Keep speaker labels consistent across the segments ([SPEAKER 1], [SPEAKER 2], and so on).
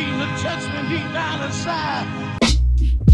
[SPEAKER 1] hurts me deep down inside.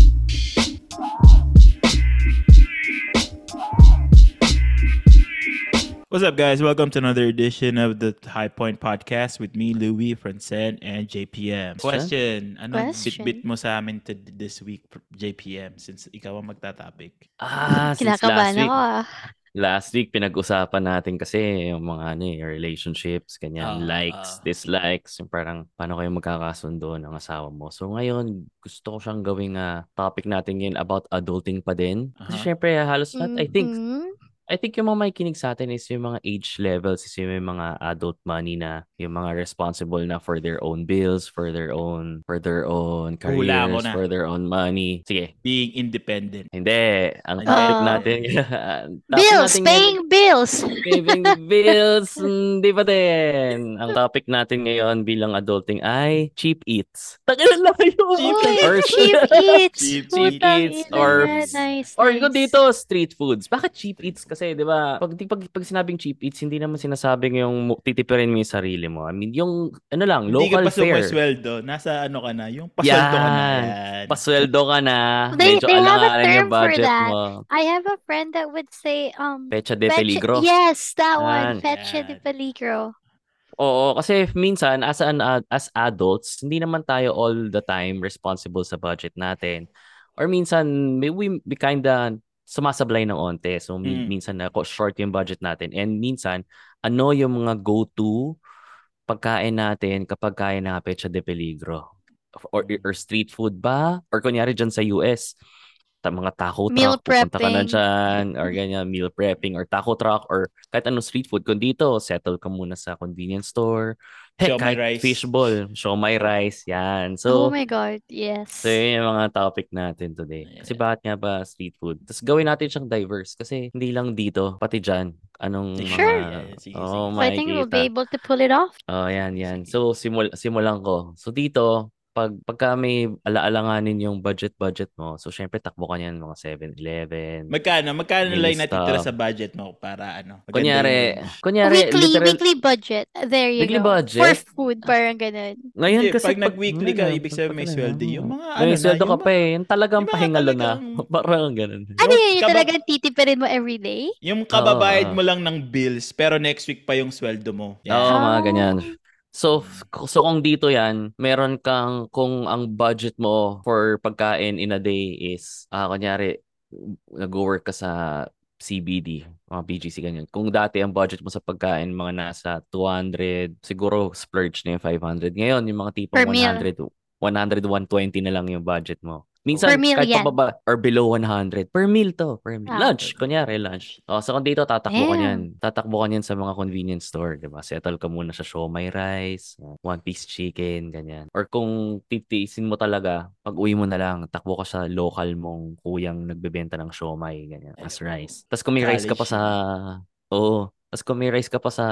[SPEAKER 2] What's up, guys? Welcome to another edition of the High Point Podcast with me, Louie, Francen, and JPM. Question, ano
[SPEAKER 3] Question?
[SPEAKER 2] bit-bit mo sa amin to this week, pr- JPM, since ikaw ang magtatopic?
[SPEAKER 4] Ah, since last
[SPEAKER 3] Kinakabahan
[SPEAKER 4] week,
[SPEAKER 3] ako ah.
[SPEAKER 4] last week pinag-usapan natin kasi yung mga ano, eh, relationships, ganyan,
[SPEAKER 2] Ah,
[SPEAKER 4] likes,
[SPEAKER 2] ah.
[SPEAKER 4] dislikes, yung parang paano kayo magkakasundo ng asawa mo. So ngayon, gusto ko siyang gawing ah, topic natin ngayon about adulting pa din. Kasi
[SPEAKER 2] Aha.
[SPEAKER 4] syempre, ah, halos lahat, I think,
[SPEAKER 2] Mm-hmm.
[SPEAKER 3] Mhm.
[SPEAKER 4] I think yung mga makikinig sa atin is yung mga age levels, is yung may mga adult money na yung mga responsible na for their own bills, for their own for their own
[SPEAKER 2] Hula ko
[SPEAKER 4] careers,
[SPEAKER 2] na.
[SPEAKER 4] for their own money. Sige,
[SPEAKER 2] Being independent.
[SPEAKER 4] hindi.
[SPEAKER 2] Ay,
[SPEAKER 4] Ang topic
[SPEAKER 3] ah.
[SPEAKER 4] natin. topic
[SPEAKER 3] Bills!
[SPEAKER 4] natin ngayon-
[SPEAKER 3] Paying bills!
[SPEAKER 4] Craving the bills, hindi pa din. Ang topic natin ngayon bilang adulting ay cheap eats. Takilan lang yun.
[SPEAKER 2] Cheap
[SPEAKER 3] Uy,
[SPEAKER 4] Or-
[SPEAKER 3] cheap eats!
[SPEAKER 2] Cheap
[SPEAKER 3] Putang
[SPEAKER 4] eats
[SPEAKER 3] ina,
[SPEAKER 4] or-
[SPEAKER 3] nice,
[SPEAKER 4] Or
[SPEAKER 3] nice.
[SPEAKER 4] kung dito, street foods. Bakit cheap eats? Kasi, di ba, pag, di- pag, pag sinabing cheap eats, hindi naman sinasabing yung mu- titipirin mo yung sarili mo. I mean, yung, ano lang,
[SPEAKER 2] Hindi ka
[SPEAKER 4] local
[SPEAKER 2] pa
[SPEAKER 4] fare.
[SPEAKER 2] sumasweldo. Nasa ano ka na, yung pasweldo ka na.
[SPEAKER 4] Yan.
[SPEAKER 2] Yan.
[SPEAKER 4] Pasweldo ka na.
[SPEAKER 3] They-
[SPEAKER 4] medyo
[SPEAKER 3] they have a
[SPEAKER 4] alanganin
[SPEAKER 3] term
[SPEAKER 4] yung
[SPEAKER 3] for
[SPEAKER 4] budget
[SPEAKER 3] that.
[SPEAKER 4] mo.
[SPEAKER 3] I have a friend that would say, um,
[SPEAKER 4] Pecha de
[SPEAKER 3] fetch-
[SPEAKER 4] peligro.
[SPEAKER 3] Yes, that
[SPEAKER 4] Yan.
[SPEAKER 3] one. Fecha de
[SPEAKER 2] Yan.
[SPEAKER 3] peligro.
[SPEAKER 4] Oo, kasi minsan as an ad- as adults, hindi naman tayo all the time responsible sa budget natin. Or minsan may we, we kinda sumasablay ng onte. So
[SPEAKER 2] Mm.
[SPEAKER 4] mi- minsan na short yung budget natin and minsan ano yung mga go-to pagkain natin kapag kaya na pecha de peligro or,
[SPEAKER 3] Mm.
[SPEAKER 4] or street food ba or kunyari dyan sa US ta- mga taco
[SPEAKER 3] Meal
[SPEAKER 4] truck pupunta ka na
[SPEAKER 3] prepping. Mm.
[SPEAKER 4] dyan or ganyan meal prepping or taco truck or kahit anong street food kung dito settle ka muna sa convenience store heck
[SPEAKER 2] Siomai
[SPEAKER 4] kahit
[SPEAKER 2] rice.
[SPEAKER 4] fishball siomai rice yan so
[SPEAKER 3] oh my God, yes.
[SPEAKER 4] So, yun yung mga topic natin today. Kasi
[SPEAKER 2] Yeah.
[SPEAKER 4] bakit nga ba street food? Tapos gawin natin siyang diverse kasi hindi lang dito, pati dyan. Anong
[SPEAKER 2] Sure.
[SPEAKER 4] mga...
[SPEAKER 2] Yeah, yeah. Sige,
[SPEAKER 4] oh,
[SPEAKER 3] So I think we'll
[SPEAKER 4] makikita.
[SPEAKER 3] be able to pull it off.
[SPEAKER 4] Oh, yan, yan.
[SPEAKER 2] Sige.
[SPEAKER 4] So, simul simulan ko. So, dito, pag, pagka may alaalanganin yung budget-budget mo, so, syempre, takbo ka niyan, mga 7-Eleven.
[SPEAKER 2] Magkano? Magkano
[SPEAKER 4] Mini
[SPEAKER 2] lang natitira sa
[SPEAKER 4] stuff.
[SPEAKER 2] budget mo para ano? maganda
[SPEAKER 4] Kunyari,
[SPEAKER 2] yung-
[SPEAKER 4] kunyari,
[SPEAKER 3] weekly,
[SPEAKER 4] literal,
[SPEAKER 3] weekly budget. There you
[SPEAKER 4] Weekly
[SPEAKER 3] go.
[SPEAKER 4] budget?
[SPEAKER 3] For food, parang ganun.
[SPEAKER 4] ngayon
[SPEAKER 2] Hindi,
[SPEAKER 4] kasi,
[SPEAKER 2] pag nag-weekly ka, ibig sabihin may sweldo. Yung mga ano
[SPEAKER 4] May
[SPEAKER 2] na,
[SPEAKER 4] sweldo ka
[SPEAKER 2] yung
[SPEAKER 4] pa eh. Yung talagang
[SPEAKER 2] yung mga
[SPEAKER 4] pahingalo na.
[SPEAKER 2] talagang-
[SPEAKER 4] Parang ganun.
[SPEAKER 3] Ano
[SPEAKER 2] Yung
[SPEAKER 3] yun, yung
[SPEAKER 2] kaba-
[SPEAKER 3] talagang titipirin mo everyday?
[SPEAKER 2] Yung kababayad
[SPEAKER 4] Oo.
[SPEAKER 2] mo lang ng bills, pero next week pa yung sweldo mo.
[SPEAKER 4] Oo,
[SPEAKER 2] Yan.
[SPEAKER 4] mga
[SPEAKER 3] Ah.
[SPEAKER 4] ganyan. So, f-
[SPEAKER 3] Mm.
[SPEAKER 4] so kung dito yan, meron kang, kung ang budget mo for pagkain in a day is, ah kunyari, nag-work ka sa CBD, mga BGC, ganyan. Kung dati ang budget mo sa pagkain, mga nasa 200, siguro splurge na yung 500. Ngayon, yung mga tipong
[SPEAKER 3] Per meal.
[SPEAKER 4] 100, 100, 120 na lang yung budget mo. Minsan,
[SPEAKER 3] Per meal
[SPEAKER 4] kahit
[SPEAKER 3] yan.
[SPEAKER 4] pababa, or below 100. Per meal to, per meal.
[SPEAKER 3] Ah.
[SPEAKER 4] Lunch, kunyari, lunch. O, so kung dito, tatakbo ka
[SPEAKER 3] Damn.
[SPEAKER 4] niyan. Tatakbo ka niyan sa mga convenience store, di ba? Settle ka muna sa siomai rice, one piece chicken, ganyan. Or kung titiisin mo talaga, pag uwi mo na lang, takbo ka sa local mong kuyang nagbebenta ng siomai, ganyan, as rice. Tapos kung may rice ka pa
[SPEAKER 2] College
[SPEAKER 4] sa... Oo. Tapos kung may rice ka pa sa...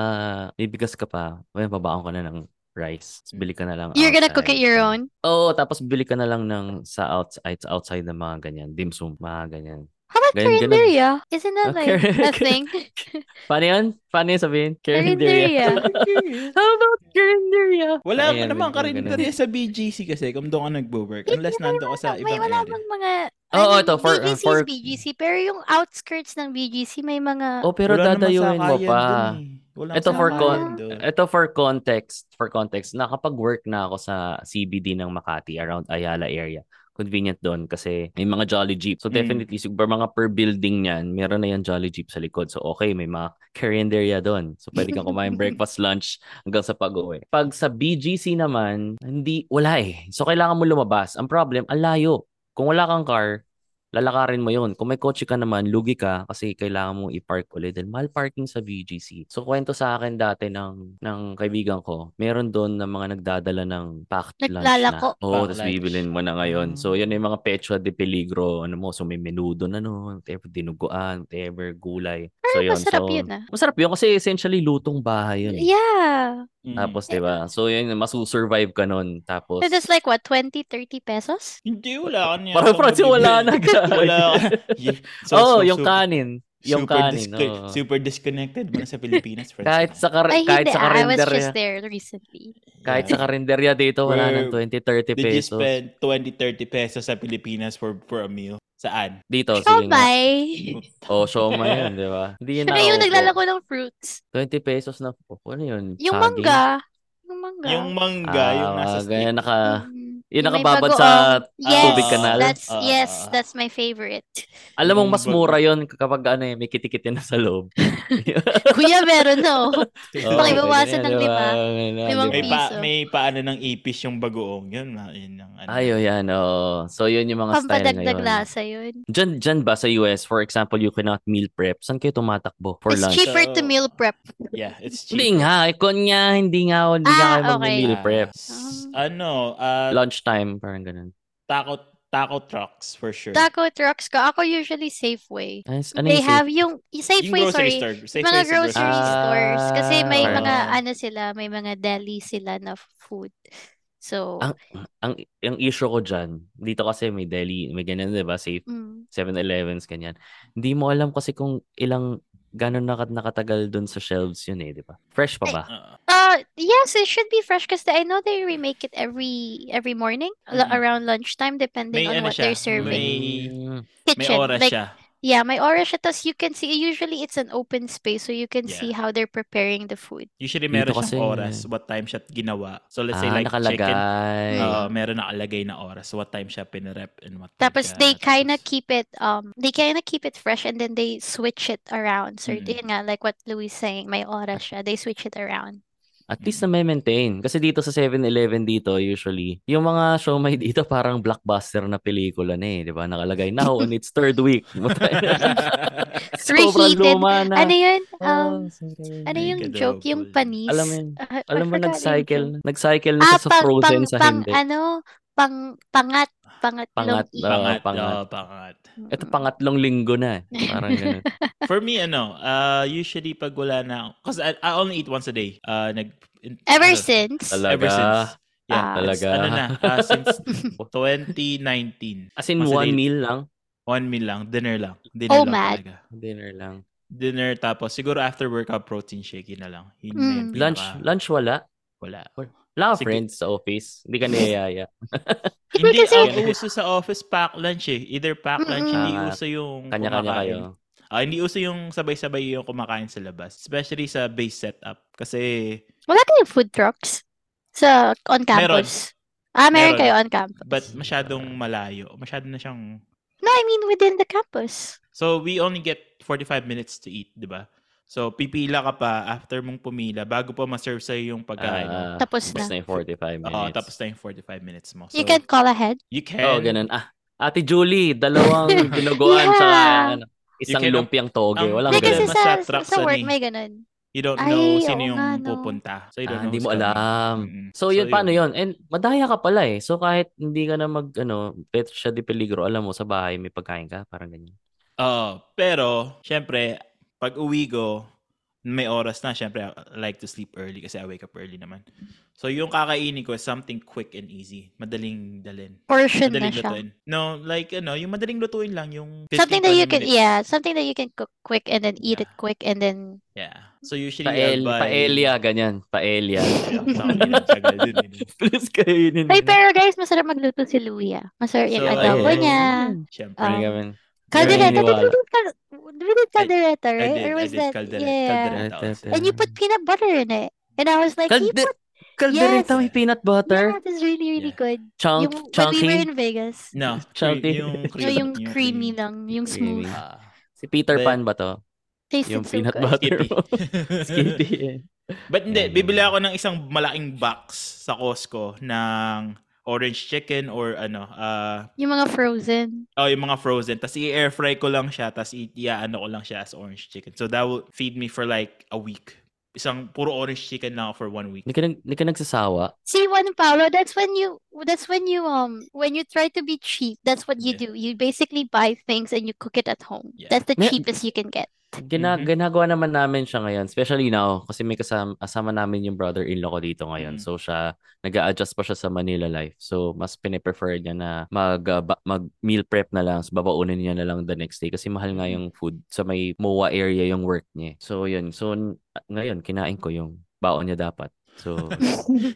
[SPEAKER 4] May bigas ka pa, may babaon ka na ng rice. Tapos bili ka na lang
[SPEAKER 3] You're gonna cook it
[SPEAKER 4] outside.
[SPEAKER 3] your
[SPEAKER 4] Ganyan.
[SPEAKER 3] own?
[SPEAKER 4] Oo, tapos bili ka na lang ng sa outside, outside ng mga ganyan, dim sum, mga ganyan.
[SPEAKER 3] How about
[SPEAKER 4] Ganun, ganun.
[SPEAKER 3] Carinderia? Isn't
[SPEAKER 4] Ah,
[SPEAKER 3] that like a
[SPEAKER 4] Carin-
[SPEAKER 3] thing?
[SPEAKER 4] Paano yun? Paano yun sabihin?
[SPEAKER 3] Carinderia.
[SPEAKER 4] How about Carinderia?
[SPEAKER 2] Wala
[SPEAKER 4] Ayan,
[SPEAKER 2] naman
[SPEAKER 4] ganun, ganun.
[SPEAKER 2] karinderya sa BGC kasi kung doon ka nag-work.
[SPEAKER 3] Hindi
[SPEAKER 2] Unless nando ka sa
[SPEAKER 3] Wala-
[SPEAKER 2] ibang
[SPEAKER 3] may wala
[SPEAKER 2] area.
[SPEAKER 3] bang mga
[SPEAKER 4] Oo,
[SPEAKER 3] ano,
[SPEAKER 4] ito, for-
[SPEAKER 3] BGC is
[SPEAKER 4] for-
[SPEAKER 3] BGC pero yung outskirts ng BGC may mga
[SPEAKER 4] Oh, pero
[SPEAKER 2] Wala naman
[SPEAKER 4] dadayuin mo
[SPEAKER 2] sakayan
[SPEAKER 4] pa.
[SPEAKER 2] dun eh. Wala
[SPEAKER 4] Ito for eh,
[SPEAKER 2] sakayan
[SPEAKER 3] con-
[SPEAKER 2] dun.
[SPEAKER 4] Ito for context, for context, nakapag-work na ako sa CBD ng Makati around Ayala area. Convenient doon kasi may mga Jolly Jeep. So
[SPEAKER 2] Mm.
[SPEAKER 4] definitely, siguro mga per building niyan, meron na yung Jolly Jeep sa likod. So okay, may mga carinderia doon. So pwede kang kumain breakfast, lunch hanggang sa pag-uwi. Pag sa BGC naman, hindi, wala eh. So kailangan mo lumabas. Ang problem, ang layo. Kung wala kang car, lalakarin mo yon. Kung may kotse ka naman, lugi ka kasi kailangan mo i-park ulit. Dahil mahal parking sa VGC. So, kwento sa akin dati ng, ng kaibigan ko, meron doon na mga nagdadala ng packed lunch
[SPEAKER 3] Naglalako.
[SPEAKER 4] na. Oo,
[SPEAKER 2] Packed
[SPEAKER 4] tapos
[SPEAKER 2] lunch.
[SPEAKER 4] bibilin mo na
[SPEAKER 2] Mm.
[SPEAKER 4] ngayon. So, yun yung mga pecha de peligro. Ano mo, so may menudo na noon, whatever, dinuguan, whatever, gulay. So,
[SPEAKER 3] Pero
[SPEAKER 4] yun.
[SPEAKER 3] masarap
[SPEAKER 4] so,
[SPEAKER 3] yun ah.
[SPEAKER 4] Masarap yun kasi essentially lutong bahay yun. eh.
[SPEAKER 3] Yeah.
[SPEAKER 2] Mm.
[SPEAKER 4] Tapos, di ba? So, yun, masusurvive ka nun. Tapos,
[SPEAKER 3] So that's like what, 20, 30 pesos?
[SPEAKER 2] Hindi, wala ka niya.
[SPEAKER 4] parang Francis, wala na.
[SPEAKER 2] Wala.
[SPEAKER 4] gagawin.
[SPEAKER 2] Yeah. So,
[SPEAKER 4] Oo,
[SPEAKER 2] so,
[SPEAKER 4] Oh, yung
[SPEAKER 2] so,
[SPEAKER 4] kanin. Yung
[SPEAKER 2] super,
[SPEAKER 4] kanin,
[SPEAKER 2] disco-
[SPEAKER 4] oo.
[SPEAKER 2] super disconnected mo na sa Pilipinas, friends.
[SPEAKER 4] Kahit sa, kar-
[SPEAKER 3] Ay,
[SPEAKER 4] kahit
[SPEAKER 3] hindi.
[SPEAKER 4] sa
[SPEAKER 3] ah, I was
[SPEAKER 4] karinderya.
[SPEAKER 3] just there recently.
[SPEAKER 4] Kahit sa karinderya dito, wala
[SPEAKER 2] Where
[SPEAKER 4] nang 20,
[SPEAKER 2] Did
[SPEAKER 4] 30
[SPEAKER 2] you
[SPEAKER 4] pesos.
[SPEAKER 2] spend 20, 30 pesos sa Pilipinas for for a meal? Saan?
[SPEAKER 4] Dito,
[SPEAKER 3] oh,
[SPEAKER 4] sige nga.
[SPEAKER 3] bye.
[SPEAKER 4] Oh, shoma yun, di ba? Hindi yun oh,
[SPEAKER 3] Saka yung
[SPEAKER 4] nakaupo.
[SPEAKER 3] naglalako ng fruits.
[SPEAKER 4] 20 pesos na po. Ano yun?
[SPEAKER 3] Yung
[SPEAKER 4] Saging?
[SPEAKER 3] mangga. Yung mangga.
[SPEAKER 2] Yung
[SPEAKER 4] Ah,
[SPEAKER 2] mangga, yung nasa stick.
[SPEAKER 4] ganyan naka,
[SPEAKER 3] Mm,
[SPEAKER 4] Ah, yun
[SPEAKER 3] may oh.
[SPEAKER 4] nakababad
[SPEAKER 3] bagoong-
[SPEAKER 4] sa
[SPEAKER 3] yes,
[SPEAKER 4] tubig kanal.
[SPEAKER 3] That's,
[SPEAKER 2] Ah.
[SPEAKER 3] yes, that's my favorite.
[SPEAKER 4] Alam mong mas
[SPEAKER 2] Yung bago-
[SPEAKER 4] mura yon kapag ano eh, may kitikit yun na sa loob.
[SPEAKER 3] Kuya, meron no.
[SPEAKER 4] Oo,
[SPEAKER 3] Pakibawasan
[SPEAKER 4] ganyan,
[SPEAKER 3] ng
[SPEAKER 4] di ba?
[SPEAKER 3] lima.
[SPEAKER 4] Ganyan,
[SPEAKER 3] Limang
[SPEAKER 4] di
[SPEAKER 2] May
[SPEAKER 4] ba?
[SPEAKER 2] pa
[SPEAKER 3] piso.
[SPEAKER 2] may paano ng ipis yung bagoong. Yun, na- yun ang ano.
[SPEAKER 4] Ayo oh, yan, oo. So yun yung mga style
[SPEAKER 3] Pampadagdag
[SPEAKER 4] ngayon.
[SPEAKER 3] lasa yun.
[SPEAKER 4] Diyan, diyan ba sa US, for example, you cannot meal prep? Saan kayo tumatakbo for
[SPEAKER 3] It's
[SPEAKER 4] lunch?
[SPEAKER 3] cheaper to
[SPEAKER 2] So,
[SPEAKER 3] meal prep.
[SPEAKER 2] Yeah, it's cheap.
[SPEAKER 4] Hindi nga, eh, kunya, hindi nga, hindi nga
[SPEAKER 3] Ah,
[SPEAKER 4] kayo mag-meal
[SPEAKER 2] Ah,
[SPEAKER 4] prep.
[SPEAKER 2] s-
[SPEAKER 3] Um,
[SPEAKER 2] ano, uh,
[SPEAKER 4] Lunchtime, parang ganun.
[SPEAKER 2] taco, taco trucks for sure.
[SPEAKER 3] Taco trucks ko. Ako usually Safeway.
[SPEAKER 4] Ay, s- ano
[SPEAKER 3] They
[SPEAKER 4] yung
[SPEAKER 3] have yung,
[SPEAKER 2] Yung
[SPEAKER 3] Safeway,
[SPEAKER 2] grocery
[SPEAKER 3] sorry.
[SPEAKER 2] store. Safe
[SPEAKER 3] mga
[SPEAKER 2] place
[SPEAKER 3] grocery
[SPEAKER 2] to grocery store.
[SPEAKER 3] stores. Kasi may
[SPEAKER 4] Ah.
[SPEAKER 3] mga ano sila, may mga deli sila na food. So,
[SPEAKER 4] Ang- ang ang issue ko diyan, dito kasi may deli, may ganyan 'di ba, safe
[SPEAKER 3] mm,
[SPEAKER 4] 7-Elevens ganyan. Hindi mo alam kasi kung ilang gano'n nakat nakatagal doon sa shelves yun eh, 'di ba? Fresh pa ba?
[SPEAKER 2] Ah,
[SPEAKER 3] Uh, yes, it should be fresh kasi I know they remake it every every morning l-
[SPEAKER 2] Mm.
[SPEAKER 3] around lunchtime depending
[SPEAKER 2] May
[SPEAKER 3] on
[SPEAKER 2] ano
[SPEAKER 3] what
[SPEAKER 2] siya,
[SPEAKER 3] they're serving.
[SPEAKER 2] may-
[SPEAKER 4] Mm.
[SPEAKER 2] may
[SPEAKER 3] Kitchen,
[SPEAKER 2] oras
[SPEAKER 3] like
[SPEAKER 2] siya.
[SPEAKER 3] yeah, may aura siya. Tas you can see usually it's an open space so you can
[SPEAKER 2] Yeah.
[SPEAKER 3] see how they're preparing the food.
[SPEAKER 2] Usually
[SPEAKER 4] Dito
[SPEAKER 2] meron
[SPEAKER 4] kasi- eh.
[SPEAKER 2] siyang oras, what time siya ginawa. So let's say
[SPEAKER 4] ah,
[SPEAKER 2] like chicken,
[SPEAKER 4] nakalagay.
[SPEAKER 2] uh, meron nakalagay na oras, what time siya pinarep and what time
[SPEAKER 3] Tapos
[SPEAKER 2] siya-
[SPEAKER 3] they kind of keep it um they kind of keep it fresh and then they switch it around. So
[SPEAKER 2] Mm.
[SPEAKER 3] yun nga like what Louis saying, may oras siya. They switch it around.
[SPEAKER 4] At least na may maintain. Kasi dito sa 7-Eleven dito, usually, yung mga shomai dito parang blockbuster na pelikula na eh, di ba? Nakalagay now on its third week. Sobrang
[SPEAKER 3] Reheated.
[SPEAKER 4] luma na.
[SPEAKER 3] Ano yun? Um,
[SPEAKER 4] Oh, sorry.
[SPEAKER 3] ano
[SPEAKER 2] May
[SPEAKER 3] yung joke? Yung
[SPEAKER 2] kadobol.
[SPEAKER 3] panis?
[SPEAKER 4] Alam mo yun.
[SPEAKER 3] Ah, I
[SPEAKER 4] Alam mo,
[SPEAKER 3] forgot yung joke.
[SPEAKER 4] nag-cycle, nag-cycle na
[SPEAKER 3] Ah,
[SPEAKER 4] siya sa
[SPEAKER 3] pang,
[SPEAKER 4] Frozen
[SPEAKER 3] pang,
[SPEAKER 4] sa
[SPEAKER 3] pang,
[SPEAKER 4] hindi.
[SPEAKER 3] ano, pang, pangat, pangatlong
[SPEAKER 4] Pangat,
[SPEAKER 3] i-
[SPEAKER 4] ah.
[SPEAKER 2] Pangat,
[SPEAKER 4] pangat.
[SPEAKER 2] oh, pangat.
[SPEAKER 3] Mm.
[SPEAKER 4] Ito pangatlong linggo na. eh. Parang ganun.
[SPEAKER 2] For me, ano, uh, usually pag wala na, because I, I only eat once a day. Uh, nag, in-
[SPEAKER 3] Ever
[SPEAKER 2] ano,
[SPEAKER 3] since,
[SPEAKER 4] Talaga.
[SPEAKER 2] Ever since. Yeah, it's,
[SPEAKER 3] Ah.
[SPEAKER 4] Talaga.
[SPEAKER 2] Ano na, ah, since 2019.
[SPEAKER 4] As in,
[SPEAKER 2] Once a
[SPEAKER 4] one
[SPEAKER 2] day.
[SPEAKER 4] meal lang.
[SPEAKER 2] One meal lang, dinner lang. Dinner
[SPEAKER 3] Oh,
[SPEAKER 2] lang
[SPEAKER 3] Matt.
[SPEAKER 2] talaga.
[SPEAKER 4] Dinner lang.
[SPEAKER 2] Dinner tapos siguro after workout protein shake yun na lang. Yun na
[SPEAKER 3] Mm.
[SPEAKER 2] yun, pinaka-
[SPEAKER 4] Lunch, lunch wala.
[SPEAKER 2] Wala.
[SPEAKER 4] Wala ka
[SPEAKER 2] Sige.
[SPEAKER 4] friends sa office. Hindi ka niyayaya.
[SPEAKER 3] Siguro
[SPEAKER 2] hindi
[SPEAKER 3] kasi-
[SPEAKER 2] ang uso sa office pack lunch eh. Either pack lunch,
[SPEAKER 3] Mm-mm.
[SPEAKER 2] hindi
[SPEAKER 4] Ah,
[SPEAKER 2] uso yung
[SPEAKER 4] Kanya-kanya
[SPEAKER 2] kumakain.
[SPEAKER 4] kayo.
[SPEAKER 2] Ah, hindi uso yung sabay-sabay yung kumakain sa labas. Especially sa base setup. Kasi,
[SPEAKER 3] wala kayong food trucks sa on campus? Ah, meron
[SPEAKER 2] Meron.
[SPEAKER 3] kayo on campus.
[SPEAKER 2] but masyadong malayo. Masyado na siyang...
[SPEAKER 3] No, I mean within the campus.
[SPEAKER 2] So, we only get 45 minutes to eat, di ba? So, pipila ka pa after mong pumila bago pa maserve sa'yo yung pagkain. mo.
[SPEAKER 4] Ah,
[SPEAKER 3] Tapos
[SPEAKER 4] tapos
[SPEAKER 3] na.
[SPEAKER 4] na yung 45 minutes.
[SPEAKER 2] Oo, tapos na yung 45 minutes mo. So,
[SPEAKER 3] You can call ahead.
[SPEAKER 2] You can.
[SPEAKER 4] Oo, ganun. Ah, Ate Julie, dalawang dinuguan
[SPEAKER 3] Yeah.
[SPEAKER 4] tsaka ano, isang
[SPEAKER 2] You can-
[SPEAKER 4] lumpiang toge.
[SPEAKER 2] ang-
[SPEAKER 4] Walang
[SPEAKER 3] Hindi
[SPEAKER 2] Hindi,
[SPEAKER 3] kasi
[SPEAKER 4] ganun.
[SPEAKER 2] mas
[SPEAKER 3] sa,
[SPEAKER 2] sa trucks
[SPEAKER 3] sa
[SPEAKER 2] yan
[SPEAKER 3] work
[SPEAKER 2] eh.
[SPEAKER 3] may ganun.
[SPEAKER 2] You don't
[SPEAKER 3] Ay,
[SPEAKER 2] know
[SPEAKER 3] oo
[SPEAKER 2] sino yung
[SPEAKER 3] nga, no.
[SPEAKER 2] pupunta. So, you don't
[SPEAKER 4] Ah,
[SPEAKER 2] know
[SPEAKER 4] hindi
[SPEAKER 2] who's
[SPEAKER 4] mo
[SPEAKER 2] coming.
[SPEAKER 4] alam.
[SPEAKER 2] Mm-mm.
[SPEAKER 4] So, yun, paano yun? And madaya ka pala eh. So, kahit hindi ka na mag, ano, pet siya di peligro, alam mo, sa bahay may pagkain ka, parang ganyan.
[SPEAKER 2] Oo, Oh, pero, syempre, pag uwi ko, may oras na. Syempre, I like to sleep early kasi I wake up early naman. So, yung kakainin ko is something quick and easy. Madaling dalin.
[SPEAKER 3] Portion na
[SPEAKER 2] Madaling
[SPEAKER 3] siya.
[SPEAKER 2] lutuin. No, like, ano, yung madaling lutuin lang. Yung 15,
[SPEAKER 3] Something that you
[SPEAKER 2] 20
[SPEAKER 3] can,
[SPEAKER 2] minutes. Ah.
[SPEAKER 3] yeah, something that you can cook quick and then eat
[SPEAKER 2] Yeah.
[SPEAKER 3] it quick and then,
[SPEAKER 2] Yeah. So, usually, I'll
[SPEAKER 4] Pael,
[SPEAKER 2] buy...
[SPEAKER 4] paelya, ganyan. Paelya.
[SPEAKER 2] Yeah, ang tangin ng tagal dun, eh.
[SPEAKER 4] Please kainin. mo.
[SPEAKER 3] Ay, pero guys, masarap magluto si Louie ah. Masarap yung
[SPEAKER 2] So,
[SPEAKER 3] adobo
[SPEAKER 4] ayun.
[SPEAKER 3] niya.
[SPEAKER 2] Syempre.
[SPEAKER 4] Parang
[SPEAKER 3] Um,
[SPEAKER 4] gamin.
[SPEAKER 3] Caldereta,
[SPEAKER 4] naniniwala.
[SPEAKER 3] did we did, cal- we did caldereta,
[SPEAKER 2] I
[SPEAKER 3] right?
[SPEAKER 2] did,
[SPEAKER 3] Or
[SPEAKER 2] I
[SPEAKER 3] was
[SPEAKER 2] did
[SPEAKER 3] that
[SPEAKER 2] caldereta.
[SPEAKER 3] yeah?
[SPEAKER 2] Caldereta
[SPEAKER 4] Right,
[SPEAKER 2] ako
[SPEAKER 4] right,
[SPEAKER 2] sa'yo.
[SPEAKER 4] right.
[SPEAKER 3] And you put peanut butter in it, and I was like, he
[SPEAKER 4] Kalde,
[SPEAKER 3] put
[SPEAKER 4] kaldereta
[SPEAKER 3] Yes.
[SPEAKER 4] may peanut butter.
[SPEAKER 3] yeah, this is really really
[SPEAKER 2] Yeah.
[SPEAKER 3] good.
[SPEAKER 4] Chunk,
[SPEAKER 3] yung when we
[SPEAKER 4] chunky.
[SPEAKER 3] were in Vegas,
[SPEAKER 2] No,
[SPEAKER 4] Chunky.
[SPEAKER 2] cre- yung
[SPEAKER 3] so
[SPEAKER 2] creamy.
[SPEAKER 3] yung creamy lang, yung
[SPEAKER 4] Creamy.
[SPEAKER 3] smooth,
[SPEAKER 2] Ah,
[SPEAKER 4] Si Peter
[SPEAKER 2] But-
[SPEAKER 4] Pan ba to?
[SPEAKER 3] tasted
[SPEAKER 4] Yung
[SPEAKER 3] so
[SPEAKER 4] peanut
[SPEAKER 3] good.
[SPEAKER 4] butter
[SPEAKER 2] Skippy.
[SPEAKER 4] mo. Skippy eh.
[SPEAKER 2] But hindi,
[SPEAKER 4] Yan,
[SPEAKER 2] bibili
[SPEAKER 4] yun.
[SPEAKER 2] ako ng isang malaking box sa Costco ng orange chicken or ano, ah
[SPEAKER 3] Yung mga frozen.
[SPEAKER 2] oh, yung mga frozen. Tapos i-air fry ko lang siya, tapos i-ano ko lang siya as orange chicken. So that will feed me for like a week. Isang puro orange chicken lang ako for one week.
[SPEAKER 4] Hindi ka, nag- hindi ka nagsasawa.
[SPEAKER 3] See, Juan Paolo, that's when you that's when you um when you try to be cheap. That's what you
[SPEAKER 2] Yeah.
[SPEAKER 3] do. You basically buy things and you cook it at home.
[SPEAKER 2] Yeah.
[SPEAKER 3] That's the
[SPEAKER 4] Mer-
[SPEAKER 3] cheapest you can get.
[SPEAKER 4] Gina-
[SPEAKER 2] Mhm.
[SPEAKER 4] Ginagawa naman namin siya ngayon, especially now, kasi may kasama, kasama namin yung brother-in-law ko dito ngayon.
[SPEAKER 2] Mhm.
[SPEAKER 4] So siya, nag adjust pa siya sa Manila life. So mas piniprefer niya na mag, ah, ba- mag meal prep na lang, so babaunin niya na lang the next day kasi mahal nga
[SPEAKER 2] Mm-hmm.
[SPEAKER 4] yung food sa may MOA area yung work niya. eh. So yun, so n- ngayon kinain ko yung baon niya dapat. So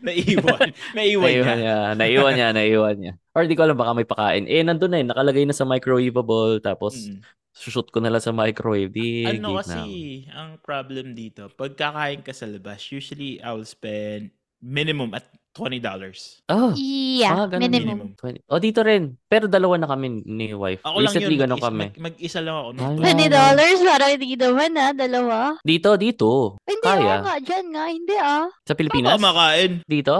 [SPEAKER 2] naiwan. Naiwan niya.
[SPEAKER 4] Naiwan niya. Naiwan niya, naiwan niya. Or di ko alam, baka may pakain. Eh, nandun na eh. Nakalagay na sa microwavable. Tapos,
[SPEAKER 2] Mm.
[SPEAKER 4] shoot ko na lang sa microwave. Di,
[SPEAKER 2] ano
[SPEAKER 4] gig na
[SPEAKER 2] kasi, ang problem dito, pagkakain ka sa labas, usually I'll spend minimum at $20.
[SPEAKER 4] ako. Oh,
[SPEAKER 3] Yeah,
[SPEAKER 4] mga ganun.
[SPEAKER 3] minimum.
[SPEAKER 4] 20. Oh, dito rin. Pero dalawa na kami ni wife.
[SPEAKER 2] Ako lang
[SPEAKER 4] Recently,
[SPEAKER 2] yun,
[SPEAKER 4] ganun
[SPEAKER 2] mag-isa,
[SPEAKER 4] kami.
[SPEAKER 2] Mag, mag-isa lang ako. ng
[SPEAKER 4] Wala.
[SPEAKER 2] $20.
[SPEAKER 3] $20 dollars para hindi naman ah, dalawa.
[SPEAKER 4] Dito, dito.
[SPEAKER 3] Hindi
[SPEAKER 4] Kaya.
[SPEAKER 3] ah, nga, dyan nga, hindi ah.
[SPEAKER 4] Sa
[SPEAKER 2] Pinas?
[SPEAKER 4] Pilipinas.
[SPEAKER 2] makain.
[SPEAKER 4] Dito?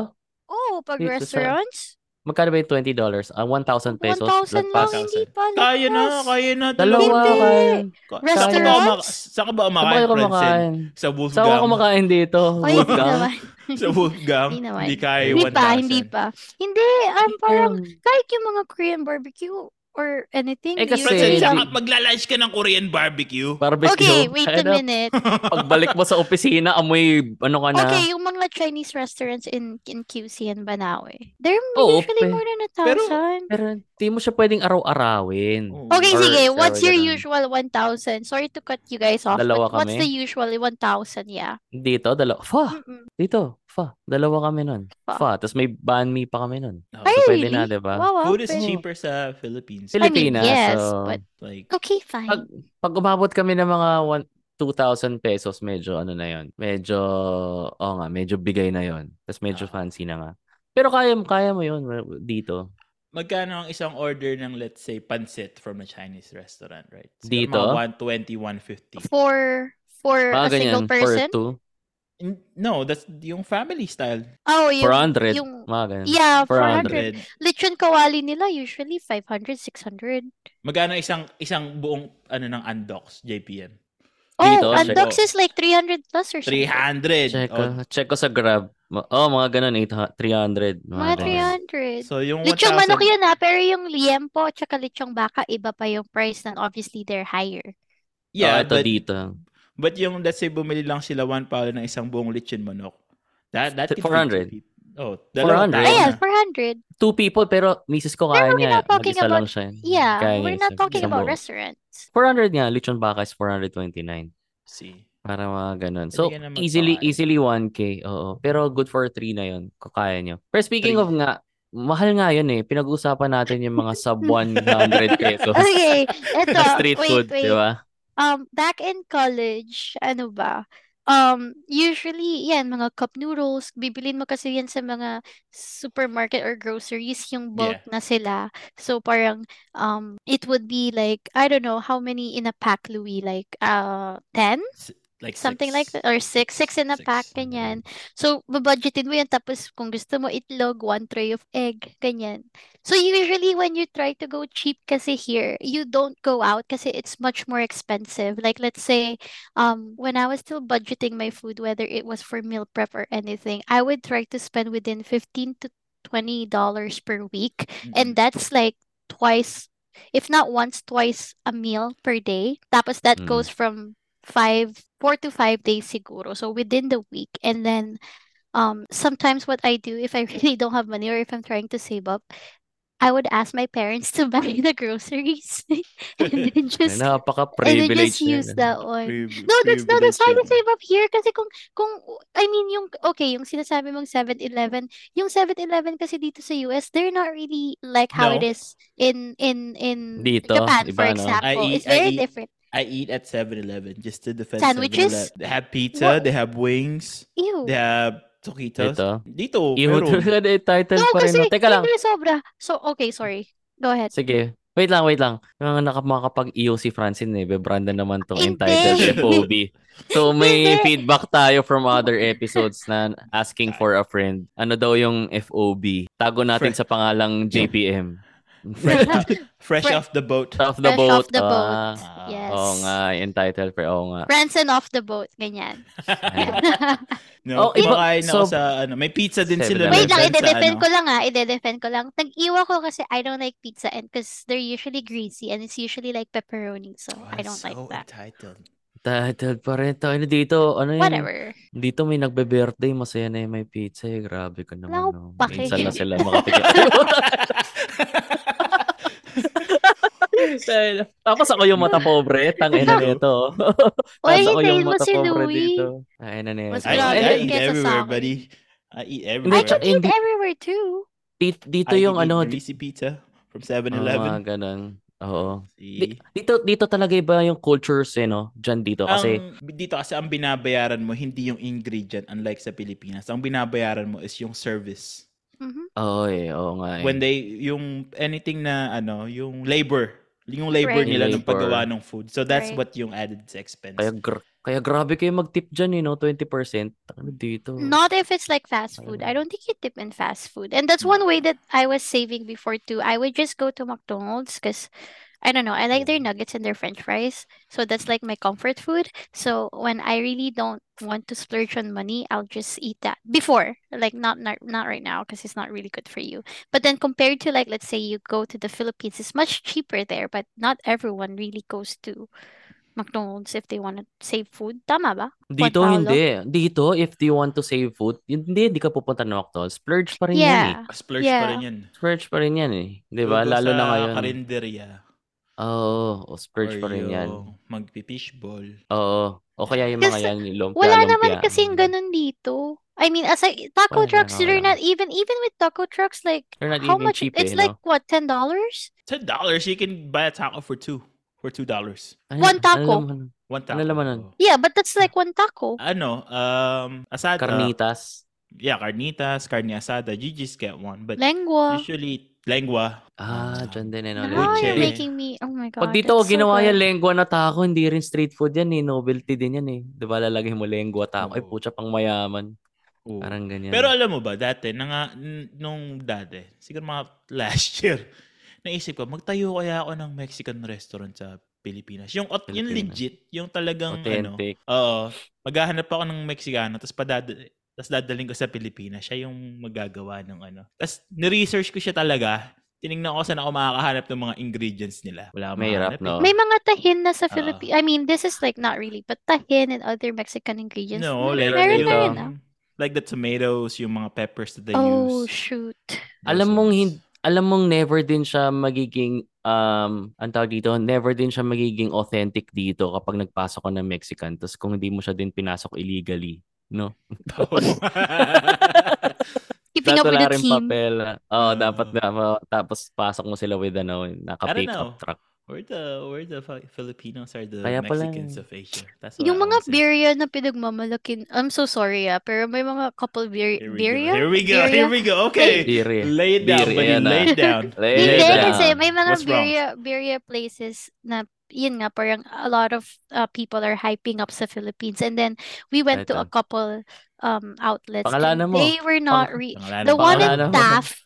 [SPEAKER 3] Oo, pag
[SPEAKER 4] Dito sa-
[SPEAKER 3] restaurants,
[SPEAKER 4] Magkano ba yung $20? Ah, 1,000 pesos.
[SPEAKER 3] 1,000 lang,
[SPEAKER 4] lagpas.
[SPEAKER 3] hindi pa.
[SPEAKER 2] Kaya na,
[SPEAKER 3] lagpas.
[SPEAKER 2] kaya na.
[SPEAKER 4] Dalawa
[SPEAKER 3] Hindi.
[SPEAKER 4] kain.
[SPEAKER 2] Ka-
[SPEAKER 3] Restaurants?
[SPEAKER 2] Saan ka ba, kumaka- saan ka ba umakain,
[SPEAKER 4] Saan ba kayo
[SPEAKER 2] Francine?
[SPEAKER 4] kumakain?
[SPEAKER 2] Sa
[SPEAKER 4] Saan ako
[SPEAKER 2] Wolfgang.
[SPEAKER 4] kumakain dito?
[SPEAKER 3] Ay, hindi
[SPEAKER 4] Wolfgang?
[SPEAKER 3] naman.
[SPEAKER 2] sa Wolfgang.
[SPEAKER 3] Hindi naman.
[SPEAKER 2] Hindi kaya
[SPEAKER 3] Hindi
[SPEAKER 2] 1,000.
[SPEAKER 3] pa, hindi pa. Hindi, um, parang kahit yung mga Korean barbecue or anything.
[SPEAKER 4] Eh, kasi-
[SPEAKER 2] Francine,
[SPEAKER 4] Hindi.
[SPEAKER 2] saan ka magla-lunch ka ng Korean barbecue?
[SPEAKER 4] Barbecue.
[SPEAKER 3] Okay, wait a
[SPEAKER 4] Ano,
[SPEAKER 3] minute.
[SPEAKER 4] Pagbalik mo sa opisina, amoy ano ka na.
[SPEAKER 3] Okay, yung mga Chinese restaurants in in QC and Banawe, they're
[SPEAKER 4] Oo,
[SPEAKER 3] usually
[SPEAKER 4] pe-
[SPEAKER 3] more than a
[SPEAKER 2] pero-
[SPEAKER 3] thousand.
[SPEAKER 4] Pero di mo siya pwedeng araw-arawin.
[SPEAKER 2] Oo.
[SPEAKER 3] Okay,
[SPEAKER 4] Or
[SPEAKER 3] sige.
[SPEAKER 4] isa,
[SPEAKER 3] What's your
[SPEAKER 4] ganun.
[SPEAKER 3] usual 1,000? Sorry to cut you guys off,
[SPEAKER 4] Dalawa
[SPEAKER 3] but what's
[SPEAKER 4] kami.
[SPEAKER 3] the usual 1,000? Yeah.
[SPEAKER 4] Dito, dalawa. Fa!
[SPEAKER 3] Mm-mm.
[SPEAKER 4] Dito, fa. Dalawa kami nun.
[SPEAKER 3] Fa.
[SPEAKER 4] Fa. Tapos may banh mi pa kami nun.
[SPEAKER 2] Oh,
[SPEAKER 3] Ay,
[SPEAKER 4] So, pwede
[SPEAKER 3] really?
[SPEAKER 4] na, diba?
[SPEAKER 3] Wow, wow,
[SPEAKER 2] Food is
[SPEAKER 3] pwede.
[SPEAKER 2] cheaper sa Philippines.
[SPEAKER 3] I mean,
[SPEAKER 4] Pilipinas.
[SPEAKER 3] yes,
[SPEAKER 4] so,
[SPEAKER 3] but-
[SPEAKER 2] Like,
[SPEAKER 3] Okay, fine.
[SPEAKER 4] Pag- pag umabot kami ng mga one, 2,000 pesos, medyo ano na yon Medyo, oh nga, medyo bigay na yon Tapos medyo
[SPEAKER 2] Ah.
[SPEAKER 4] fancy na nga. Pero kaya, kaya mo yun dito.
[SPEAKER 2] magkano ang isang order ng let's say pancit from a Chinese restaurant, right? So,
[SPEAKER 4] Dito?
[SPEAKER 2] Mga 120, 150.
[SPEAKER 3] For for
[SPEAKER 4] Mga
[SPEAKER 3] a single
[SPEAKER 4] ganyan,
[SPEAKER 3] person?
[SPEAKER 4] for two.
[SPEAKER 2] N- No, that's yung family style.
[SPEAKER 3] Oh,
[SPEAKER 4] For
[SPEAKER 3] yung,
[SPEAKER 4] 100.
[SPEAKER 3] yung-
[SPEAKER 4] Mga ganyan.
[SPEAKER 3] yeah, 400.
[SPEAKER 2] 100.
[SPEAKER 3] Lechon kawali nila usually 500, 600.
[SPEAKER 2] Magkano isang isang buong ano ng Andox JPM?
[SPEAKER 3] Oh,
[SPEAKER 4] Dito,
[SPEAKER 3] and
[SPEAKER 4] check.
[SPEAKER 3] Andox is like 300 plus or something.
[SPEAKER 2] 300.
[SPEAKER 4] Check ko,
[SPEAKER 2] Oh,
[SPEAKER 4] check ko sa Grab. Ma- Oh, mga ganun, 800, 300. Mga,
[SPEAKER 3] Mga
[SPEAKER 4] ganun.
[SPEAKER 3] 300.
[SPEAKER 2] so yung
[SPEAKER 3] Lechong
[SPEAKER 2] 1,000
[SPEAKER 3] manok yun ah, pero yung liempo tsaka lechong baka, iba pa yung price and obviously they're higher.
[SPEAKER 4] Oh,
[SPEAKER 2] Yeah,
[SPEAKER 4] ito
[SPEAKER 2] but,
[SPEAKER 4] dito.
[SPEAKER 2] but yung let's say bumili lang sila one pound ng isang buong lechon manok. That that could
[SPEAKER 4] 400.
[SPEAKER 2] be- Oh, dalawang
[SPEAKER 4] 400.
[SPEAKER 2] tao
[SPEAKER 4] Ayun
[SPEAKER 3] Ayan,
[SPEAKER 2] na.
[SPEAKER 3] 400
[SPEAKER 4] Two people, pero misis ko kaya
[SPEAKER 3] Pero we're
[SPEAKER 4] niya.
[SPEAKER 3] not talking
[SPEAKER 4] Mag-isa
[SPEAKER 3] about-
[SPEAKER 4] lang siya.
[SPEAKER 3] Yeah,
[SPEAKER 4] Kaya
[SPEAKER 3] we're
[SPEAKER 4] niya
[SPEAKER 3] not
[SPEAKER 4] isa-
[SPEAKER 3] talking
[SPEAKER 4] isang
[SPEAKER 3] about
[SPEAKER 4] buo.
[SPEAKER 3] restaurants.
[SPEAKER 4] 400 nga, lechon baka is 429.
[SPEAKER 2] See.
[SPEAKER 4] Para mga ganun.
[SPEAKER 2] Pwede
[SPEAKER 4] So,
[SPEAKER 2] ka na magpakain.
[SPEAKER 4] easily, easily 1K. Oo. Pero good for 3 na yun. Kung kaya nyo. Pero speaking
[SPEAKER 2] Three.
[SPEAKER 4] of nga, mahal nga yun eh. Pinag-usapan natin yung mga sub 100 pesos.
[SPEAKER 3] Okay,
[SPEAKER 4] na
[SPEAKER 3] eto,
[SPEAKER 4] street
[SPEAKER 3] wait,
[SPEAKER 4] food,
[SPEAKER 3] wait.
[SPEAKER 4] di ba?
[SPEAKER 3] Um, back in college, ano ba? Um, usually, yan, mga cup noodles, bibilin mo kasi yan sa mga supermarket or groceries, yung bulk na sila. So parang, um, it would be like, I don't know, how many in a pack, Louis? Like, uh, 10?
[SPEAKER 2] Like
[SPEAKER 3] Something
[SPEAKER 2] six.
[SPEAKER 3] like that. Or six. Six in a pack,
[SPEAKER 2] Six. Mm-hmm.
[SPEAKER 3] ganyan. So, babudgetin mo yan. Tapos, kung gusto mo itlog, one tray of egg, ganyan. So, usually, when you try to go cheap kasi here, you don't go out kasi it's much more expensive. Like, let's say, um, when I was still budgeting my food, whether it was for meal prep or anything, I would try to spend within 15 to $20 per week.
[SPEAKER 2] Mm-hmm.
[SPEAKER 3] And that's like twice, if not once, twice a meal per day. Tapos that
[SPEAKER 4] Mm.
[SPEAKER 3] goes from five, four to five days siguro. So within the week. And then um sometimes what I do if I really don't have money or if I'm trying to save up, I would ask my parents to buy the groceries and
[SPEAKER 4] Ay,
[SPEAKER 3] then just and then
[SPEAKER 4] Napaka-privilege.
[SPEAKER 3] just use that one.
[SPEAKER 2] Priv-
[SPEAKER 3] No, that's no, that's why I
[SPEAKER 2] privilege yun.
[SPEAKER 3] save up here kasi kung kung I mean yung okay, yung sinasabi mong 7-Eleven, yung 7-Eleven kasi dito sa US, they're not really like how it
[SPEAKER 2] No.
[SPEAKER 3] is in in in
[SPEAKER 4] Dito,
[SPEAKER 3] Japan
[SPEAKER 4] iba,
[SPEAKER 3] for
[SPEAKER 4] no? E,
[SPEAKER 3] example.
[SPEAKER 2] I eat-
[SPEAKER 3] It's very
[SPEAKER 2] I eat
[SPEAKER 3] different.
[SPEAKER 2] I eat at 7-Eleven just to defend
[SPEAKER 3] Sandwiches?
[SPEAKER 2] 7-Eleven. They have pizza,
[SPEAKER 3] What?
[SPEAKER 2] they have wings,
[SPEAKER 3] Ew.
[SPEAKER 2] they have taquitos.
[SPEAKER 4] Ito.
[SPEAKER 2] Dito,
[SPEAKER 4] Iho
[SPEAKER 2] pero
[SPEAKER 4] talaga eh, title
[SPEAKER 3] No,
[SPEAKER 4] pa rin.
[SPEAKER 3] kasi
[SPEAKER 4] no? Teka lang.
[SPEAKER 3] libre sobra. So okay, sorry. Go ahead.
[SPEAKER 4] Sige. Wait lang, wait lang. Mga naka- makakapag-EO si Francine eh. Bebranda naman tong
[SPEAKER 3] Hindi.
[SPEAKER 4] entitled kay Poby. So may
[SPEAKER 3] Hindi.
[SPEAKER 4] feedback tayo from other episodes na asking for a friend. Ano daw yung FOB? Tago natin
[SPEAKER 2] Fre-
[SPEAKER 4] sa pangalang JPM.
[SPEAKER 2] fresh, fresh
[SPEAKER 3] Fre-
[SPEAKER 2] off the boat.
[SPEAKER 4] Off the
[SPEAKER 3] Fresh
[SPEAKER 4] boat.
[SPEAKER 3] off the boat.
[SPEAKER 4] Ah,
[SPEAKER 2] Ah,
[SPEAKER 3] Yes.
[SPEAKER 4] Oo nga, entitled pero oo nga.
[SPEAKER 3] Branson off the boat, ganyan.
[SPEAKER 2] no,
[SPEAKER 4] Oh, iba-
[SPEAKER 2] kumakain ako
[SPEAKER 4] so-
[SPEAKER 2] sa ano. May pizza din sila.
[SPEAKER 4] 7-Eleven.
[SPEAKER 3] Wait lang,
[SPEAKER 2] minsan sa
[SPEAKER 3] ide-defend
[SPEAKER 2] ano.
[SPEAKER 3] ko lang ah. Ide-defend ko lang. Nag-iwa ko kasi I don't like pizza and because they're usually greasy and it's usually like pepperoni. Ah, So
[SPEAKER 2] Oh,
[SPEAKER 3] I don't
[SPEAKER 2] so
[SPEAKER 3] like that.
[SPEAKER 2] entitled.
[SPEAKER 4] Titled pa rin. Tayo na dito. Ano yun?
[SPEAKER 3] Whatever.
[SPEAKER 4] Dito may nagbe-birthday. Masaya na yung may pizza. Eh. Grabe ka naman.
[SPEAKER 3] Wala
[SPEAKER 4] No.
[SPEAKER 3] pake.
[SPEAKER 4] Minsan na sila makapigil. Tapos ako yung mata pobre. Tangin na nito.
[SPEAKER 3] Oy,
[SPEAKER 4] Tapos ako
[SPEAKER 3] hintayin
[SPEAKER 4] yung
[SPEAKER 3] mo
[SPEAKER 4] mata
[SPEAKER 3] si
[SPEAKER 4] pobre
[SPEAKER 3] Louie.
[SPEAKER 4] dito. Tangin na nito.
[SPEAKER 3] Mas
[SPEAKER 2] I,
[SPEAKER 3] Grabe,
[SPEAKER 2] I eat
[SPEAKER 3] kesa sa
[SPEAKER 2] everywhere,
[SPEAKER 3] akin.
[SPEAKER 2] buddy. I eat
[SPEAKER 3] I
[SPEAKER 2] everywhere.
[SPEAKER 3] can eat
[SPEAKER 4] Hindi-
[SPEAKER 3] everywhere too.
[SPEAKER 4] Dito, dito
[SPEAKER 2] I can
[SPEAKER 4] yung
[SPEAKER 2] eat
[SPEAKER 4] ano. Dito,
[SPEAKER 2] greasy pizza from
[SPEAKER 4] mga
[SPEAKER 2] 7-Eleven.
[SPEAKER 4] ganun. Oo.
[SPEAKER 2] See?
[SPEAKER 4] Di- Dito, dito talaga iba yung cultures eh, no? Diyan dito. Kasi,
[SPEAKER 2] ang, dito kasi ang binabayaran mo hindi yung ingredient unlike sa Pilipinas. Ang binabayaran mo is yung service.
[SPEAKER 3] Mhm.
[SPEAKER 4] oo eh, oo nga eh.
[SPEAKER 2] When they yung anything na ano, yung labor, yung labor
[SPEAKER 3] Right.
[SPEAKER 2] nila ng
[SPEAKER 4] Labor.
[SPEAKER 2] paggawa ng food. So that's
[SPEAKER 3] Right.
[SPEAKER 2] what yung added expense.
[SPEAKER 4] Kaya, gr- kaya grabe kayo mag-tip eh, dyan, you know, 20%. Ano dito?
[SPEAKER 3] Not if it's like fast food. I
[SPEAKER 4] Ayun.
[SPEAKER 3] don't think you tip in fast food. And that's one way that I was saving before too. I would just go to McDonald's because I don't know, I like their nuggets and their french fries. So that's like my comfort food. So when I really don't want to splurge on money, I'll just eat that. Before, like not not, not right now because it's not really good for you. But then compared to like let's say you go to the Philippines, it's much cheaper there, but not everyone really goes to McDonald's if they want to save food. Tama ba?
[SPEAKER 4] Dito,
[SPEAKER 3] Paolo?
[SPEAKER 4] hindi. Dito, if you want to save food, yun- hindi, hindi ka pupunta ng McDonald's. Splurge pa rin yan eh.
[SPEAKER 3] Yeah.
[SPEAKER 2] Splurge pa
[SPEAKER 3] Yeah.
[SPEAKER 2] rin yan.
[SPEAKER 4] Splurge pa rin yan eh. Di ba?
[SPEAKER 2] Doon
[SPEAKER 4] Lalo
[SPEAKER 2] sa
[SPEAKER 4] na ngayon.
[SPEAKER 2] Karinderya.
[SPEAKER 4] Oo, oh, splurge pa rin yan.
[SPEAKER 2] Magpipishball.
[SPEAKER 4] Oo. O kaya yung mga
[SPEAKER 3] Kasi
[SPEAKER 4] yan, yung lumpia,
[SPEAKER 3] Wala naman
[SPEAKER 4] lumpia.
[SPEAKER 3] kasing ganun dito. I mean, as I,
[SPEAKER 4] Wala,
[SPEAKER 3] taco trucks, they're
[SPEAKER 4] wala.
[SPEAKER 3] not even, even with taco trucks, like,
[SPEAKER 4] They're not
[SPEAKER 3] how
[SPEAKER 4] even
[SPEAKER 3] much?
[SPEAKER 4] cheap
[SPEAKER 3] It's
[SPEAKER 4] eh,
[SPEAKER 3] like,
[SPEAKER 4] no?
[SPEAKER 3] what, $10? dollars
[SPEAKER 2] Ten dollars, you can buy a taco for two. For two dollars.
[SPEAKER 4] Ano-
[SPEAKER 3] One taco.
[SPEAKER 4] Ano naman?
[SPEAKER 2] One taco.
[SPEAKER 4] Ano laman nun?
[SPEAKER 2] Oh.
[SPEAKER 3] Yeah, but that's like one taco.
[SPEAKER 2] Ano, um, asada.
[SPEAKER 4] Carnitas.
[SPEAKER 2] Yeah, carnitas, carne asada. You just get one. But
[SPEAKER 3] Lengua.
[SPEAKER 2] usually, lengua.
[SPEAKER 4] Ah, dyan din eh. No?
[SPEAKER 3] Now
[SPEAKER 2] leche.
[SPEAKER 3] you're
[SPEAKER 4] Legit.
[SPEAKER 3] making me, oh my God,
[SPEAKER 4] Pag dito
[SPEAKER 3] that's so
[SPEAKER 4] ginawa
[SPEAKER 3] good.
[SPEAKER 4] yan, lengua na taco, hindi rin street food yan eh. Novelty din yan eh. Di ba lalagay mo lengua taco? Ay,
[SPEAKER 2] Oo.
[SPEAKER 4] putya pang mayaman.
[SPEAKER 2] Oo.
[SPEAKER 4] Parang ganyan.
[SPEAKER 2] Pero alam mo ba, dati, nanga, n- nung dati, siguro mga last year, naisip ko, magtayo kaya ako ng Mexican restaurant sa Pilipinas. Yung, ot- yung
[SPEAKER 4] Pilipinas.
[SPEAKER 2] legit, yung talagang, ano,
[SPEAKER 4] authentic.
[SPEAKER 2] Oo. Maghahanap ako ng Meksikano, tapos padada tapos dadaling ko sa Pilipinas. Siya yung magagawa ng ano. Tapos niresearch ko siya talaga. Tinignan ko saan ako makakahanap ng mga ingredients nila. Wala akong
[SPEAKER 4] May
[SPEAKER 2] mahanap. eh.
[SPEAKER 4] rap, no?
[SPEAKER 3] May mga tahin na sa
[SPEAKER 4] Ah.
[SPEAKER 2] Oo.
[SPEAKER 3] Philippines. I mean, this is like not really, but tahin and other Mexican ingredients.
[SPEAKER 2] No,
[SPEAKER 3] Mm,
[SPEAKER 2] like,
[SPEAKER 3] meron na
[SPEAKER 2] yung-
[SPEAKER 3] yun, ah.
[SPEAKER 2] like the tomatoes, yung mga peppers that they
[SPEAKER 3] Oh,
[SPEAKER 2] use.
[SPEAKER 3] shoot.
[SPEAKER 2] Those
[SPEAKER 4] Alam mong
[SPEAKER 2] ones.
[SPEAKER 4] hin- alam mong never din siya magiging um ang tawag dito, never din siya magiging authentic dito kapag nagpasok ka ng Mexican tapos kung hindi mo siya din pinasok illegally.
[SPEAKER 2] Oo.
[SPEAKER 3] Keeping up with
[SPEAKER 4] wala
[SPEAKER 3] the
[SPEAKER 4] rin
[SPEAKER 3] team.
[SPEAKER 4] papel. Oh,
[SPEAKER 3] Ah.
[SPEAKER 2] Oo.
[SPEAKER 4] dapat dapat tapos pasok mo sila with ano,
[SPEAKER 2] I don't
[SPEAKER 4] naka-pick
[SPEAKER 2] know.
[SPEAKER 4] up truck.
[SPEAKER 2] we're the we're the Fi- Filipinos are the
[SPEAKER 4] Kaya pala
[SPEAKER 2] Mexicans
[SPEAKER 4] eh.
[SPEAKER 2] of Asia. That's what
[SPEAKER 3] Yung
[SPEAKER 2] I wanna
[SPEAKER 3] mga
[SPEAKER 2] say.
[SPEAKER 3] birria na pinagmamalakin, I'm so sorry ah, pero may mga couple bir-
[SPEAKER 2] Here we
[SPEAKER 3] birria?
[SPEAKER 2] go. Here we go. Here we go. Okay.
[SPEAKER 4] Dire.
[SPEAKER 2] Lay it down,
[SPEAKER 4] Beer,
[SPEAKER 2] buddy.
[SPEAKER 4] ayan na.
[SPEAKER 2] Lay it down.
[SPEAKER 4] Lay
[SPEAKER 3] Hindi,
[SPEAKER 4] it
[SPEAKER 2] Lay it
[SPEAKER 3] kasi
[SPEAKER 4] down.
[SPEAKER 3] may mga
[SPEAKER 2] What's wrong?
[SPEAKER 3] birria, birria places na, yun nga, parang a lot of uh, people are hyping up sa Philippines. And then, we went to a
[SPEAKER 4] Ito.
[SPEAKER 3] couple um, outlets
[SPEAKER 4] Pangalanan
[SPEAKER 3] and
[SPEAKER 4] mo.
[SPEAKER 3] they were not
[SPEAKER 4] Pang-
[SPEAKER 3] re-
[SPEAKER 2] Pangalan
[SPEAKER 3] The
[SPEAKER 2] ng
[SPEAKER 3] one
[SPEAKER 2] pangalan.
[SPEAKER 3] in
[SPEAKER 4] Pangalanan mo.
[SPEAKER 3] Taft,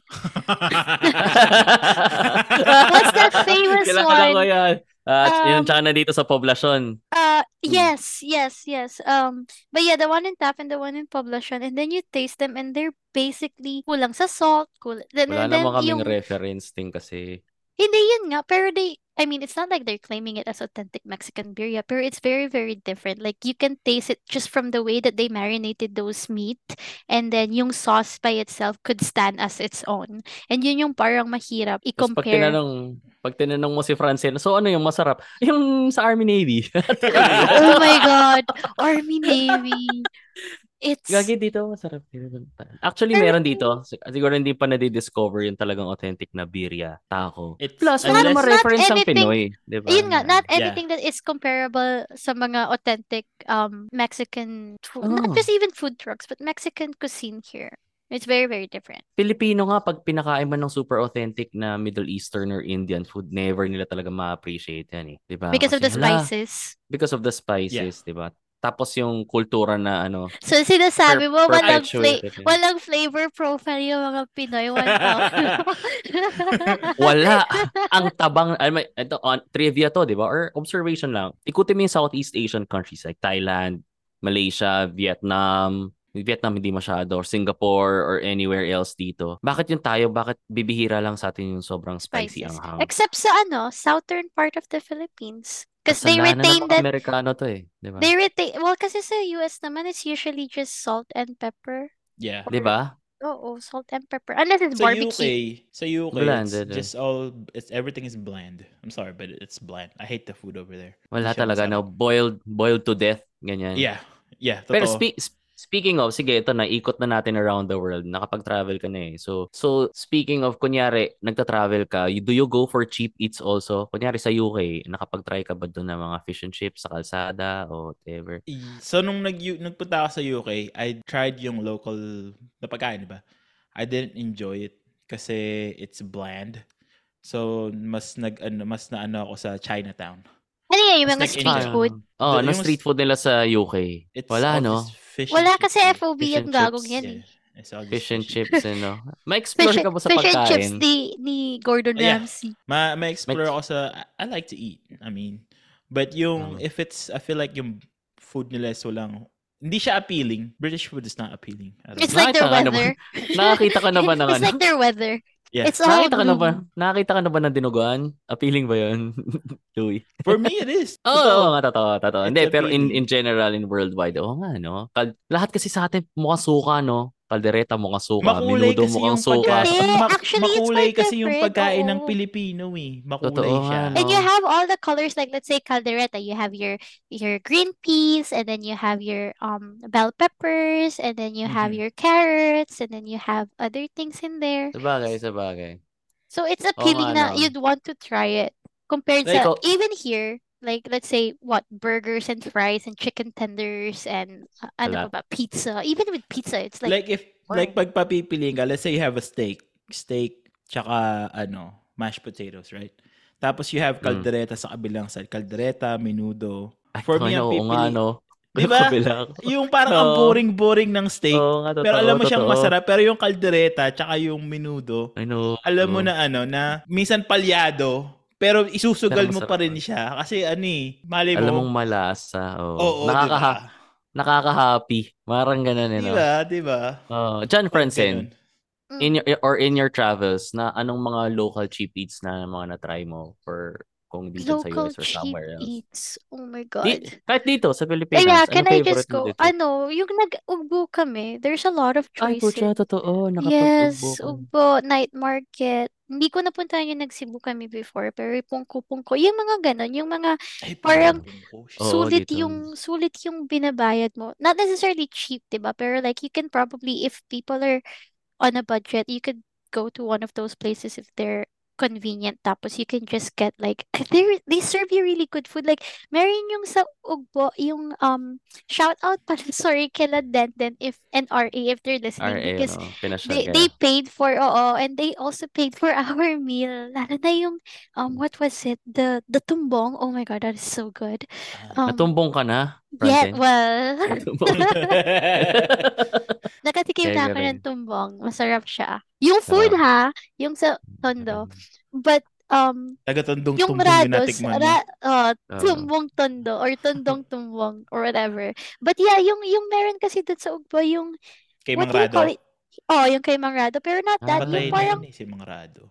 [SPEAKER 4] What's
[SPEAKER 3] that famous
[SPEAKER 4] Kilala ko
[SPEAKER 3] one?
[SPEAKER 4] yan. Ah,
[SPEAKER 3] Um,
[SPEAKER 4] yung channel dito sa poblasyon.
[SPEAKER 3] uh,
[SPEAKER 4] Mm.
[SPEAKER 3] yes, yes, yes. Um, but yeah, the one in Taft and the one in Poblacion, and then you taste them and they're basically kulang sa salt, kul then,
[SPEAKER 4] Wala
[SPEAKER 3] and then
[SPEAKER 4] naman kaming
[SPEAKER 3] yung
[SPEAKER 4] reference thing kasi.
[SPEAKER 3] Hindi yun nga, pero they, I mean, it's not like they're claiming it as authentic Mexican birria, pero it's very, very different. Like, you can taste it just from the way that they marinated those meat, and then yung sauce by itself could stand as its own. And yun yung parang mahirap
[SPEAKER 4] Tapos pag
[SPEAKER 3] i-compare.
[SPEAKER 4] tinanong, pag tinanong mo si Francine, so ano yung masarap? Yung sa Army Navy.
[SPEAKER 3] Oh my God! Army Navy! It's,
[SPEAKER 4] Gagi dito, masarap. Actually,
[SPEAKER 3] Pero-
[SPEAKER 4] meron dito. Sig- Siguro hindi pa nadi-discover yung talagang authentic na birria, taco.
[SPEAKER 2] It's
[SPEAKER 4] Plus,
[SPEAKER 3] Not-
[SPEAKER 4] wala
[SPEAKER 2] unless,
[SPEAKER 4] naman
[SPEAKER 3] not
[SPEAKER 4] reference ang
[SPEAKER 3] anything-
[SPEAKER 4] Pinoy. Di ba?
[SPEAKER 3] Ayun nga, not
[SPEAKER 2] Yeah.
[SPEAKER 3] anything that is comparable sa mga authentic um Mexican food,
[SPEAKER 4] Oo.
[SPEAKER 3] not just even food trucks, but Mexican cuisine here. It's very, very different.
[SPEAKER 4] Pilipino nga, pag pinakain mo ng super authentic na Middle Eastern or Indian food, never nila talaga ma-appreciate yan eh. Di ba?
[SPEAKER 3] Because of the
[SPEAKER 4] Kasi, hala,
[SPEAKER 3] spices.
[SPEAKER 4] because of the spices, di ba? Tapos yung kultura na ano,
[SPEAKER 3] So sinasabi mo,
[SPEAKER 4] Per-
[SPEAKER 3] walang, fla-
[SPEAKER 4] perpetuated yun.
[SPEAKER 3] walang flavor profile yung mga Pinoy. One pound.
[SPEAKER 4] Wala. ang tabang, alam mo, ito, on, trivia to, di ba? Or observation lang. Ikutin mo yung Southeast Asian countries like Thailand, Malaysia, Vietnam, Vietnam hindi masyado, or Singapore, or anywhere else dito. Bakit yung tayo, bakit bibihira lang sa atin yung sobrang spicy
[SPEAKER 3] Spices.
[SPEAKER 4] ang hang?
[SPEAKER 3] Except sa ano, southern part of the Philippines. Because they
[SPEAKER 4] Kasalanan ng
[SPEAKER 3] retain
[SPEAKER 4] mga
[SPEAKER 3] that.
[SPEAKER 4] Amerikano to eh. Di ba?
[SPEAKER 3] They retain. Well, kasi sa US naman, it's usually just salt and pepper.
[SPEAKER 2] Yeah.
[SPEAKER 4] Di ba?
[SPEAKER 3] Oo, salt and pepper. Unless it's
[SPEAKER 2] Sa
[SPEAKER 3] barbecue.
[SPEAKER 2] UK, sa UK,
[SPEAKER 4] Blanded, eh.
[SPEAKER 2] it's just all, it's, everything is bland. I'm sorry, but it's bland. I hate the food over there. Hindi
[SPEAKER 4] Wala
[SPEAKER 2] siya
[SPEAKER 4] talaga. No,
[SPEAKER 2] masarap.
[SPEAKER 4] boiled, boiled to death. Ganyan.
[SPEAKER 2] Yeah. Yeah, totoo.
[SPEAKER 4] Pero spe- sp- speaking of, sige, ito na, ikot na natin around the world. Nakapag-travel ka na eh. So, so speaking of, kunyari, nagta-travel ka, you- do you go for cheap eats also? Kunyari sa UK, nakapag-try ka ba doon ng mga fish and chips sa kalsada o whatever?
[SPEAKER 2] Y- So, nung nag nagpunta ako sa UK, I tried yung local na pagkain, di ba? I didn't enjoy it kasi it's bland. So, mas nag ano, mas na ano ako sa Chinatown.
[SPEAKER 3] Ano yan, yung
[SPEAKER 2] Mas
[SPEAKER 3] mga
[SPEAKER 2] nag-enjoy
[SPEAKER 3] street
[SPEAKER 2] ako.
[SPEAKER 3] food?
[SPEAKER 4] Oh,
[SPEAKER 2] The-
[SPEAKER 4] na
[SPEAKER 2] yung-
[SPEAKER 4] street food nila sa UK.
[SPEAKER 2] It's
[SPEAKER 4] Wala,
[SPEAKER 2] all
[SPEAKER 4] no?
[SPEAKER 2] just fish and
[SPEAKER 3] Wala
[SPEAKER 2] chips
[SPEAKER 3] kasi
[SPEAKER 2] and-
[SPEAKER 3] FOB
[SPEAKER 4] Fish
[SPEAKER 3] yung
[SPEAKER 4] and
[SPEAKER 3] gagong
[SPEAKER 4] chips,
[SPEAKER 3] yan. eh.
[SPEAKER 2] Yeah, it's all just
[SPEAKER 4] Fish and chips, eh, no? Ma-explore
[SPEAKER 3] Fish,
[SPEAKER 4] ka ba sa
[SPEAKER 3] fish and chips
[SPEAKER 4] pagkain?
[SPEAKER 3] ni, ni Gordon
[SPEAKER 2] Yeah.
[SPEAKER 3] Ramsay.
[SPEAKER 2] Ma may explore
[SPEAKER 4] May-
[SPEAKER 2] ako sa I- I like to eat. I mean, but yung
[SPEAKER 4] Tama.
[SPEAKER 2] if it's I feel like yung food nila is walang hindi siya appealing. British food is not appealing. at all.
[SPEAKER 3] It's like their
[SPEAKER 4] Nakita ka na ba?
[SPEAKER 3] weather.
[SPEAKER 4] Nakakita ka na ba ng
[SPEAKER 3] It's
[SPEAKER 4] ano?
[SPEAKER 3] like their weather.
[SPEAKER 2] Yeah.
[SPEAKER 3] It's all
[SPEAKER 4] Nakakita ka na ba?
[SPEAKER 3] blue.
[SPEAKER 4] Nakakita ka na ba ng dinuguan? Appealing ba yun, Louie?
[SPEAKER 2] For me it is.
[SPEAKER 4] Oo,
[SPEAKER 2] Totoo.
[SPEAKER 3] Oh.
[SPEAKER 4] oo nga, totoo, totoo.
[SPEAKER 2] It's
[SPEAKER 4] Hindi, pero in,
[SPEAKER 2] appealing.
[SPEAKER 4] in general, in worldwide, oo nga, no? Kal- lahat kasi sa atin, mukhang suka, no? Kaldereta, mukhang suka.
[SPEAKER 2] Makulay
[SPEAKER 4] Menudo,
[SPEAKER 2] kasi
[SPEAKER 4] mukhang
[SPEAKER 2] yung
[SPEAKER 4] suka.
[SPEAKER 2] pagkain.
[SPEAKER 3] Hindi,
[SPEAKER 2] Mak-
[SPEAKER 3] Eh, actually, it's
[SPEAKER 2] makulay
[SPEAKER 3] quite
[SPEAKER 2] kasi yung
[SPEAKER 3] different,
[SPEAKER 2] pagkain ng
[SPEAKER 3] oo.
[SPEAKER 2] Pilipino eh. Makulay
[SPEAKER 4] Totoo nga,
[SPEAKER 2] siya.
[SPEAKER 4] no?
[SPEAKER 3] And you have all the colors, like let's say caldereta, you have your your green peas, and then you have your um bell peppers, and then you have
[SPEAKER 2] Mhm.
[SPEAKER 4] Mm-hmm.
[SPEAKER 3] your carrots, and then you have other things in there.
[SPEAKER 4] Sabagay, sabagay.
[SPEAKER 3] So it's appealing
[SPEAKER 4] nga,
[SPEAKER 3] na
[SPEAKER 4] no.
[SPEAKER 3] you'd want to try it. Compared
[SPEAKER 4] Oh, Like,
[SPEAKER 3] to
[SPEAKER 4] oh-
[SPEAKER 3] even here, like let's say what burgers and fries and chicken tenders and uh, ano
[SPEAKER 4] Wala.
[SPEAKER 3] pa ba, pizza. Even with pizza, it's like,
[SPEAKER 2] Like, if,
[SPEAKER 3] wow.
[SPEAKER 2] like pag papipiliin ka, let's say you have a steak, steak, tsaka, ano, mashed potatoes, right? Tapos you have
[SPEAKER 4] Mm.
[SPEAKER 2] caldereta sa kabilang side. Caldereta, menudo.
[SPEAKER 4] Ay,
[SPEAKER 2] For
[SPEAKER 4] kung
[SPEAKER 2] me, ang
[SPEAKER 4] ano, oo nga,
[SPEAKER 2] pipili-
[SPEAKER 4] no?
[SPEAKER 2] Di ba?
[SPEAKER 4] Kabila ko.
[SPEAKER 2] Yung parang ang
[SPEAKER 4] Oo.
[SPEAKER 2] boring-boring ng steak.
[SPEAKER 4] Oo nga, totoo,
[SPEAKER 2] pero alam mo siyang
[SPEAKER 4] totoo.
[SPEAKER 2] masarap. Pero yung caldereta, tsaka yung menudo,
[SPEAKER 4] I know.
[SPEAKER 2] alam mo
[SPEAKER 4] oo.
[SPEAKER 2] na ano, na minsan palyado, pero isusugal
[SPEAKER 4] Pero
[SPEAKER 2] mo pa
[SPEAKER 4] masarap
[SPEAKER 2] rin
[SPEAKER 4] yun.
[SPEAKER 2] siya. Kasi ano eh, mali
[SPEAKER 4] Alam
[SPEAKER 2] mo.
[SPEAKER 4] mong malasa. Oo.
[SPEAKER 2] Oo,
[SPEAKER 4] Nakakaha
[SPEAKER 2] diba?
[SPEAKER 4] Nakaka-happy. Marang ganun, eh, no?
[SPEAKER 2] Diba, diba?
[SPEAKER 4] Oo. John
[SPEAKER 2] Ganun.
[SPEAKER 4] Franzen,
[SPEAKER 3] Mm.
[SPEAKER 4] in your, or in your travels, na anong mga local cheap eats na mga na-try mo for kung dito sa
[SPEAKER 3] local
[SPEAKER 4] US or
[SPEAKER 3] cheap
[SPEAKER 4] somewhere else?
[SPEAKER 3] eats. Oh my
[SPEAKER 4] Di,
[SPEAKER 3] God.
[SPEAKER 4] kahit dito, sa Pilipinas.
[SPEAKER 3] Eh, yeah,
[SPEAKER 4] ano
[SPEAKER 3] can I
[SPEAKER 4] favorite mo
[SPEAKER 3] just go?
[SPEAKER 4] dito?
[SPEAKER 3] Ano, yung nag-ugbo kami, there's a lot of
[SPEAKER 4] Ay,
[SPEAKER 3] choices.
[SPEAKER 4] putya, totoo.
[SPEAKER 3] Yes, oh,
[SPEAKER 4] Nakapag-ugbo ka.
[SPEAKER 3] ugbo, night market. Hindi ko napuntahan yung nag-Cebu kami before, pero yung pungko-pungko, yung mga ganon, yung mga
[SPEAKER 2] Ay,
[SPEAKER 3] Parang-
[SPEAKER 2] pangako siya.
[SPEAKER 4] Oo,
[SPEAKER 3] sulit
[SPEAKER 4] dito.
[SPEAKER 3] yung sulit yung binabayad mo. Not necessarily cheap, 'di ba? Pero like you can probably if people are on a budget, you could go to one of those places if they're convenient. Tapos you can just get like they re- they serve you really good food. Like meron yung sa Ugbo, yung um shout out pala sorry kila Denden if and RA if they're listening
[SPEAKER 4] RA,
[SPEAKER 3] because
[SPEAKER 4] no? oh, Pinasyal
[SPEAKER 3] they
[SPEAKER 4] kayo.
[SPEAKER 3] they paid for oo and they also paid for our meal. Lalo na yung
[SPEAKER 4] Mm.
[SPEAKER 3] um what was it? The the tumbong. Oh my god, that is so good.
[SPEAKER 2] Ah.
[SPEAKER 3] Um
[SPEAKER 4] Natumbong ka na?
[SPEAKER 3] yeah,
[SPEAKER 4] Frontend?
[SPEAKER 3] well,
[SPEAKER 4] Natumbong.
[SPEAKER 3] nakatikim na
[SPEAKER 4] Kaya
[SPEAKER 3] ako
[SPEAKER 4] rin.
[SPEAKER 3] ng tumbong. Masarap siya. Yung food ha, yung sa tondo. But um,
[SPEAKER 2] Tagatandong
[SPEAKER 3] yung
[SPEAKER 2] tumbong yung
[SPEAKER 3] Marados,
[SPEAKER 2] natikman mo.
[SPEAKER 3] ra, oh,
[SPEAKER 4] Oo.
[SPEAKER 3] tumbong tondo or tondong tumbong or whatever. But yeah, yung yung meron kasi dun sa Ugbo, yung
[SPEAKER 2] Kay
[SPEAKER 3] what
[SPEAKER 2] Mang
[SPEAKER 3] do you
[SPEAKER 2] Rado.
[SPEAKER 3] call it? Oh, yung kay Mang Rado. Pero not
[SPEAKER 4] Ah,
[SPEAKER 3] that,
[SPEAKER 2] Patay
[SPEAKER 3] yung
[SPEAKER 2] na
[SPEAKER 3] parang um,
[SPEAKER 2] yun eh, si Mang Rado.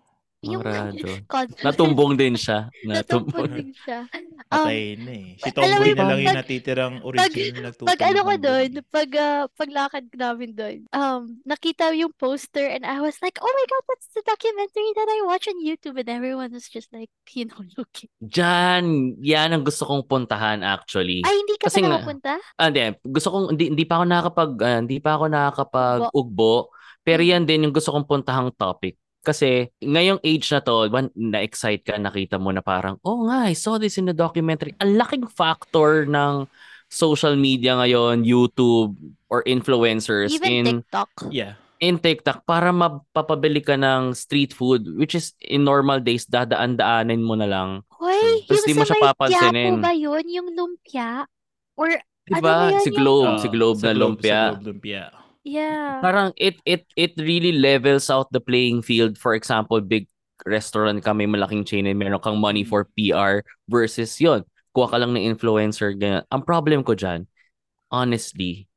[SPEAKER 3] yung
[SPEAKER 4] Marado.
[SPEAKER 3] called
[SPEAKER 4] Natumbong din siya.
[SPEAKER 3] natumpon
[SPEAKER 4] Natumbong.
[SPEAKER 3] din siya. Um,
[SPEAKER 2] Patay na eh. Si
[SPEAKER 3] alam mo
[SPEAKER 2] Tomboy
[SPEAKER 3] yung
[SPEAKER 2] na lang yung
[SPEAKER 3] pag-
[SPEAKER 2] natitirang original nagtutumbong.
[SPEAKER 3] Pag ano ko doon,
[SPEAKER 2] doon eh.
[SPEAKER 3] pag ah, paglakad namin doon, um, nakita yung poster and I was like, oh my God, that's the documentary that I watch on YouTube. And everyone was just like, you know, looking.
[SPEAKER 4] Diyan, yan ang gusto kong puntahan actually.
[SPEAKER 3] Ay, hindi ka
[SPEAKER 4] Kasi
[SPEAKER 3] pa
[SPEAKER 4] nga-
[SPEAKER 3] nakapunta?
[SPEAKER 4] Ah, hindi. Gusto kong hindi, hindi pa ako nakakapag ah, hindi pa ako nakakapag ugbo. Pero
[SPEAKER 3] Mm.
[SPEAKER 4] yan din yung gusto kong puntahang topic. Kasi ngayong age na to, one, na-excite ka, nakita mo na parang, oh nga, I saw this in the documentary. Ang laking factor ng social media ngayon, YouTube, or influencers
[SPEAKER 3] Even
[SPEAKER 4] in
[SPEAKER 3] TikTok.
[SPEAKER 2] Yeah.
[SPEAKER 4] in TikTok para mapapabili ka ng street food, which is in normal days, dadaan-daanin mo na lang.
[SPEAKER 3] Hoy,
[SPEAKER 4] Tapos
[SPEAKER 3] yung
[SPEAKER 4] di mo
[SPEAKER 3] sa
[SPEAKER 4] siya
[SPEAKER 3] may
[SPEAKER 4] papansinin.
[SPEAKER 3] Quiapo ba yun? Yung lumpia? Or, Ano ba
[SPEAKER 4] Diba?
[SPEAKER 3] yan
[SPEAKER 4] si
[SPEAKER 3] yung-
[SPEAKER 4] Globe,
[SPEAKER 2] Ah,
[SPEAKER 4] si Globe
[SPEAKER 2] sa
[SPEAKER 4] na lumpia.
[SPEAKER 2] Sa Globe Lumpia.
[SPEAKER 3] yeah.
[SPEAKER 4] Parang it it it really levels out the playing field. For example, big restaurant ka, may malaking chain and meron kang money for PR versus yon Kuha ka lang ng influencer. Ganyan. Ang problem ko dyan, honestly,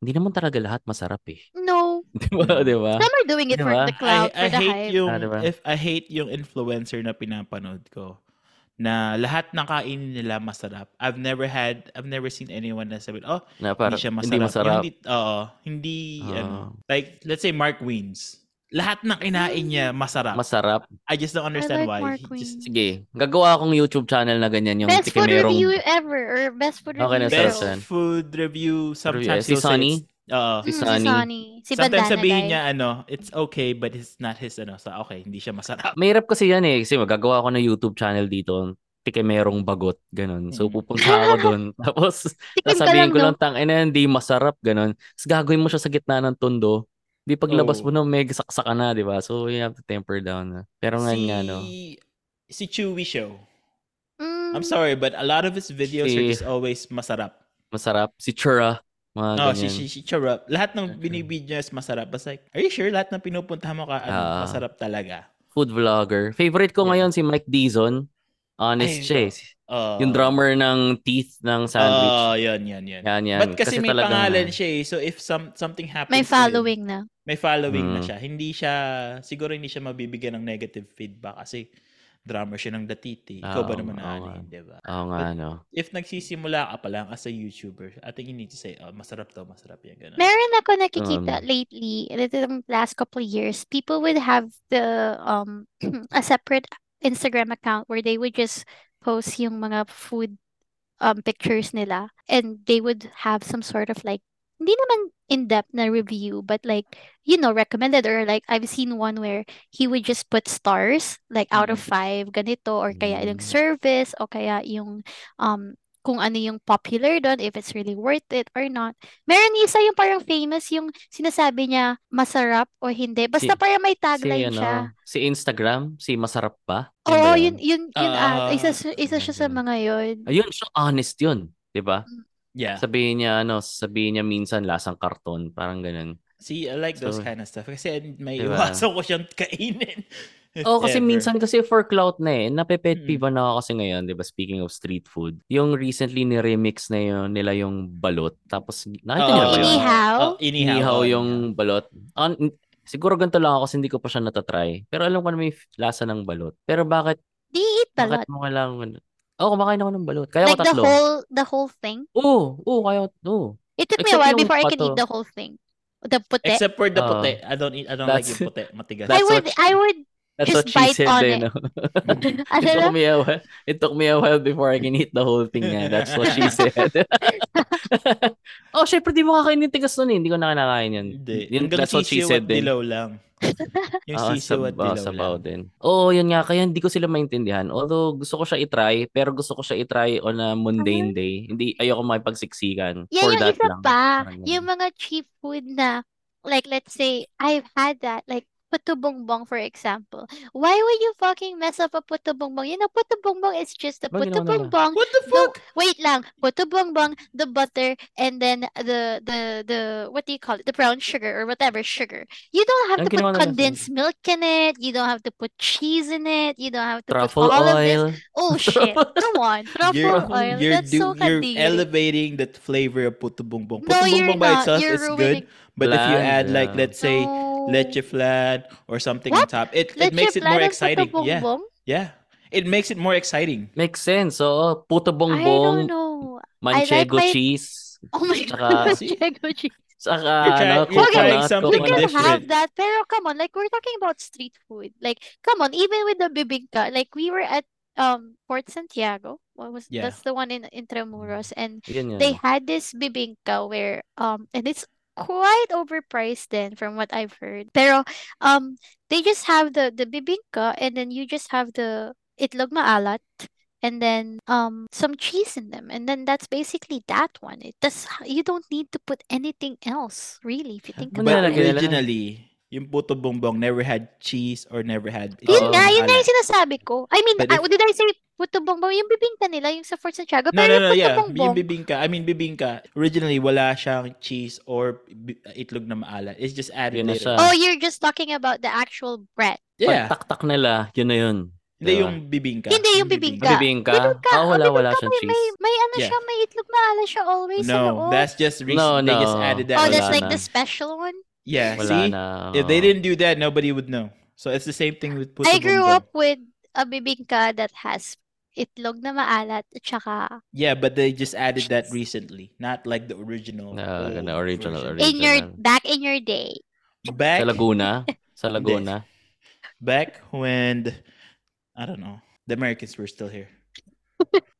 [SPEAKER 4] hindi naman talaga lahat masarap eh.
[SPEAKER 3] No.
[SPEAKER 2] Hmm.
[SPEAKER 4] Diba? Diba?
[SPEAKER 3] Some are doing it for
[SPEAKER 4] Diba?
[SPEAKER 3] the clout,
[SPEAKER 2] I, I
[SPEAKER 3] for the
[SPEAKER 2] hate
[SPEAKER 3] hype.
[SPEAKER 2] yung
[SPEAKER 4] Ah, diba?
[SPEAKER 2] if I hate yung influencer na pinapanood ko na lahat ng kainin nila masarap. I've never had, I've never seen anyone na sabi, oh,
[SPEAKER 4] Na parang,
[SPEAKER 2] hindi siya masarap.
[SPEAKER 4] hindi masarap.
[SPEAKER 2] Yung Hindi, oo, hindi,
[SPEAKER 4] Ah.
[SPEAKER 2] ano, like, let's say Mark Wins. Lahat ng kinain niya masarap.
[SPEAKER 4] Masarap.
[SPEAKER 2] I just don't understand
[SPEAKER 3] Mm. like
[SPEAKER 2] why.
[SPEAKER 3] Mark
[SPEAKER 2] He just,
[SPEAKER 4] Sige, gagawa akong YouTube channel na ganyan yung
[SPEAKER 3] Best food
[SPEAKER 4] tikimerong-
[SPEAKER 3] review ever or best food
[SPEAKER 4] Okay na,
[SPEAKER 3] review
[SPEAKER 4] sarap
[SPEAKER 2] best
[SPEAKER 4] yan.
[SPEAKER 2] food review, sometimes
[SPEAKER 4] Si
[SPEAKER 2] he'll say
[SPEAKER 4] Sunny?
[SPEAKER 2] it's- Oo.
[SPEAKER 3] Mm, si
[SPEAKER 4] Sunny.
[SPEAKER 3] Sunny. Si
[SPEAKER 2] sometimes
[SPEAKER 3] Bandana
[SPEAKER 2] sabihin
[SPEAKER 3] guy.
[SPEAKER 2] niya, ano, it's okay, but it's not his, ano, so okay, hindi siya masarap.
[SPEAKER 4] Mahirap kasi yan eh. Kasi magagawa ako ng YouTube channel dito. Tikimerong bagot. Ganun.
[SPEAKER 2] Mm.
[SPEAKER 4] So pupunta ako doon. Tapos
[SPEAKER 3] Tikim ka
[SPEAKER 4] sasabihin ko
[SPEAKER 3] no?
[SPEAKER 4] lang, tang ina, hindi masarap. Ganun. Tapos gagawin mo siya sa gitna ng tondo. Di paglabas
[SPEAKER 2] Oo.
[SPEAKER 4] mo na, may saksakan na, di ba? So you have to temper down. Na. Pero nga nga, no.
[SPEAKER 2] Si, si Chewy Show. I'm
[SPEAKER 3] Mm,
[SPEAKER 2] sorry, but a lot of his videos are
[SPEAKER 4] Si-
[SPEAKER 2] just always masarap.
[SPEAKER 4] Masarap. Si Chura. Mga
[SPEAKER 2] No, Oh, si,
[SPEAKER 4] Ah, ganyan.
[SPEAKER 2] si, si Charap. Lahat ng binibid niya is masarap. But like, are you sure lahat ng pinupuntahan mo ka, ano,
[SPEAKER 4] Ah.
[SPEAKER 2] masarap talaga?
[SPEAKER 4] Food vlogger. Favorite ko
[SPEAKER 2] Yeah.
[SPEAKER 4] ngayon si Mike Dizon.
[SPEAKER 2] Ay,
[SPEAKER 4] Honest siya eh.
[SPEAKER 2] Uh,
[SPEAKER 4] Yung drummer ng teeth ng sandwich.
[SPEAKER 2] Oh, yun, yun, yun.
[SPEAKER 4] yan, yan.
[SPEAKER 2] But kasi, may
[SPEAKER 4] talagang- ano.
[SPEAKER 2] pangalan siya eh. So if some something happens
[SPEAKER 3] may
[SPEAKER 2] to him,
[SPEAKER 3] following na.
[SPEAKER 2] may following na
[SPEAKER 4] Mm.
[SPEAKER 2] siya. Hindi siya, siguro hindi siya mabibigyan ng negative feedback kasi drummer siya ng datiti. Ikaw ba
[SPEAKER 4] Oo,
[SPEAKER 2] naman
[SPEAKER 4] Ah, oo nga.
[SPEAKER 2] ano, di ba?
[SPEAKER 4] Oo nga, no.
[SPEAKER 2] If nagsisimula ka pa lang as a YouTuber, I think you need to say, oh, masarap to, masarap yan, ganun.
[SPEAKER 3] Meron ako nakikita
[SPEAKER 4] Um,
[SPEAKER 3] lately, the last couple years, people would have the um a separate Instagram account where they would just post yung mga food um pictures nila and they would have some sort of like hindi naman in-depth na review but like you know recommended or like I've seen one where he would just put stars like out of five ganito or kaya yung
[SPEAKER 4] Mm.
[SPEAKER 3] service o kaya yung um kung ano yung popular doon if it's really worth it or not Meron isa yung parang famous yung sinasabi niya masarap o hindi. Basta
[SPEAKER 4] Si- ano?
[SPEAKER 3] parang may tagline
[SPEAKER 4] si,
[SPEAKER 3] siya.
[SPEAKER 4] si Instagram, si Masarap pa.
[SPEAKER 3] Oo,
[SPEAKER 4] ba
[SPEAKER 3] yun, yun, yun
[SPEAKER 2] Ah,
[SPEAKER 3] at. Isa, siya- isa siya sa
[SPEAKER 4] ganun.
[SPEAKER 3] mga yun.
[SPEAKER 4] Ayun, so honest yun. 'di ba?
[SPEAKER 2] Yeah.
[SPEAKER 4] Sabihin niya, ano, sabihin niya minsan lasang karton. Parang ganun.
[SPEAKER 2] See, I like those
[SPEAKER 4] So-
[SPEAKER 2] kind of stuff. Kasi may
[SPEAKER 4] Diba?
[SPEAKER 2] iwasan ko siyang kainin. If
[SPEAKER 4] Oo, kasi
[SPEAKER 2] ever.
[SPEAKER 4] minsan kasi for clout na eh. Napepet
[SPEAKER 2] Mm.
[SPEAKER 3] Hmm.
[SPEAKER 4] peeve na ako kasi ngayon, di ba? Speaking of street food. Yung recently ni-remix na yun, nila yung balot. Tapos,
[SPEAKER 2] Oo,
[SPEAKER 4] nakita niyo
[SPEAKER 2] oo,
[SPEAKER 4] ba yun?
[SPEAKER 3] Inihaw?
[SPEAKER 2] oo, inihaw.
[SPEAKER 4] Inihaw
[SPEAKER 2] oo,
[SPEAKER 4] yung balot. An- siguro ganito lang ako kasi hindi ko pa siya natatry. Pero alam ko na may f- lasa ng balot. Pero bakit,
[SPEAKER 3] Di eat
[SPEAKER 4] bakit
[SPEAKER 3] balot.
[SPEAKER 4] mo kailangan... Oo, oh, kumakain ako ng balot. Kaya
[SPEAKER 3] Like
[SPEAKER 4] ko
[SPEAKER 3] the
[SPEAKER 4] tatlo.
[SPEAKER 3] whole, the whole thing.
[SPEAKER 4] Oo, oh, oo, kaya ko, oo.
[SPEAKER 3] It took me a
[SPEAKER 4] Except
[SPEAKER 3] while
[SPEAKER 4] yung
[SPEAKER 3] before I could eat
[SPEAKER 4] pato.
[SPEAKER 3] the whole thing. The puti.
[SPEAKER 2] Except for the
[SPEAKER 4] Oo.
[SPEAKER 2] puti. I don't eat, I don't like
[SPEAKER 4] That's-
[SPEAKER 2] yung puti. Matigas.
[SPEAKER 3] I
[SPEAKER 4] that's
[SPEAKER 3] would,
[SPEAKER 4] what-
[SPEAKER 3] I would,
[SPEAKER 4] That's what
[SPEAKER 3] Just
[SPEAKER 4] she
[SPEAKER 3] bite
[SPEAKER 4] said
[SPEAKER 3] on
[SPEAKER 4] eh,
[SPEAKER 3] it.
[SPEAKER 4] no?
[SPEAKER 3] ano
[SPEAKER 4] it took
[SPEAKER 3] lang,
[SPEAKER 4] me a while. It took me a while before I can eat the whole thing niya. That's what she said. oh, syempre di mo kakainin yung tigas nun eh. Hindi ko na kinakain yun.
[SPEAKER 2] Hindi.
[SPEAKER 4] Yun,
[SPEAKER 2] Hanggang
[SPEAKER 4] that's what she
[SPEAKER 2] sisiw
[SPEAKER 4] said
[SPEAKER 2] at
[SPEAKER 4] din.
[SPEAKER 2] dilaw lang. yung
[SPEAKER 4] Ah,
[SPEAKER 2] sisiw at
[SPEAKER 4] sab- ah,
[SPEAKER 2] dilaw
[SPEAKER 4] sabaw
[SPEAKER 2] lang.
[SPEAKER 4] din. Oo, yun nga. Kaya hindi ko sila maintindihan. Although gusto ko siya itry, pero gusto ko siya itry on a mundane day. Hindi, ayoko makipagsiksikan.
[SPEAKER 3] Mm-hmm. Yeah,
[SPEAKER 4] For
[SPEAKER 3] yung
[SPEAKER 4] that
[SPEAKER 3] isa
[SPEAKER 4] lang.
[SPEAKER 3] pa,
[SPEAKER 4] Parang ganun.
[SPEAKER 3] yung mga cheap food na, like let's say, I've had that, like puto bongbong for example. Why would you fucking mess up a puto bongbong? You know, puto bongbong is just a
[SPEAKER 4] Ba,
[SPEAKER 3] puto
[SPEAKER 4] ginawa nila?
[SPEAKER 3] bongbong.
[SPEAKER 2] What the
[SPEAKER 3] The,
[SPEAKER 2] fuck?
[SPEAKER 3] wait lang, puto bongbong, the butter, and then the the the what do you call it? The brown sugar or whatever sugar. You don't have
[SPEAKER 4] Ang
[SPEAKER 3] to
[SPEAKER 4] ginawa
[SPEAKER 3] put
[SPEAKER 4] nila sa-
[SPEAKER 3] condensed milk in it. You don't have to put cheese in it. You don't have to
[SPEAKER 4] Truffle
[SPEAKER 3] put all of this.
[SPEAKER 4] oil.
[SPEAKER 3] Oh shit! Come on, truffle
[SPEAKER 2] You're-
[SPEAKER 3] oil.
[SPEAKER 2] You're,
[SPEAKER 3] That's so
[SPEAKER 2] do- you're
[SPEAKER 3] kadiri.
[SPEAKER 2] elevating the flavor of puto bongbong. Puto
[SPEAKER 3] No, you're
[SPEAKER 2] bongbong by
[SPEAKER 3] not.
[SPEAKER 2] itself
[SPEAKER 3] You're
[SPEAKER 2] is
[SPEAKER 3] ruining-
[SPEAKER 2] good. But if you
[SPEAKER 4] Bland,
[SPEAKER 2] add like,
[SPEAKER 4] yeah.
[SPEAKER 2] let's say, leche flan or something on
[SPEAKER 3] What?
[SPEAKER 2] top, it, it
[SPEAKER 3] Leche
[SPEAKER 2] makes it more
[SPEAKER 3] flan and puto
[SPEAKER 2] exciting. Yeah.
[SPEAKER 3] bongbong?
[SPEAKER 2] Yeah. It makes it more exciting.
[SPEAKER 4] Makes sense. Oo, puto
[SPEAKER 3] I don't
[SPEAKER 4] bongbong,
[SPEAKER 3] know.
[SPEAKER 4] manchego
[SPEAKER 3] my-
[SPEAKER 4] cheese.
[SPEAKER 3] Oh my
[SPEAKER 4] Tsaka-
[SPEAKER 3] god, Manchego cheese.
[SPEAKER 4] Saka,
[SPEAKER 2] You're try-
[SPEAKER 4] ano,
[SPEAKER 2] you're
[SPEAKER 4] coconut,
[SPEAKER 2] trying something
[SPEAKER 3] You
[SPEAKER 2] Someone
[SPEAKER 3] can
[SPEAKER 4] coconut.
[SPEAKER 3] have
[SPEAKER 2] different.
[SPEAKER 3] that, pero come on, like we're talking about street food. Like, come on, even with the bibingka, like we were at um Port Santiago. What was
[SPEAKER 2] Yeah.
[SPEAKER 3] that's the one in Intramuros, and
[SPEAKER 4] Yun yun.
[SPEAKER 3] they had this bibingka where um and it's quite overpriced then from what I've heard. Pero um they just have the the bibingka and then you just have the itlog maalat and then um some cheese in them and then that's basically that one. It does you don't need to put anything else really if you think
[SPEAKER 4] Ano
[SPEAKER 2] But
[SPEAKER 3] about
[SPEAKER 4] nilalagay
[SPEAKER 3] it.
[SPEAKER 4] nila?
[SPEAKER 2] originally, yung puto bongbong never had cheese or never had
[SPEAKER 3] Yun
[SPEAKER 2] itlog ng
[SPEAKER 3] nga, yun nga
[SPEAKER 2] alat.
[SPEAKER 3] yung sinasabi ko. I mean,
[SPEAKER 2] oh, But if-
[SPEAKER 3] ah, did I say puto bongbong? Yung bibingka nila, yung sa Fort Santiago.
[SPEAKER 2] No, no,
[SPEAKER 3] pero yung
[SPEAKER 2] no,
[SPEAKER 3] puto
[SPEAKER 2] yeah.
[SPEAKER 3] bongbong,
[SPEAKER 2] Yung bibingka, I mean bibingka, originally wala siyang cheese or bi- itlog na maalat. It's just added
[SPEAKER 4] Yun na siya.
[SPEAKER 2] later.
[SPEAKER 3] oh, you're just talking about the actual bread.
[SPEAKER 2] Yeah.
[SPEAKER 4] Pagtaktak nila, yun na yun.
[SPEAKER 2] Hindi
[SPEAKER 4] Diba?
[SPEAKER 2] yung bibingka.
[SPEAKER 3] Hindi, yung bibingka.
[SPEAKER 4] Bibingka.
[SPEAKER 3] Ganun ka.
[SPEAKER 4] Ah, wala,
[SPEAKER 3] Ganun
[SPEAKER 4] wala
[SPEAKER 3] ka,
[SPEAKER 4] siyang
[SPEAKER 3] may- May,
[SPEAKER 4] cheese.
[SPEAKER 3] may ano
[SPEAKER 2] Yeah.
[SPEAKER 3] siya, may itlog na ala siya always sa
[SPEAKER 2] No,
[SPEAKER 3] loob.
[SPEAKER 2] that's just recent.
[SPEAKER 4] No,
[SPEAKER 2] They just
[SPEAKER 4] no.
[SPEAKER 2] added that.
[SPEAKER 3] Oh,
[SPEAKER 4] wala
[SPEAKER 3] that's
[SPEAKER 2] later.
[SPEAKER 3] like the
[SPEAKER 4] na.
[SPEAKER 3] special one?
[SPEAKER 2] Yeah,
[SPEAKER 4] Wala
[SPEAKER 2] see?
[SPEAKER 4] na.
[SPEAKER 2] If they didn't do that, nobody would know. So it's the same thing with puto
[SPEAKER 3] I grew
[SPEAKER 2] bongbong.
[SPEAKER 3] up with a bibingka that has itlog na maalat at saka
[SPEAKER 2] Yeah, but they just added that recently. Not like the original.
[SPEAKER 4] Ah,
[SPEAKER 2] old
[SPEAKER 4] the original,
[SPEAKER 2] version.
[SPEAKER 4] original.
[SPEAKER 3] in your back in your day.
[SPEAKER 2] Back,
[SPEAKER 4] Sa Laguna?
[SPEAKER 2] Hindi.
[SPEAKER 4] Sa Laguna?
[SPEAKER 2] back when, the- I don't know, the Americans were still here.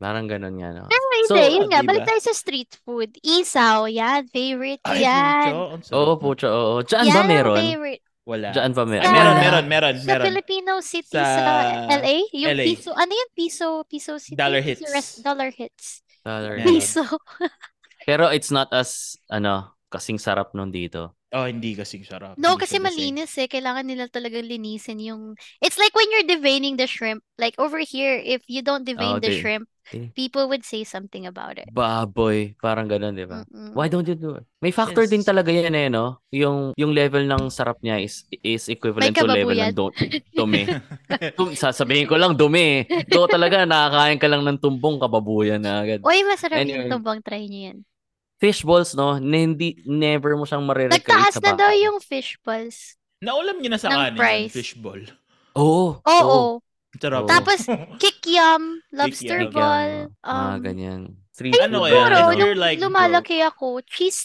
[SPEAKER 4] Parang ganun nga, no?
[SPEAKER 3] Pero hindi,
[SPEAKER 4] So,
[SPEAKER 3] yun
[SPEAKER 2] ah,
[SPEAKER 3] nga,
[SPEAKER 2] diba?
[SPEAKER 3] balik tayo sa street food. Isaw, yan. Favorite ko
[SPEAKER 2] Ay,
[SPEAKER 3] yan.
[SPEAKER 2] pucho, ang sarap.
[SPEAKER 4] Oo, pucha, oo. Diyan
[SPEAKER 3] Yan
[SPEAKER 4] ba
[SPEAKER 3] ang
[SPEAKER 4] meron?
[SPEAKER 3] favorite.
[SPEAKER 2] Wala.
[SPEAKER 4] Diyan ba meron?
[SPEAKER 2] Ay, meron,
[SPEAKER 3] Ah.
[SPEAKER 2] meron, meron,
[SPEAKER 3] Sa
[SPEAKER 2] meron.
[SPEAKER 3] Filipino city, sa,
[SPEAKER 2] Sa
[SPEAKER 3] LA? Yung
[SPEAKER 2] LA.
[SPEAKER 3] piso, ano yung piso, piso city?
[SPEAKER 2] Dollar
[SPEAKER 3] Piso
[SPEAKER 2] hits.
[SPEAKER 3] rest- dollar hits.
[SPEAKER 4] Dollar
[SPEAKER 2] Meron.
[SPEAKER 4] Hits.
[SPEAKER 3] Piso.
[SPEAKER 4] Pero it's not as, ano, kasing sarap nun dito.
[SPEAKER 2] Oh, hindi kasing sarap. Hindi siya
[SPEAKER 3] No, kasi
[SPEAKER 2] the same.
[SPEAKER 3] malinis eh. Kailangan nila talagang linisin yung... It's like when you're deveining the shrimp. Like over here, if you don't devein
[SPEAKER 4] de-
[SPEAKER 3] the shrimp,
[SPEAKER 4] de-
[SPEAKER 3] people would say something about it.
[SPEAKER 4] Baboy. Parang ganun, di ba?
[SPEAKER 3] Mm-mm.
[SPEAKER 4] Why don't you do it? May factor
[SPEAKER 2] Yes.
[SPEAKER 4] din talaga yan eh, no? Yung, yung level ng sarap niya is, is equivalent to level
[SPEAKER 3] kababuyan.
[SPEAKER 4] ng do- dumi. Dum- sasabihin ko lang, dumi. eh. Do talaga, nakakain ka lang ng tumbong kababuyan na agad.
[SPEAKER 3] Uy, masarap
[SPEAKER 4] Anyway.
[SPEAKER 3] yung tumbang try niyo yan.
[SPEAKER 4] Fish balls, no? Na Hindi, never mo siyang marirecreate sa
[SPEAKER 3] Nagtaas na daw
[SPEAKER 4] bahay.
[SPEAKER 3] yung fish balls.
[SPEAKER 2] Naulam niyo na sa
[SPEAKER 3] Ng
[SPEAKER 2] kanin yung
[SPEAKER 3] price.
[SPEAKER 2] fishball.
[SPEAKER 4] Oo.
[SPEAKER 3] Oo.
[SPEAKER 2] Ang Sarap.
[SPEAKER 4] Oo. Tapos,
[SPEAKER 3] Kikiam, lobster
[SPEAKER 2] Kikiam.
[SPEAKER 3] ball.
[SPEAKER 4] ah,
[SPEAKER 3] um,
[SPEAKER 4] ganyan. Three
[SPEAKER 2] Ano kaya?
[SPEAKER 4] food ba
[SPEAKER 3] Siguro,
[SPEAKER 2] If
[SPEAKER 4] yan, no?
[SPEAKER 3] nung
[SPEAKER 2] you're like
[SPEAKER 3] lumalaki ako, cheese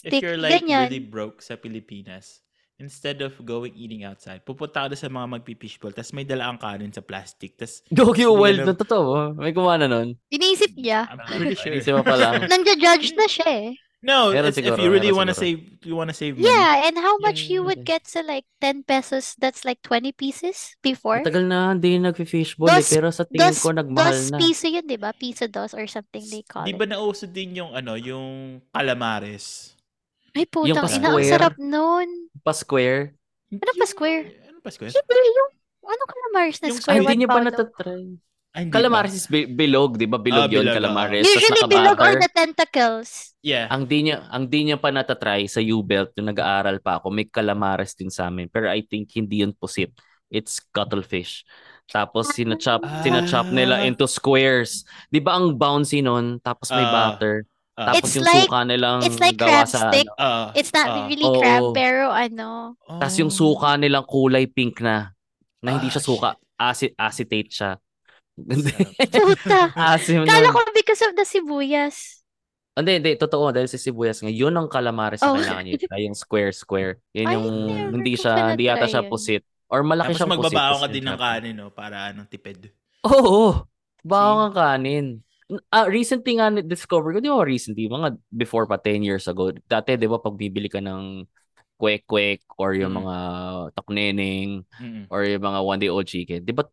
[SPEAKER 2] If
[SPEAKER 3] stick,
[SPEAKER 2] you're like
[SPEAKER 3] ganyan.
[SPEAKER 2] really broke sa Pilipinas, instead of going eating outside, pupunta ka doon sa mga magpipishball, tapos may dala ang kanin sa plastic, tapos
[SPEAKER 4] Gogi
[SPEAKER 2] Hindi
[SPEAKER 4] wild
[SPEAKER 2] alam.
[SPEAKER 4] na totoo. oh. May gumawa na nun.
[SPEAKER 3] Iniisip niya.
[SPEAKER 2] I'm pretty sure.
[SPEAKER 4] Isip mo pa lang.
[SPEAKER 3] Nangja-judge na siya eh.
[SPEAKER 2] No,
[SPEAKER 4] Meron
[SPEAKER 2] it's- if
[SPEAKER 4] siguro,
[SPEAKER 2] you really
[SPEAKER 4] meron
[SPEAKER 2] want to
[SPEAKER 4] siguro.
[SPEAKER 2] save, you want to save money.
[SPEAKER 3] Yeah, and how much you
[SPEAKER 4] Yung-
[SPEAKER 3] would get sa like 10 pesos, that's like 20 pieces before?
[SPEAKER 4] Matagal na hindi nagfi-fishball eh,
[SPEAKER 3] Dos-
[SPEAKER 4] pero sa tingin
[SPEAKER 3] dos-
[SPEAKER 4] ko nagmahal
[SPEAKER 3] dos
[SPEAKER 4] na.
[SPEAKER 3] piso yun, di ba? Piso dos or something they call
[SPEAKER 2] Di ba nauso din yung ano, yung calamares?
[SPEAKER 3] it. Ay, putang
[SPEAKER 4] pa
[SPEAKER 3] ina, ang
[SPEAKER 4] square?
[SPEAKER 3] sarap nun.
[SPEAKER 4] Pa square.
[SPEAKER 3] Ano pa square?
[SPEAKER 2] Ano pa square?
[SPEAKER 3] Siyempre, yung, ano calamares na
[SPEAKER 2] Yung-
[SPEAKER 4] Ay,
[SPEAKER 3] square
[SPEAKER 4] hindi
[SPEAKER 3] one
[SPEAKER 4] niyo pa
[SPEAKER 3] paolo?
[SPEAKER 4] natatry.
[SPEAKER 2] Ah, hindi pa.
[SPEAKER 4] Calamares is bi- bilog, di ba?
[SPEAKER 2] Ah,
[SPEAKER 4] Bilog yun,
[SPEAKER 2] bilog, ah.
[SPEAKER 4] calamares. Tas
[SPEAKER 3] Usually, bilog or
[SPEAKER 4] nakabaker.
[SPEAKER 3] the tentacles.
[SPEAKER 2] Yeah.
[SPEAKER 4] Ang di niya, ang di niya pa natatry sa U-Belt nung nag-aaral pa ako, may calamares din sa amin. Pero I think hindi yun pusit. It's cuttlefish. Tapos sinachop,
[SPEAKER 2] Ah.
[SPEAKER 4] sinachop nila into squares. Di ba ang bouncy nun? Tapos may
[SPEAKER 2] Ah.
[SPEAKER 4] batter.
[SPEAKER 2] Ah.
[SPEAKER 4] Tapos
[SPEAKER 3] It's
[SPEAKER 4] yung
[SPEAKER 3] like-
[SPEAKER 4] suka nilang
[SPEAKER 3] it's like
[SPEAKER 4] gawa
[SPEAKER 3] crab
[SPEAKER 4] sa...
[SPEAKER 3] stick.
[SPEAKER 4] ano. oh.
[SPEAKER 2] Ah,
[SPEAKER 3] It's not
[SPEAKER 2] ah,
[SPEAKER 3] really crab,
[SPEAKER 4] oo.
[SPEAKER 3] pero ano.
[SPEAKER 4] Tapos
[SPEAKER 2] oh.
[SPEAKER 4] yung suka nilang kulay pink na. Na
[SPEAKER 2] Ah,
[SPEAKER 4] hindi siya suka. Acid, acetate siya.
[SPEAKER 3] Puta.
[SPEAKER 4] Asim
[SPEAKER 3] Kala
[SPEAKER 4] Ano nun.
[SPEAKER 3] ko because of the sibuyas.
[SPEAKER 4] Ah, Hindi, hindi. Totoo. Dahil si sibuyas nga, yun ang calamares na
[SPEAKER 3] Oh.
[SPEAKER 4] kailangan niya. Kaya yung square-square. Yun
[SPEAKER 3] Ay,
[SPEAKER 4] yung
[SPEAKER 3] never
[SPEAKER 4] hindi
[SPEAKER 3] ko
[SPEAKER 4] siya,
[SPEAKER 3] pa
[SPEAKER 4] hindi yata
[SPEAKER 3] na-try
[SPEAKER 4] siya
[SPEAKER 3] yun.
[SPEAKER 4] pusit. Or malaki
[SPEAKER 2] Tapos
[SPEAKER 4] siyang pusit.
[SPEAKER 2] magbabaon ka
[SPEAKER 4] kasi
[SPEAKER 2] din ng
[SPEAKER 4] yun.
[SPEAKER 2] kanin, no? Para anong tipid.
[SPEAKER 4] Oo. oo.
[SPEAKER 2] Hmm.
[SPEAKER 4] Baon ang kanin. Ah, recently nga discover ko, di ba recently, mga before pa 10 years ago. Dati, di ba, pag bibili ka ng kwek-kwek or yung
[SPEAKER 2] Mm.
[SPEAKER 4] mga takneneng
[SPEAKER 3] Mm.
[SPEAKER 2] Mm-mm.
[SPEAKER 4] or yung mga one day old chicken, di ba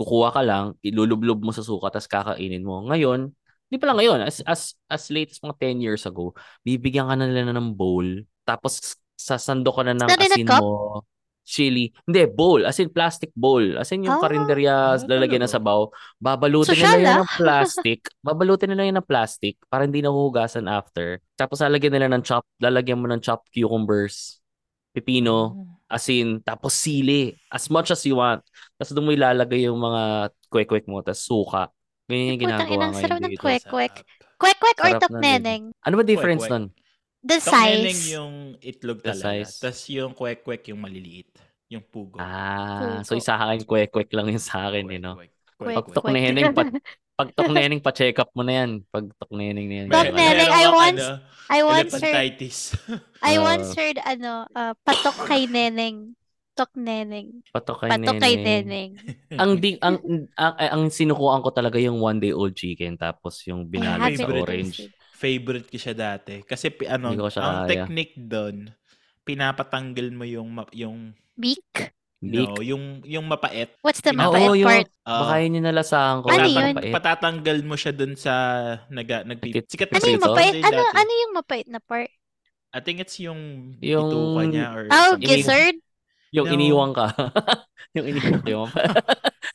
[SPEAKER 4] kukuha ka lang, ilulublob mo sa suka tapos kakainin mo. Ngayon, di pala ngayon, as, as, as late as mga 10 years ago, bibigyan ka na nila ng bowl, tapos sasando ka na ng
[SPEAKER 3] Is that in a
[SPEAKER 4] asin
[SPEAKER 3] cup?
[SPEAKER 4] mo, chili. Hindi, bowl. As in, plastic bowl. As in, yung
[SPEAKER 3] Ah.
[SPEAKER 4] karinderya,
[SPEAKER 2] Ah,
[SPEAKER 4] lalagyan ng
[SPEAKER 2] talaga?
[SPEAKER 4] sabaw. Babalutin nila
[SPEAKER 3] Sosyal, ah.
[SPEAKER 4] yun ng plastic. babalutin nila yun ng plastic para hindi nahuhugasan after. Tapos lalagyan nila ng chop, lalagyan mo ng chopped cucumbers, pipino,
[SPEAKER 3] Mm.
[SPEAKER 4] As in, tapos sili. As much as you want. Tapos doon mo ilalagay yung mga kwek-kwek mo. Tapos suka. Ganyan yung
[SPEAKER 3] Ay, putang
[SPEAKER 4] ginagawa
[SPEAKER 3] ina, sarap
[SPEAKER 4] ngayon
[SPEAKER 3] ng
[SPEAKER 4] dito.
[SPEAKER 3] kwek. Kwek-kwek.
[SPEAKER 2] Sarap.
[SPEAKER 3] Kwek-kwek or
[SPEAKER 4] Sarap na, di ba?
[SPEAKER 3] tokneneng?
[SPEAKER 4] Ano ba difference
[SPEAKER 2] Kwek-kwek.
[SPEAKER 4] nun?
[SPEAKER 3] The
[SPEAKER 2] Tokneneng
[SPEAKER 3] size.
[SPEAKER 2] yung itlog
[SPEAKER 4] The
[SPEAKER 2] talaga.
[SPEAKER 4] size.
[SPEAKER 2] Tapos yung kwek-kwek yung maliliit. Yung pugo.
[SPEAKER 4] Ah, so
[SPEAKER 3] Pugo.
[SPEAKER 4] isa akin kwek-kwek lang yun sa akin, you know?
[SPEAKER 2] Kwek-kwek.
[SPEAKER 4] Pag
[SPEAKER 2] Kwek-kwek.
[SPEAKER 3] Kwek-kwek.
[SPEAKER 4] toknening, pag, pag toknening, pa-check up mo na yan. Pag toknening na yan.
[SPEAKER 2] Mer-
[SPEAKER 3] Toknening,
[SPEAKER 2] merong
[SPEAKER 3] I
[SPEAKER 2] ang,
[SPEAKER 3] once-
[SPEAKER 2] ano,
[SPEAKER 3] I once heard,
[SPEAKER 2] elephantitis.
[SPEAKER 3] I
[SPEAKER 4] Ah.
[SPEAKER 3] once heard, ano, uh, patok kay neneng. Tokneneng.
[SPEAKER 4] Patok kay
[SPEAKER 3] Patok kay
[SPEAKER 4] neneng.
[SPEAKER 3] neneng.
[SPEAKER 4] Ang, di, ang, ang, eh, ang sinukuan ko talaga yung one day old chicken tapos yung
[SPEAKER 3] I
[SPEAKER 4] binalot sa
[SPEAKER 3] haven't
[SPEAKER 2] favorite.
[SPEAKER 4] orange.
[SPEAKER 3] tasted.
[SPEAKER 2] Favorite ko siya dati. Kasi pi- ano,
[SPEAKER 4] Hindi ko siya
[SPEAKER 2] ang
[SPEAKER 4] kaya.
[SPEAKER 2] technique doon, pinapatanggal mo yung ma- yung
[SPEAKER 3] Beak?
[SPEAKER 4] Big.
[SPEAKER 2] no, yung yung mapait.
[SPEAKER 3] What's the
[SPEAKER 2] Pinapa-
[SPEAKER 3] mapait
[SPEAKER 4] Oo, yung-
[SPEAKER 3] part?
[SPEAKER 2] Ah,
[SPEAKER 4] Baka yun yung nalasahan ko.
[SPEAKER 3] Ano
[SPEAKER 4] yung
[SPEAKER 2] patata-
[SPEAKER 3] yun?
[SPEAKER 4] papait.
[SPEAKER 2] Patatanggal mo siya doon sa naga nag
[SPEAKER 4] Tit-
[SPEAKER 2] sikat
[SPEAKER 3] Ano yung
[SPEAKER 4] Potato?
[SPEAKER 3] mapait?
[SPEAKER 2] Dati.
[SPEAKER 3] Ano, ano yung mapait na part?
[SPEAKER 2] I think it's yung
[SPEAKER 4] Yung-
[SPEAKER 2] yung niya or
[SPEAKER 3] Oh,
[SPEAKER 2] something.
[SPEAKER 3] gizzard?
[SPEAKER 4] Yung
[SPEAKER 2] No.
[SPEAKER 4] iniwang ka. yung iniwang ka. yung-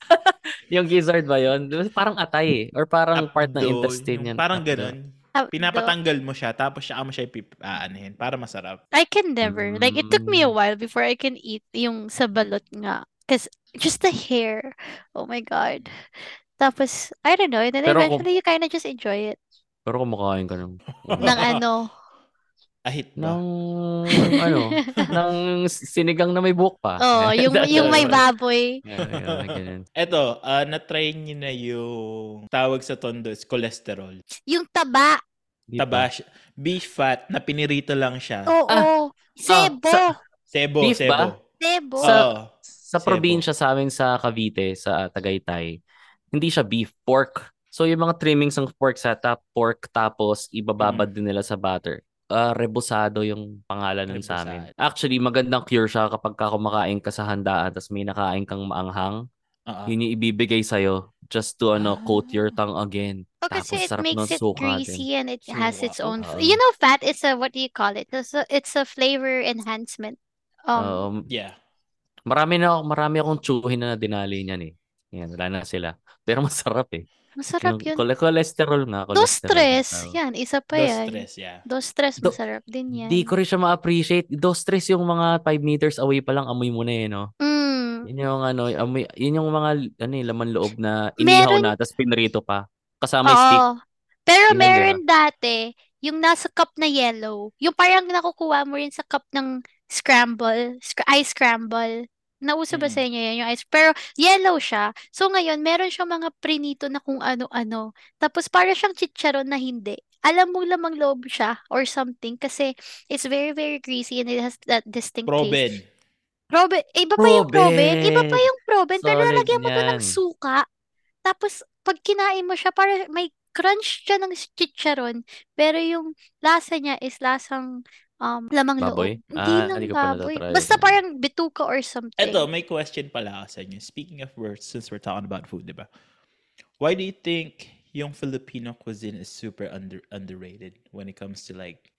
[SPEAKER 4] yung gizzard ba yun? Parang atay eh. Or parang part ng
[SPEAKER 2] Abdo,
[SPEAKER 4] intestine
[SPEAKER 2] yung
[SPEAKER 4] yan.
[SPEAKER 2] Parang
[SPEAKER 4] Abdo.
[SPEAKER 2] ganun.
[SPEAKER 3] Ah, the-
[SPEAKER 2] Pinapatanggal mo siya tapos siya ah, mo siya ipip, aanihin para masarap.
[SPEAKER 3] I can never. Like, it took me a
[SPEAKER 4] Mm.
[SPEAKER 3] while before I can eat yung sa balot nga. Because just the hair. Oh my God. Tapos, I don't know. And then
[SPEAKER 4] Pero kung-
[SPEAKER 3] eventually, you kind of just enjoy it.
[SPEAKER 4] Pero kumakain ka ng...
[SPEAKER 3] Nang ano.
[SPEAKER 2] Ahit ba?
[SPEAKER 4] ng ano, ng sinigang na may buhok pa.
[SPEAKER 3] Oh, yung
[SPEAKER 4] Ah. That's
[SPEAKER 3] yung may
[SPEAKER 4] all.
[SPEAKER 3] baboy.
[SPEAKER 4] Yeah, yeah, like ganun.
[SPEAKER 2] Eto, ah, na-try niyo na yung tawag sa tondo is cholesterol.
[SPEAKER 3] Yung taba.
[SPEAKER 4] Di pa.
[SPEAKER 2] Taba siya. Beef fat na pinirito lang siya.
[SPEAKER 3] Oo.
[SPEAKER 4] Ah,
[SPEAKER 3] sebo.
[SPEAKER 4] sa-
[SPEAKER 2] Sebo,
[SPEAKER 4] Beef
[SPEAKER 2] sebo.
[SPEAKER 4] ba?
[SPEAKER 3] sebo.
[SPEAKER 4] Sa-
[SPEAKER 2] Oo.
[SPEAKER 4] Sa
[SPEAKER 2] Sebo.
[SPEAKER 4] probinsya sa amin sa Cavite, sa Tagaytay, hindi siya beef, pork. So yung mga trimmings ng pork sa tap, pork tapos ibababad din nila sa butter. Ah, rebosado yung pangalan nun sa amin.
[SPEAKER 2] Rebosado.
[SPEAKER 4] Actually, magandang cure siya kapag ka kumakain ka sa handaan tapos may nakain kang maanghang.
[SPEAKER 3] Ah.
[SPEAKER 2] Oo.
[SPEAKER 4] Yun yung ibibigay sa'yo just to ano, coat your tongue again.
[SPEAKER 3] Oh, kasi
[SPEAKER 4] Tapos
[SPEAKER 3] it
[SPEAKER 4] sarap
[SPEAKER 3] makes
[SPEAKER 4] ng
[SPEAKER 3] it
[SPEAKER 4] suka din.
[SPEAKER 3] greasy and it has
[SPEAKER 2] Suka,
[SPEAKER 3] its own. f-
[SPEAKER 4] oo.
[SPEAKER 3] You know, fat is a what do you call it? It's a, it's a flavor enhancement. Um,
[SPEAKER 4] Um,
[SPEAKER 2] Yeah.
[SPEAKER 4] marami na marami akong tsuhin na dinali niyan eh. Yan, wala na sila. Pero masarap eh. Yung
[SPEAKER 3] masarap yun.
[SPEAKER 4] chole- cholesterol nga.
[SPEAKER 3] Dos
[SPEAKER 4] cholesterol.
[SPEAKER 3] stress.
[SPEAKER 4] Oo.
[SPEAKER 3] Yan, isa pa
[SPEAKER 2] Dos
[SPEAKER 3] yan.
[SPEAKER 2] stress, yeah.
[SPEAKER 3] Dos stress,
[SPEAKER 4] Do-
[SPEAKER 3] masarap din yan.
[SPEAKER 4] Di ko rin siya ma-appreciate. Dos stress yung mga 5 meters away pa lang amoy mo na eh, no?
[SPEAKER 3] Mm.
[SPEAKER 4] Yun yung ano, yung amoy, yun yung mga ano, eh, laman loob na inihaw
[SPEAKER 3] Meron-
[SPEAKER 4] na tapos pinrito pa. Kasama yung stick.
[SPEAKER 3] Oo. Pero
[SPEAKER 4] Yun na, di ba?
[SPEAKER 3] meron dati, yung nasa cup na yellow, yung parang nakukuha mo rin sa cup ng scramble, sc- ice scramble. Nauso ba
[SPEAKER 2] Mm.
[SPEAKER 3] sa inyo yan yung ice? Pero yellow siya. So ngayon, meron siyang mga prinito na kung ano-ano. Tapos para siyang chicharon na hindi. Alam mo lamang loob siya or something kasi it's very, very greasy and it has that distinct taste.
[SPEAKER 2] Proben.
[SPEAKER 3] Proben. Iba pa yung proben. Iba pa yung proben. Pero
[SPEAKER 4] Solid
[SPEAKER 3] lalagyan mo to
[SPEAKER 4] yan.
[SPEAKER 3] ng suka. Tapos, pag kinain mo siya, para may crunch siya ng chicharon. Pero yung lasa niya is lasang um, lamang loob.
[SPEAKER 4] Baboy?
[SPEAKER 3] Hindi
[SPEAKER 4] Ah,
[SPEAKER 3] ng
[SPEAKER 4] hindi ko pa
[SPEAKER 3] baboy.
[SPEAKER 4] natatry.
[SPEAKER 3] Basta parang bituka or something.
[SPEAKER 2] Eto, may question pala ako sa inyo. Speaking of words, since we're talking about food, di ba? Why do you think yung Filipino cuisine is super under underrated when it comes to like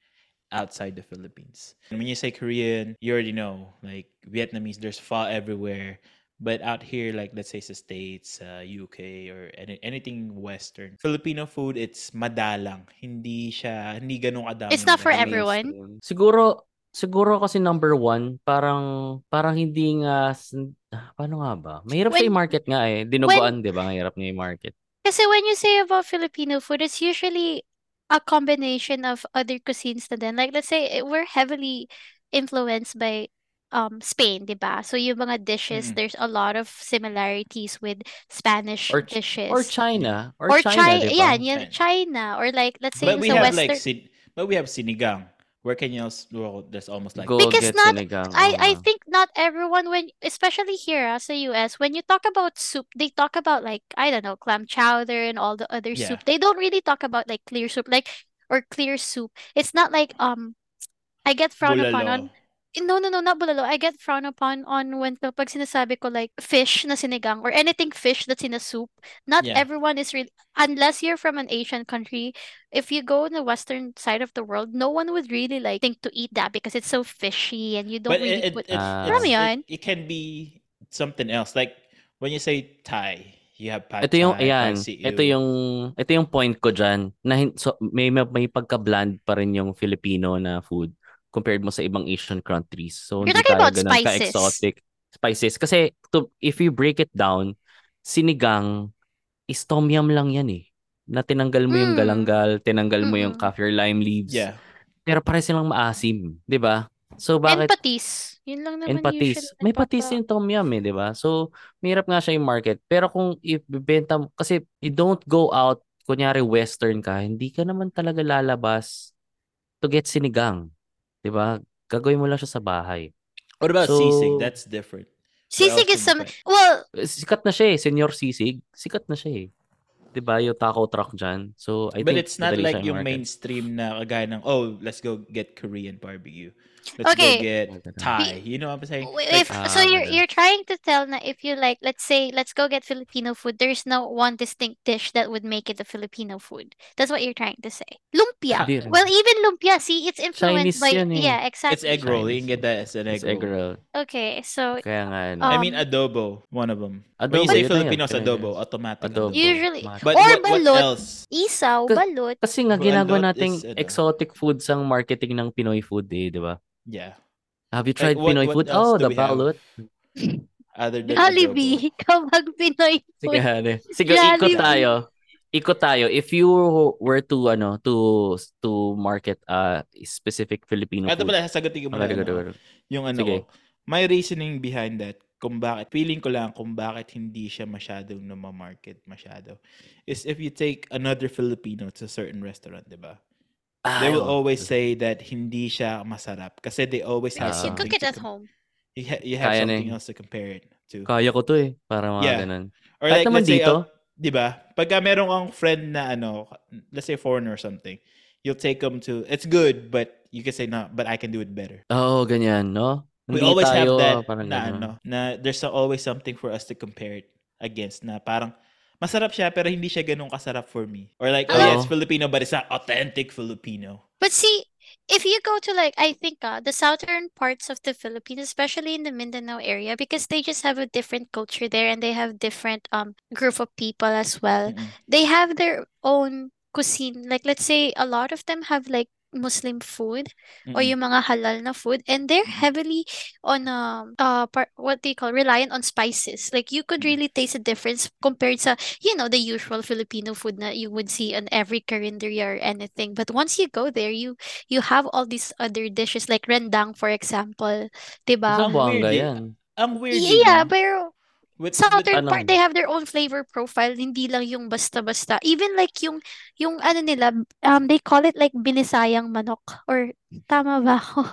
[SPEAKER 2] outside the Philippines? And when you say Korean, you already know like Vietnamese. There's pho everywhere, but out here, like let's say the States, uh, UK, or any, anything Western, Filipino food it's madalang. Hindi siya hindi ganong kadami.
[SPEAKER 3] It's not for
[SPEAKER 2] yung
[SPEAKER 3] everyone.
[SPEAKER 4] Siguro, siguro kasi number one, parang, parang hindi nga, s- ah, paano nga ba? Mahirap
[SPEAKER 3] When-
[SPEAKER 4] siya i-market nga eh. Dinuguan, di ba? Mahirap niya i-market.
[SPEAKER 3] Kasi when you say about Filipino food, it's usually a combination of other cuisines na din. Like, let's say, eh, we're heavily influenced by um, Spain, di ba? So, yung mga
[SPEAKER 2] Mm.
[SPEAKER 3] dishes,
[SPEAKER 4] Mm-hmm.
[SPEAKER 3] there's a lot of similarities with Spanish
[SPEAKER 4] Or-
[SPEAKER 3] dishes.
[SPEAKER 4] Or China. Or,
[SPEAKER 3] Or
[SPEAKER 4] China, di ba?
[SPEAKER 3] Chi- yan, yan,
[SPEAKER 2] China.
[SPEAKER 3] China. Or like, let's say,
[SPEAKER 2] But
[SPEAKER 3] yung
[SPEAKER 2] we
[SPEAKER 3] sa
[SPEAKER 2] have
[SPEAKER 3] Western.
[SPEAKER 2] like sin- but we have sinigang. Where can you else? Well, there's almost like
[SPEAKER 4] Go get
[SPEAKER 3] Because not-
[SPEAKER 4] sinigang.
[SPEAKER 3] I, I
[SPEAKER 4] oo.
[SPEAKER 3] think not everyone when especially here ah, sa US when you talk about soup they talk about like I don't know clam chowder and all the other
[SPEAKER 2] Yeah.
[SPEAKER 3] soup they don't really talk about like clear soup like or clear soup it's not like um I get frowned upon on
[SPEAKER 2] bulalo.
[SPEAKER 3] Eh, no no no not bulalo I get frowned upon on when pag sinasabi ko like fish na sinigang or anything fish that's in a soup not
[SPEAKER 2] Yeah.
[SPEAKER 3] everyone is really unless you're from an Asian country if you go in the western side of the world no one would really like think to eat that because it's so fishy and you don't
[SPEAKER 2] but
[SPEAKER 3] really
[SPEAKER 2] it, it,
[SPEAKER 3] put
[SPEAKER 2] it's- it's-
[SPEAKER 4] Ah.
[SPEAKER 3] Ramyeon.
[SPEAKER 2] it, it can be something else. Like when you say Thai, you have pad
[SPEAKER 4] Ito yung,
[SPEAKER 2] Thai,
[SPEAKER 4] ayan,
[SPEAKER 2] pad see
[SPEAKER 4] ito
[SPEAKER 2] ew.
[SPEAKER 4] yung, ito yung point ko dyan. Na, hin- so, may, may, may pagka-bland pa rin yung Filipino na food compared mo sa ibang Asian countries. So,
[SPEAKER 3] You're
[SPEAKER 4] hindi
[SPEAKER 3] talking
[SPEAKER 4] tayo
[SPEAKER 3] about
[SPEAKER 4] ganun
[SPEAKER 3] spices.
[SPEAKER 4] ka-exotic. Spices. Kasi, to, if you break it down, sinigang is tom yum lang yan eh. Na tinanggal mo yung
[SPEAKER 3] Mm.
[SPEAKER 4] galanggal, tinanggal mo yung
[SPEAKER 3] Mm-mm.
[SPEAKER 4] kaffir lime leaves.
[SPEAKER 2] yeah.
[SPEAKER 4] Pero pare silang maasim, di ba? So,
[SPEAKER 3] And
[SPEAKER 4] bakit
[SPEAKER 3] patis. Yun lang naman
[SPEAKER 4] And patis.
[SPEAKER 3] usually
[SPEAKER 4] May patis
[SPEAKER 3] nagpapa-
[SPEAKER 4] yung Tom Yum eh, di ba? So, mahirap nga siya yung market. Pero kung ibibenta mo, kasi you don't go out, kunyari western ka, hindi ka naman talaga lalabas to get sinigang. Di ba? Gagawin mo lang siya sa bahay.
[SPEAKER 2] What about
[SPEAKER 4] So-
[SPEAKER 2] sisig? That's different. else
[SPEAKER 3] Sisig is
[SPEAKER 2] can
[SPEAKER 3] some
[SPEAKER 2] you try?
[SPEAKER 3] well,
[SPEAKER 4] Eh, Sikat na siya eh, Senior Sisig. Sikat na siya eh. Di ba? Yung taco truck dyan. So, I
[SPEAKER 2] but
[SPEAKER 4] think
[SPEAKER 2] it's not
[SPEAKER 4] madali
[SPEAKER 2] like
[SPEAKER 4] siya
[SPEAKER 2] yung
[SPEAKER 4] i-market.
[SPEAKER 2] mainstream na kagaya ng oh, let's go get Korean barbecue. Let's
[SPEAKER 3] Okay.
[SPEAKER 2] go
[SPEAKER 4] uh,
[SPEAKER 2] get Thai. You know what I'm saying?
[SPEAKER 3] w-
[SPEAKER 2] Like,
[SPEAKER 3] if
[SPEAKER 4] ah,
[SPEAKER 3] so you're
[SPEAKER 4] ganun.
[SPEAKER 3] you're trying to tell na if you like let's say let's go get Filipino food there's no one distinct dish that would make it a Filipino food. That's what you're trying to say. Lumpia.
[SPEAKER 4] Hindi rin.
[SPEAKER 3] Well, even lumpia, see, it's
[SPEAKER 4] Chinese
[SPEAKER 3] influenced by
[SPEAKER 4] yan eh.
[SPEAKER 3] yeah,
[SPEAKER 2] it's
[SPEAKER 3] exactly.
[SPEAKER 2] egg roll. You can
[SPEAKER 4] Chinese.
[SPEAKER 2] get that as an egg,
[SPEAKER 4] It's egg
[SPEAKER 2] roll.
[SPEAKER 4] roll.
[SPEAKER 3] Okay, so
[SPEAKER 4] Kaya nga. ano.
[SPEAKER 2] I
[SPEAKER 3] Um,
[SPEAKER 2] mean adobo, one of them. when
[SPEAKER 4] Adobo,
[SPEAKER 2] you say
[SPEAKER 4] yun na yun.
[SPEAKER 2] Filipinos
[SPEAKER 4] Kaya-
[SPEAKER 2] adobo, automatic
[SPEAKER 4] Adobo.
[SPEAKER 3] Oh, Usually-
[SPEAKER 4] Mat-
[SPEAKER 2] But
[SPEAKER 3] Or
[SPEAKER 2] what, what
[SPEAKER 3] balut.
[SPEAKER 2] else?
[SPEAKER 3] isaw,
[SPEAKER 4] Kas-
[SPEAKER 3] balut.
[SPEAKER 4] Kasi nga,
[SPEAKER 2] Well,
[SPEAKER 4] ginagawa
[SPEAKER 2] that
[SPEAKER 4] nating
[SPEAKER 2] is, ano.
[SPEAKER 4] exotic foods ang marketing ng Pinoy food eh, di ba?
[SPEAKER 2] Yeah.
[SPEAKER 4] Have you
[SPEAKER 2] Like,
[SPEAKER 4] tried
[SPEAKER 2] Eh, what-
[SPEAKER 4] Pinoy
[SPEAKER 2] what
[SPEAKER 4] food?
[SPEAKER 2] else
[SPEAKER 4] Oh,
[SPEAKER 2] do
[SPEAKER 4] the
[SPEAKER 2] we have?
[SPEAKER 4] balut.
[SPEAKER 2] Other than adobo.
[SPEAKER 3] Jollibee, kapag Pinoy
[SPEAKER 4] Sige,
[SPEAKER 3] food.
[SPEAKER 4] hali. Sige, ikot
[SPEAKER 3] Jollibee.
[SPEAKER 4] tayo. ikot tayo. If you were to ano to to market a specific Filipino
[SPEAKER 2] Ito
[SPEAKER 4] food.
[SPEAKER 2] pala, sasagutin ko
[SPEAKER 4] Ah,
[SPEAKER 2] muna.
[SPEAKER 4] very good,
[SPEAKER 2] ano,
[SPEAKER 4] very good.
[SPEAKER 2] yung ano
[SPEAKER 4] Sige.
[SPEAKER 2] ko. My reasoning behind that, kung bakit, feeling ko lang kung bakit hindi siya masyadong namamarket masyado, is if you take another Filipino to a certain restaurant, di ba?
[SPEAKER 4] Ah,
[SPEAKER 2] They will
[SPEAKER 4] oo.
[SPEAKER 2] always say that hindi siya masarap kasi they always have
[SPEAKER 4] um,
[SPEAKER 3] Because you
[SPEAKER 2] something
[SPEAKER 3] cook it
[SPEAKER 2] to
[SPEAKER 3] at
[SPEAKER 2] com-
[SPEAKER 3] home.
[SPEAKER 2] You, ha- you have
[SPEAKER 4] Kaya na
[SPEAKER 2] something
[SPEAKER 4] eh.
[SPEAKER 2] else to compare it to.
[SPEAKER 4] Kaya ko to eh. Para mga
[SPEAKER 2] Yeah.
[SPEAKER 4] ganun.
[SPEAKER 2] Or
[SPEAKER 4] Kahit naman dito.
[SPEAKER 2] uh, di ba? Pagka meron kang friend na ano, let's say foreigner or something, you'll take them to, it's good, but you can say, no, but I can do it better.
[SPEAKER 4] Oo, Oh, ganyan, no?
[SPEAKER 2] We
[SPEAKER 4] Hindi
[SPEAKER 2] always
[SPEAKER 4] tayo,
[SPEAKER 2] have that
[SPEAKER 4] parang
[SPEAKER 2] na
[SPEAKER 4] ganun.
[SPEAKER 2] ano, na there's always something for us to compare it against na parang masarap siya pero hindi siya ganun kasarap for me. Or like, oh,
[SPEAKER 4] Oo.
[SPEAKER 2] yeah, it's Filipino but it's not authentic Filipino.
[SPEAKER 3] But see, if you go to like I think uh, the southern parts of the Philippines, especially in the Mindanao area, because they just have a different culture there and they have different um group of people as well.
[SPEAKER 2] Mm-mm.
[SPEAKER 3] They have their own cuisine. Like let's say a lot of them have like Muslim food or
[SPEAKER 2] Mm-mm.
[SPEAKER 3] oh, yung mga halal na food and they're heavily on um uh par- what do you call reliant on spices like you could really taste a difference compared to you know the usual Filipino food that you would see on every carinderia or anything but once you go there you you have all these other dishes like rendang for example
[SPEAKER 4] Sa
[SPEAKER 3] diba
[SPEAKER 2] Ang weird
[SPEAKER 4] buwanga
[SPEAKER 2] eh.
[SPEAKER 4] yan.
[SPEAKER 2] Ang weird. din,
[SPEAKER 3] yeah
[SPEAKER 2] no?
[SPEAKER 3] pero
[SPEAKER 2] With-
[SPEAKER 3] sa
[SPEAKER 2] with-
[SPEAKER 4] ano?
[SPEAKER 3] southern part they have their own flavor profile hindi lang yung basta-basta even like yung yung ano nila um they call it like binisayang manok or tama ba ako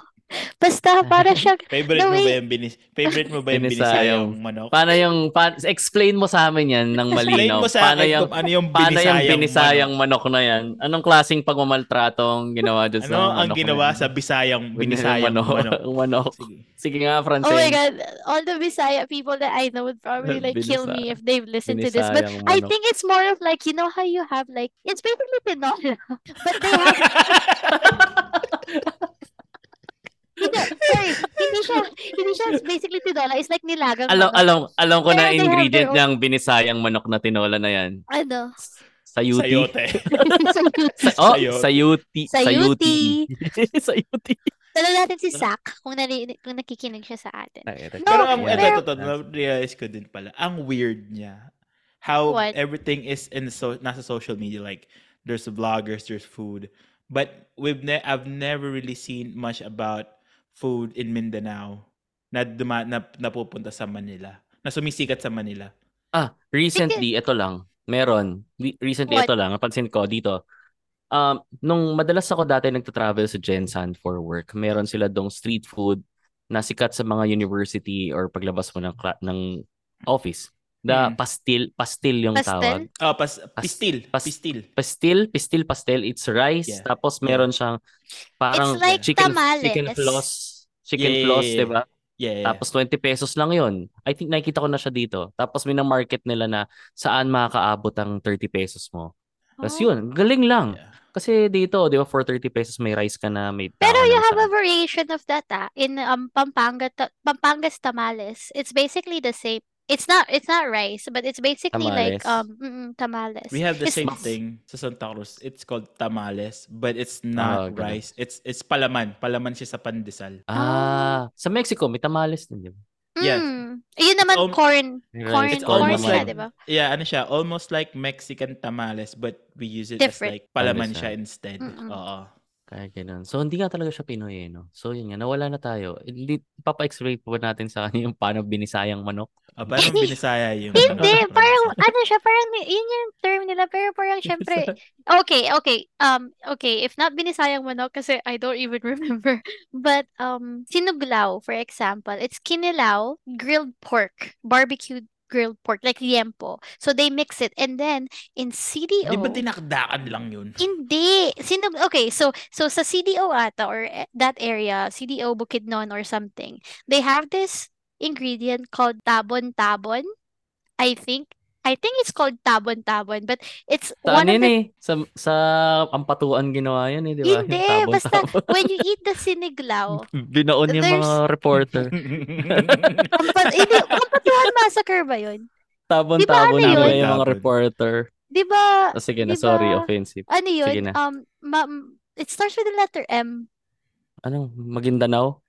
[SPEAKER 3] basta para siyang
[SPEAKER 2] Favorite
[SPEAKER 3] No,
[SPEAKER 2] mo ba
[SPEAKER 3] wait.
[SPEAKER 2] yung binis favorite mo ba yung
[SPEAKER 4] Binisayang.
[SPEAKER 2] binisayang manok?
[SPEAKER 4] Paano yung, pa- explain mo sa amin yan ng
[SPEAKER 2] Explain
[SPEAKER 4] malinaw.
[SPEAKER 2] mo sa
[SPEAKER 4] paano
[SPEAKER 2] akin
[SPEAKER 4] yung,
[SPEAKER 2] kung ano yung
[SPEAKER 4] paano yung
[SPEAKER 2] binisayang,
[SPEAKER 4] binisayang manok na yan? Anong klaseng pagmamaltratong
[SPEAKER 2] manok?
[SPEAKER 4] ginawa doon
[SPEAKER 2] Ano
[SPEAKER 4] sa
[SPEAKER 2] ang
[SPEAKER 4] manok
[SPEAKER 2] ginawa
[SPEAKER 4] na
[SPEAKER 2] sa bisayang
[SPEAKER 4] yan?
[SPEAKER 2] binisayang
[SPEAKER 4] manok?
[SPEAKER 2] manok?
[SPEAKER 4] Yung manok.
[SPEAKER 2] Sige.
[SPEAKER 4] Sige nga, Francine.
[SPEAKER 3] Oh my God, all the Bisaya people that I know would probably like kill
[SPEAKER 4] Binisaya-
[SPEAKER 3] me if they've listened to this. But
[SPEAKER 4] Binisayang
[SPEAKER 3] I
[SPEAKER 4] manok.
[SPEAKER 3] think it's more of like, you know how you have like, it's basically Pinola. But they have, hindi, sorry, hindi siya, hindi siya basically Pinola. It's like nilagang
[SPEAKER 4] Alam,
[SPEAKER 3] manok.
[SPEAKER 4] alam, alam ko
[SPEAKER 3] Pero
[SPEAKER 4] na
[SPEAKER 3] they have
[SPEAKER 4] ingredient
[SPEAKER 3] their
[SPEAKER 4] ng binisayang manok na tinola na yan.
[SPEAKER 3] Ano?
[SPEAKER 4] Sayuti.
[SPEAKER 2] Sayote.
[SPEAKER 4] Sa- oh,
[SPEAKER 2] Sayote.
[SPEAKER 4] sayuti.
[SPEAKER 3] Sayuti.
[SPEAKER 4] Sayuti. sayuti.
[SPEAKER 3] Tanong natin si Zach kung, nari, kung nakikinig siya sa atin. No,
[SPEAKER 2] Pero ang eto,
[SPEAKER 3] Yeah. pero-
[SPEAKER 2] eto, eto, na-realize ko din pala. Ang weird niya. How
[SPEAKER 3] What?
[SPEAKER 2] everything is in the so nasa social media like there's vloggers, there's food. But we've ne I've never really seen much about food in Mindanao na, duma- na napupunta sa Manila. Na sumisikat sa Manila.
[SPEAKER 4] Ah, recently, ito lang. Meron. Re- Recently,
[SPEAKER 3] What?
[SPEAKER 4] ito lang. Napansin ko dito. Um, nung madalas ako dati nagtatravel sa Gensan for work, meron sila dong street food na sikat sa mga university or paglabas mo ng, cla- ng office.
[SPEAKER 2] Mm.
[SPEAKER 4] The pastil, pastil yung
[SPEAKER 3] Pastel?
[SPEAKER 4] tawag.
[SPEAKER 2] Ah, pas, pistil.
[SPEAKER 4] pas-
[SPEAKER 2] pistil.
[SPEAKER 4] Pastil, pistil, pastel. It's rice.
[SPEAKER 2] Yeah.
[SPEAKER 4] Tapos meron siyang parang
[SPEAKER 3] It's like
[SPEAKER 4] chicken,
[SPEAKER 3] tamales.
[SPEAKER 4] chicken floss. Chicken
[SPEAKER 2] Yeah, yeah,
[SPEAKER 4] floss, diba?
[SPEAKER 2] yeah.
[SPEAKER 4] di ba?
[SPEAKER 2] Yeah, yeah.
[SPEAKER 4] Tapos 20 pesos lang yon. I think nakikita ko na siya dito. Tapos minamarket nila na saan makakaabot ang 30 pesos mo. Tapos
[SPEAKER 3] Oh.
[SPEAKER 4] yun, galing lang.
[SPEAKER 2] yeah.
[SPEAKER 4] Kasi dito, di ba, for 30 pesos may rice ka na, may
[SPEAKER 3] Pero
[SPEAKER 4] tao
[SPEAKER 3] you
[SPEAKER 4] na
[SPEAKER 3] have
[SPEAKER 4] saan.
[SPEAKER 3] a variation of that ah. In um Pampanga ta- Pampanga's tamales. It's basically the same. It's not it's not rice, but it's basically like
[SPEAKER 4] Tamales.
[SPEAKER 3] um mm-mm, tamales.
[SPEAKER 2] We have the
[SPEAKER 3] It's-
[SPEAKER 2] same
[SPEAKER 3] Mas-
[SPEAKER 2] thing sa Santa Cruz. It's called tamales, but it's not
[SPEAKER 4] Ah, ganun.
[SPEAKER 2] rice. It's it's palaman. Palaman siya sa pandesal.
[SPEAKER 4] Ah, sa Mexico, may tamales din, di ba?
[SPEAKER 2] yeah.
[SPEAKER 3] Mm. Yun naman
[SPEAKER 2] om-
[SPEAKER 3] corn.
[SPEAKER 4] May
[SPEAKER 3] Corn,
[SPEAKER 4] rice,
[SPEAKER 2] It's
[SPEAKER 3] corn
[SPEAKER 2] almost
[SPEAKER 3] siya,
[SPEAKER 2] like-
[SPEAKER 3] di ba?
[SPEAKER 2] Yeah, ano siya, almost like Mexican tamales, but we use it
[SPEAKER 3] Different.
[SPEAKER 2] as like palaman
[SPEAKER 4] Pandesal.
[SPEAKER 2] siya instead.
[SPEAKER 3] Mm-mm.
[SPEAKER 2] Oo.
[SPEAKER 4] Kaya ganun. So, hindi nga talaga siya Pinoy, eh, no? So, yun nga, nawala na tayo. Hindi, papa-explain po natin sa kanya yung paano binisayang manok.
[SPEAKER 2] Ah, parang binisaya yung...
[SPEAKER 3] Hindi,
[SPEAKER 2] ano,
[SPEAKER 3] parang
[SPEAKER 2] Francine.
[SPEAKER 3] ano siya, parang ni- yun yung term nila, pero parang syempre, okay, okay, um, okay, if not binisayang manok, kasi I don't even remember, but um, sinuglaw, for example, it's kinilaw, grilled pork, barbecued grilled pork, like liempo. So they mix it, and then in CDO,
[SPEAKER 2] Di ba tinakdakan lang yun?
[SPEAKER 3] Hindi. Sinug okay, so so sa CDO ata or e- that area, CDO Bukidnon or something. They have this ingredient called tabon-tabon. I think I think it's called tabon-tabon, but it's
[SPEAKER 4] Sa
[SPEAKER 3] one
[SPEAKER 4] ano yun
[SPEAKER 3] of the
[SPEAKER 4] eh? Sa, sa ampatuan ginawa yan eh, di ba? Yung
[SPEAKER 3] Hindi,
[SPEAKER 4] tabon-tabon.
[SPEAKER 3] basta when you eat the siniglao.
[SPEAKER 4] Binaon yung
[SPEAKER 3] There's-
[SPEAKER 4] mga reporter.
[SPEAKER 3] Kampat hindi kampatuhan massacre ba 'yon?
[SPEAKER 4] Tabon-tabon
[SPEAKER 3] ano
[SPEAKER 4] nila
[SPEAKER 2] yun?
[SPEAKER 4] yung mga
[SPEAKER 2] Tabon.
[SPEAKER 4] reporter.
[SPEAKER 3] 'Di ba?
[SPEAKER 4] Oh, sige na,
[SPEAKER 3] Diba?
[SPEAKER 4] sorry, offensive.
[SPEAKER 3] Ano
[SPEAKER 4] Sige na.
[SPEAKER 3] 'yon? Um ma- m- it starts with the letter M.
[SPEAKER 4] Anong, Maguindanao?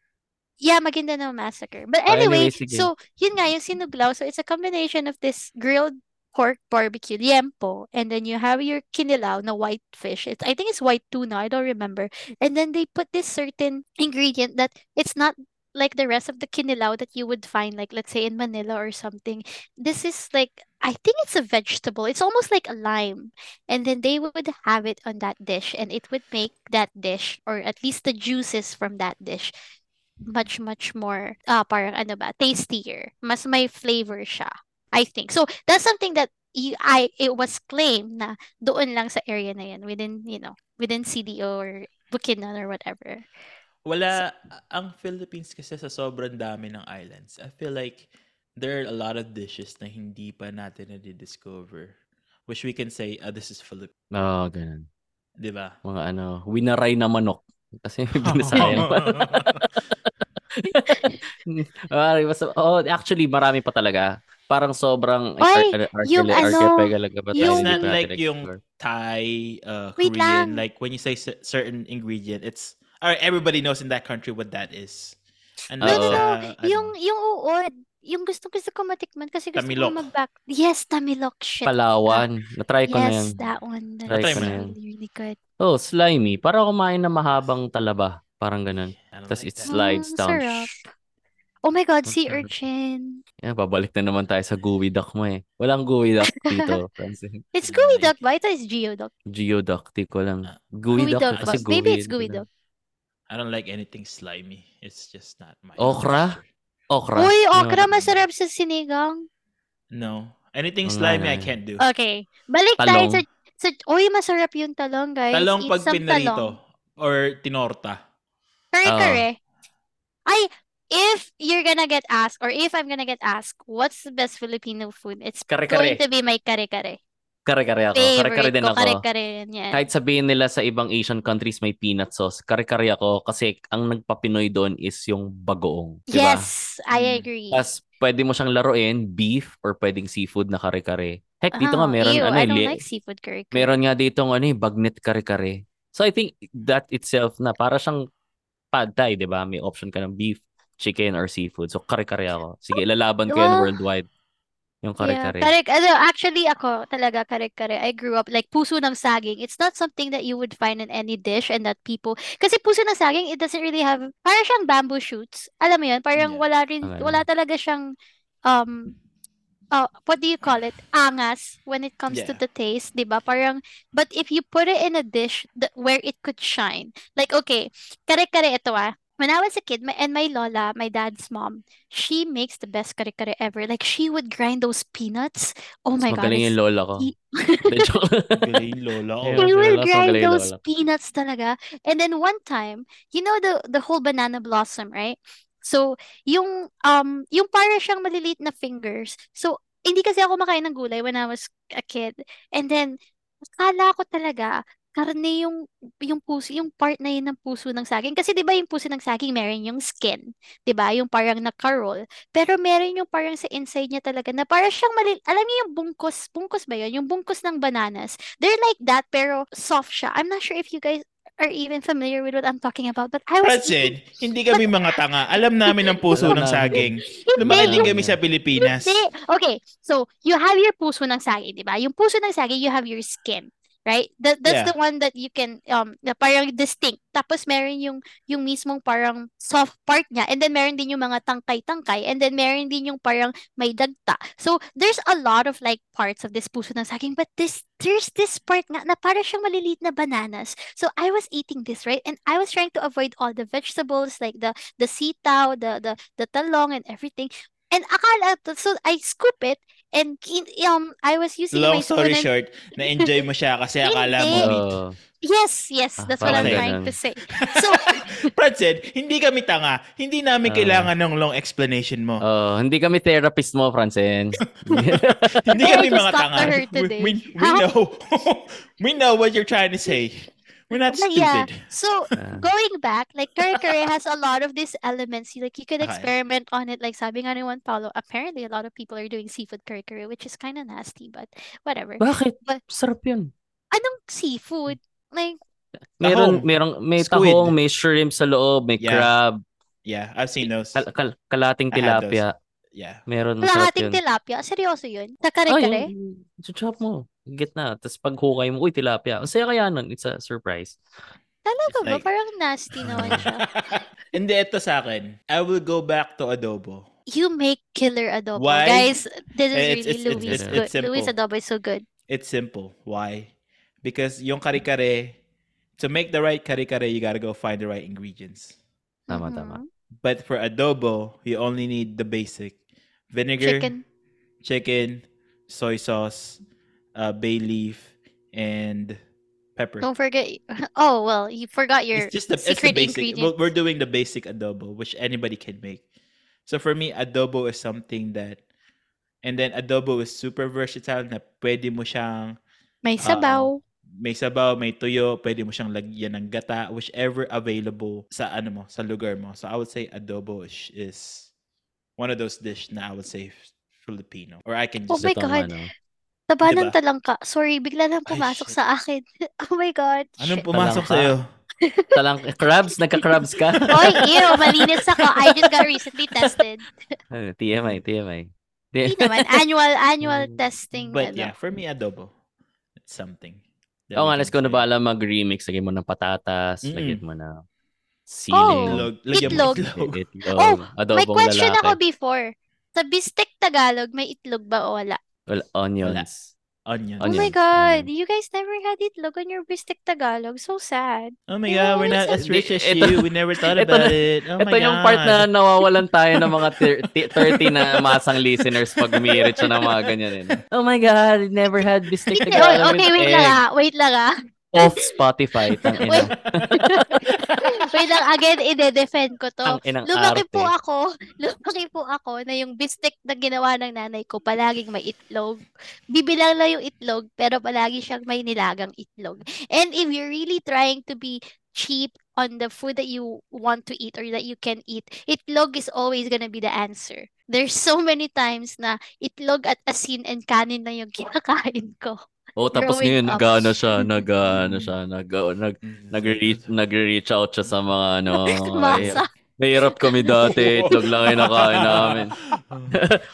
[SPEAKER 3] Yeah, Maguindanao Massacre. But
[SPEAKER 4] Ah, anyway,
[SPEAKER 3] anyway,
[SPEAKER 4] sige.
[SPEAKER 3] so yun nga yung sinuglaw. So it's a combination of this grilled pork barbecue, liempo, and then you have your kinilaw na white fish. It's, I think it's white tuna, I don't remember. And then they put this certain ingredient that it's not like the rest of the kinilaw that you would find like let's say in Manila or something. This is like I think it's a vegetable. It's almost like a lime. And then they would have it on that dish and it would make that dish or at least the juices from that dish much much more ah parang ano ba tastier mas may flavor siya I think so that's something that y- I it was claimed na doon lang sa area na yan within you know within CDO or Bukidnon or whatever
[SPEAKER 2] Wala, ang Philippines kasi sa sobrang dami ng islands, I feel like there are a lot of dishes na hindi pa natin na-discover. Which we can say, ah, this is Philippines.
[SPEAKER 4] Oo, Oh, ganun.
[SPEAKER 2] Di ba?
[SPEAKER 4] Mga ano, winaray na manok. Kasi may binasaya. Marami, basta, oh, actually, marami pa talaga. Parang sobrang
[SPEAKER 3] Ay,
[SPEAKER 4] ar- ar-
[SPEAKER 3] yung
[SPEAKER 4] archipelago-
[SPEAKER 3] ano,
[SPEAKER 4] archipelago ba tayo?
[SPEAKER 3] yung-
[SPEAKER 2] It's
[SPEAKER 4] Hindi
[SPEAKER 2] not
[SPEAKER 4] pa natin
[SPEAKER 2] like yung
[SPEAKER 4] explore.
[SPEAKER 2] Thai, uh,
[SPEAKER 3] Wait
[SPEAKER 2] Korean.
[SPEAKER 3] lang.
[SPEAKER 2] Like, when you say cer- certain ingredient, it's... Alright, everybody knows in that country what that is. And
[SPEAKER 4] No,
[SPEAKER 2] like
[SPEAKER 4] no,
[SPEAKER 2] sa, ano,
[SPEAKER 3] yung yung uod yung gusto gusto ko matikman kasi gusto
[SPEAKER 2] Tamilok.
[SPEAKER 3] ko mag-back yes tamilok shit
[SPEAKER 4] Palawan. Natry ko na yan.
[SPEAKER 3] yes that one that
[SPEAKER 4] Try
[SPEAKER 3] is
[SPEAKER 2] ko na
[SPEAKER 4] yan.
[SPEAKER 3] really really good
[SPEAKER 4] Oh, slimy. Para kumain na mahabang talaba. Parang ganun.
[SPEAKER 2] I don't like
[SPEAKER 4] Tapos it
[SPEAKER 2] that.
[SPEAKER 3] sli-
[SPEAKER 4] slides
[SPEAKER 3] Mm,
[SPEAKER 4] down.
[SPEAKER 3] sarap. oh my god sea
[SPEAKER 4] Mm-mm.
[SPEAKER 3] urchin
[SPEAKER 4] Yeah, babalik na naman tayo sa gooey duck mo eh. Walang gooey duck dito, Francis.
[SPEAKER 3] it's
[SPEAKER 2] Mm,
[SPEAKER 3] gooey
[SPEAKER 2] like-
[SPEAKER 3] duck ba ito is geoduck
[SPEAKER 4] Geoduck, di ko lang.
[SPEAKER 2] Ah.
[SPEAKER 4] Gooey,
[SPEAKER 3] Gooey
[SPEAKER 4] duck,
[SPEAKER 3] duck
[SPEAKER 4] kasi
[SPEAKER 3] ba?
[SPEAKER 4] gooey.
[SPEAKER 3] Maybe it's gooey
[SPEAKER 4] diba?
[SPEAKER 2] I don't like anything slimy. It's just not my...
[SPEAKER 4] Okra? Okra.
[SPEAKER 3] uy
[SPEAKER 4] Ano
[SPEAKER 3] okra
[SPEAKER 4] yun?
[SPEAKER 3] masarap sa sinigang
[SPEAKER 2] No. Anything
[SPEAKER 4] Wala
[SPEAKER 2] slimy, I
[SPEAKER 4] na.
[SPEAKER 2] can't do.
[SPEAKER 3] okay balik tayo sa
[SPEAKER 4] Talong.
[SPEAKER 3] sa uy masarap yung talong guys
[SPEAKER 2] talong
[SPEAKER 3] Eat
[SPEAKER 2] pag
[SPEAKER 3] some
[SPEAKER 2] pinarito.
[SPEAKER 3] talong
[SPEAKER 2] Or tinorta.
[SPEAKER 3] Kare
[SPEAKER 4] Oo.
[SPEAKER 3] kare. Ay, if you're gonna get asked, or if I'm gonna get asked, what's the best Filipino food? It's
[SPEAKER 4] Kare-kare.
[SPEAKER 3] going to be my kare kare.
[SPEAKER 4] Kare-kare ako. Kare-kare
[SPEAKER 3] Favorite
[SPEAKER 4] din
[SPEAKER 3] ko,
[SPEAKER 4] ako.
[SPEAKER 3] kare kare yan. yan.
[SPEAKER 4] Kahit sabihin nila sa ibang Asian countries may peanut sauce, kare-kare ako kasi ang nagpapinoy doon is yung bagoong. di ba?
[SPEAKER 3] Yes,
[SPEAKER 2] Mm.
[SPEAKER 3] I agree.
[SPEAKER 4] diba? Tapos pwede mo siyang laruin, beef or pwedeng seafood na kare-kare. Heck, dito nga
[SPEAKER 3] Ah,
[SPEAKER 4] meron,
[SPEAKER 3] ew,
[SPEAKER 4] ano, eh,
[SPEAKER 3] I don't
[SPEAKER 4] li-
[SPEAKER 3] like seafood kare kare.
[SPEAKER 4] meron nga dito ano, eh, bagnet kare-kare. So I think that itself na para siyang pad thai, di ba? May option ka ng beef, chicken, or seafood. So kare-kare ako. Sige, ilalaban ko yan
[SPEAKER 3] Well,
[SPEAKER 4] worldwide. Yung kare-kare.
[SPEAKER 3] Yeah, kare, ano, actually ako talaga kare-kare. I grew up like puso ng saging. It's not something that you would find in any dish and that people kasi puso ng saging it doesn't really have parang siyang bamboo shoots. Alam mo 'yun, parang
[SPEAKER 2] Yeah.
[SPEAKER 3] wala rin
[SPEAKER 4] Tama
[SPEAKER 3] wala talaga siyang um uh, what do you call it? Angas when it comes to
[SPEAKER 2] Yeah.
[SPEAKER 3] the taste, 'di ba? Parang but if you put it in a dish that, where it could shine. Like okay, kare-kare ito ah. When I was a kid, my, and my lola, my dad's mom, she makes the best kare kare ever. Like she would grind those peanuts. Oh
[SPEAKER 4] Mas
[SPEAKER 3] my god.
[SPEAKER 4] magaling yung
[SPEAKER 3] it's-
[SPEAKER 4] lola ko.
[SPEAKER 3] He-
[SPEAKER 4] Hindi, joke lang.
[SPEAKER 2] Galing lola ko.
[SPEAKER 4] Ayun.
[SPEAKER 3] They will
[SPEAKER 4] lola, mas
[SPEAKER 3] grind
[SPEAKER 4] magaling yung
[SPEAKER 3] those
[SPEAKER 4] lola.
[SPEAKER 3] peanuts talaga. And then one time, you know the the whole banana blossom, right? So, yung um yung para siyang maliliit na fingers. So, hindi kasi ako makain ng gulay when I was a kid. And then akala ko talaga karne yung yung puso, yung part na yun ng puso ng saging. Kasi 'di ba yung puso ng saging meron yung skin, 'di ba? Yung parang naka-roll. Pero meron yung parang sa inside niya talaga na parang siyang mali... Alam niyo yung bungkos? Bungkos ba yun? Yung bungkos ng bananas. They're like that pero soft siya. I'm not sure if you guys are even familiar with what I'm talking about but I was eating...
[SPEAKER 2] Francis, hindi kami mga tanga. Alam namin ang puso ng
[SPEAKER 4] Alam namin.
[SPEAKER 2] saging. Lumaki
[SPEAKER 3] Hindi,
[SPEAKER 2] din
[SPEAKER 3] yung...
[SPEAKER 2] kami sa Pilipinas.
[SPEAKER 3] Hindi. Okay. So, you have your puso ng saging, di ba? Yung puso ng saging, you have your skin. Right? That, that's
[SPEAKER 2] Yeah.
[SPEAKER 3] the one that you can, um, na parang distinct. Tapos meron yung, yung mismong parang soft part niya. And then meron din yung mga tangkay-tangkay. And then meron din yung parang may dagta. So, there's a lot of like parts of this puso ng saging. But this, there's this part nga na parang siyang maliliit na bananas. So, I was eating this, right? And I was trying to avoid all the vegetables like the, the sitaw, the, the, the talong and everything. And akala, so I scoop it and kin- um I was using my
[SPEAKER 2] Long
[SPEAKER 3] spoon
[SPEAKER 2] story
[SPEAKER 3] and
[SPEAKER 2] short, na-enjoy mo siya kasi akala mo
[SPEAKER 3] Hindi.
[SPEAKER 2] meat.
[SPEAKER 4] Oo.
[SPEAKER 3] yes, yes,
[SPEAKER 4] Ah,
[SPEAKER 3] that's what I'm
[SPEAKER 2] parang
[SPEAKER 3] trying to
[SPEAKER 4] ganun.
[SPEAKER 3] say. So
[SPEAKER 2] Francis, hindi kami tanga. Hindi namin
[SPEAKER 4] Ah.
[SPEAKER 2] kailangan ng long explanation mo.
[SPEAKER 4] Oo, hindi kami therapist mo, Francine.
[SPEAKER 2] hindi
[SPEAKER 3] Thank
[SPEAKER 2] kami
[SPEAKER 3] you,
[SPEAKER 2] mga
[SPEAKER 3] Dr.
[SPEAKER 2] tanga.
[SPEAKER 3] Hurt
[SPEAKER 2] We,
[SPEAKER 3] today.
[SPEAKER 2] we, we
[SPEAKER 3] How-
[SPEAKER 2] know. we know what you're trying to say. We're not
[SPEAKER 3] Like, yeah.
[SPEAKER 2] stupid.
[SPEAKER 3] so
[SPEAKER 4] Ah.
[SPEAKER 3] going back, like kare kare has a lot of these elements. You- Like you could
[SPEAKER 2] Okay.
[SPEAKER 3] experiment on it. Like sabi nga ni Juan Paulo, apparently a lot of people are doing seafood kare kare, which is kind of nasty, but whatever.
[SPEAKER 4] Bakit?
[SPEAKER 3] But-
[SPEAKER 4] Sarap yun.
[SPEAKER 3] Anong seafood? Like
[SPEAKER 4] Meron,
[SPEAKER 2] Tahong.
[SPEAKER 4] merong, may
[SPEAKER 2] Squid.
[SPEAKER 4] tahong, may shrimp sa loob, may
[SPEAKER 2] Yeah.
[SPEAKER 4] crab,
[SPEAKER 2] Yeah, I've seen those.
[SPEAKER 4] kal- kal- kalating
[SPEAKER 2] I had those.
[SPEAKER 4] tilapia.
[SPEAKER 2] yeah.
[SPEAKER 4] Meron sarap
[SPEAKER 3] Lahating
[SPEAKER 4] yun.
[SPEAKER 3] tilapia. Seryoso
[SPEAKER 4] Oh,
[SPEAKER 3] yun? Takare-kare?
[SPEAKER 4] yun. Chop mo. Gitna. Tapos pag hukay mo, uy, tilapia. Ang saya kaya nun. It's a surprise.
[SPEAKER 3] Talaga
[SPEAKER 2] It's
[SPEAKER 3] ba?
[SPEAKER 2] like-
[SPEAKER 3] Parang nasty naman siya.
[SPEAKER 2] Hindi, ito sa akin. I will go back to adobo.
[SPEAKER 3] You make killer adobo.
[SPEAKER 2] Why?
[SPEAKER 3] Guys, this
[SPEAKER 2] Eh, it's-
[SPEAKER 3] is
[SPEAKER 2] it's-
[SPEAKER 3] really
[SPEAKER 4] it's-
[SPEAKER 3] Louis.
[SPEAKER 4] it's-
[SPEAKER 3] good.
[SPEAKER 2] it's simple.
[SPEAKER 3] Louis adobo is so good.
[SPEAKER 2] It's simple. Why? Because yung kare-kare, to make the right kare-kare, you gotta go find the right ingredients.
[SPEAKER 4] Tama,
[SPEAKER 3] Mhm.
[SPEAKER 4] tama.
[SPEAKER 2] But for adobo, you only need the basic. Vinegar,
[SPEAKER 3] Chicken.
[SPEAKER 2] chicken, soy sauce, uh, bay leaf, and pepper.
[SPEAKER 3] Don't forget. Oh, well, you forgot your
[SPEAKER 2] it's just the, it's the
[SPEAKER 3] secret
[SPEAKER 2] basic. We're,
[SPEAKER 3] ingredient.
[SPEAKER 2] we're doing the basic adobo, which anybody can make. So for me, adobo is something that, and then adobo is super versatile na pwede mo siyang Ah.
[SPEAKER 3] May sabaw.
[SPEAKER 2] may sabaw, may tuyo, pwede mo siyang lagyan ng gata, whichever available sa ano mo, sa lugar mo. So I would say adobo is, is one of those dish na I would say Filipino. Or I can
[SPEAKER 3] Oh
[SPEAKER 2] just
[SPEAKER 3] my
[SPEAKER 4] Tama,
[SPEAKER 3] God.
[SPEAKER 4] no?
[SPEAKER 3] Taba ng
[SPEAKER 2] diba?
[SPEAKER 3] talangka. Sorry, bigla lang
[SPEAKER 2] Ay,
[SPEAKER 3] pumasok
[SPEAKER 2] shit. Ano
[SPEAKER 3] sa akin. oh my God.
[SPEAKER 2] Anong
[SPEAKER 3] shit.
[SPEAKER 2] pumasok
[SPEAKER 4] Talangka.
[SPEAKER 2] sa'yo?
[SPEAKER 4] Talang, crabs? Nagka-crabs ka?
[SPEAKER 3] Oy, ew, malinis ako. I just got recently tested.
[SPEAKER 4] Ano, TMI, TMI.
[SPEAKER 3] Hindi naman. Annual, annual
[SPEAKER 4] Mm,
[SPEAKER 3] testing.
[SPEAKER 2] But
[SPEAKER 3] ano.
[SPEAKER 2] yeah, for me, adobo. It's something. that we
[SPEAKER 4] Oo oh, nga,
[SPEAKER 2] can
[SPEAKER 4] let's go na
[SPEAKER 2] say.
[SPEAKER 4] bala mag-remix. Lagyan mo ng patatas,
[SPEAKER 2] Mm-mm.
[SPEAKER 4] lagyan mo na
[SPEAKER 3] Oh,
[SPEAKER 4] siling,
[SPEAKER 2] Itlog. Lagyan mo
[SPEAKER 3] Itlog.
[SPEAKER 2] itlog.
[SPEAKER 4] itlog,
[SPEAKER 3] Oh,
[SPEAKER 4] adobong
[SPEAKER 3] May question
[SPEAKER 4] lalaki,
[SPEAKER 3] ako before. Sa Bistek Tagalog, may itlog ba o wala?
[SPEAKER 4] Well, onions.
[SPEAKER 2] Onion.
[SPEAKER 3] Oh
[SPEAKER 4] Onion.
[SPEAKER 3] my God,
[SPEAKER 4] Mm.
[SPEAKER 3] you guys never had itlog on your Bistek Tagalog. So sad.
[SPEAKER 2] Oh my
[SPEAKER 3] Ew,
[SPEAKER 2] god, we're not as
[SPEAKER 3] that's
[SPEAKER 2] rich as
[SPEAKER 4] Ito-
[SPEAKER 2] you. We never thought
[SPEAKER 4] ito
[SPEAKER 2] about
[SPEAKER 4] na-
[SPEAKER 2] it. Oh my
[SPEAKER 4] Ito yung part na
[SPEAKER 2] God.
[SPEAKER 4] nawawalan tayo ng mga thir- ti- 30 na masang listeners pag umirit siya ng mga ganyan. eh. Oh my God, never had bistek
[SPEAKER 3] Hindi,
[SPEAKER 4] Tagalog
[SPEAKER 3] okay,
[SPEAKER 4] with
[SPEAKER 3] wait lang
[SPEAKER 4] egg.
[SPEAKER 3] ah. Wait lang ah.
[SPEAKER 4] Off Spotify. Tang
[SPEAKER 3] Wait.
[SPEAKER 4] ina.
[SPEAKER 3] Wait lang, again, ide-defend ko to.
[SPEAKER 4] Tang inang
[SPEAKER 3] Lumaki
[SPEAKER 4] arte.
[SPEAKER 3] po ako, lumaki po ako na yung bistek na ginawa ng nanay ko, palaging may itlog. Bibilang lang yung itlog, pero palagi siyang may nilagang itlog. And if you're really trying to be cheap on the food that you want to eat or that you can eat, itlog is always gonna be the answer. There's so many times na itlog at asin and kanin na yung kinakain ko.
[SPEAKER 4] Oh, tapos ngayon,
[SPEAKER 3] Growing up.
[SPEAKER 4] nag-ano siya, nag, ano siya, nag, nag, nag-reach, nag-reach out siya sa mga, ano,
[SPEAKER 3] Masa.
[SPEAKER 4] Mahirap kami dati. Itlog lang kinakain namin.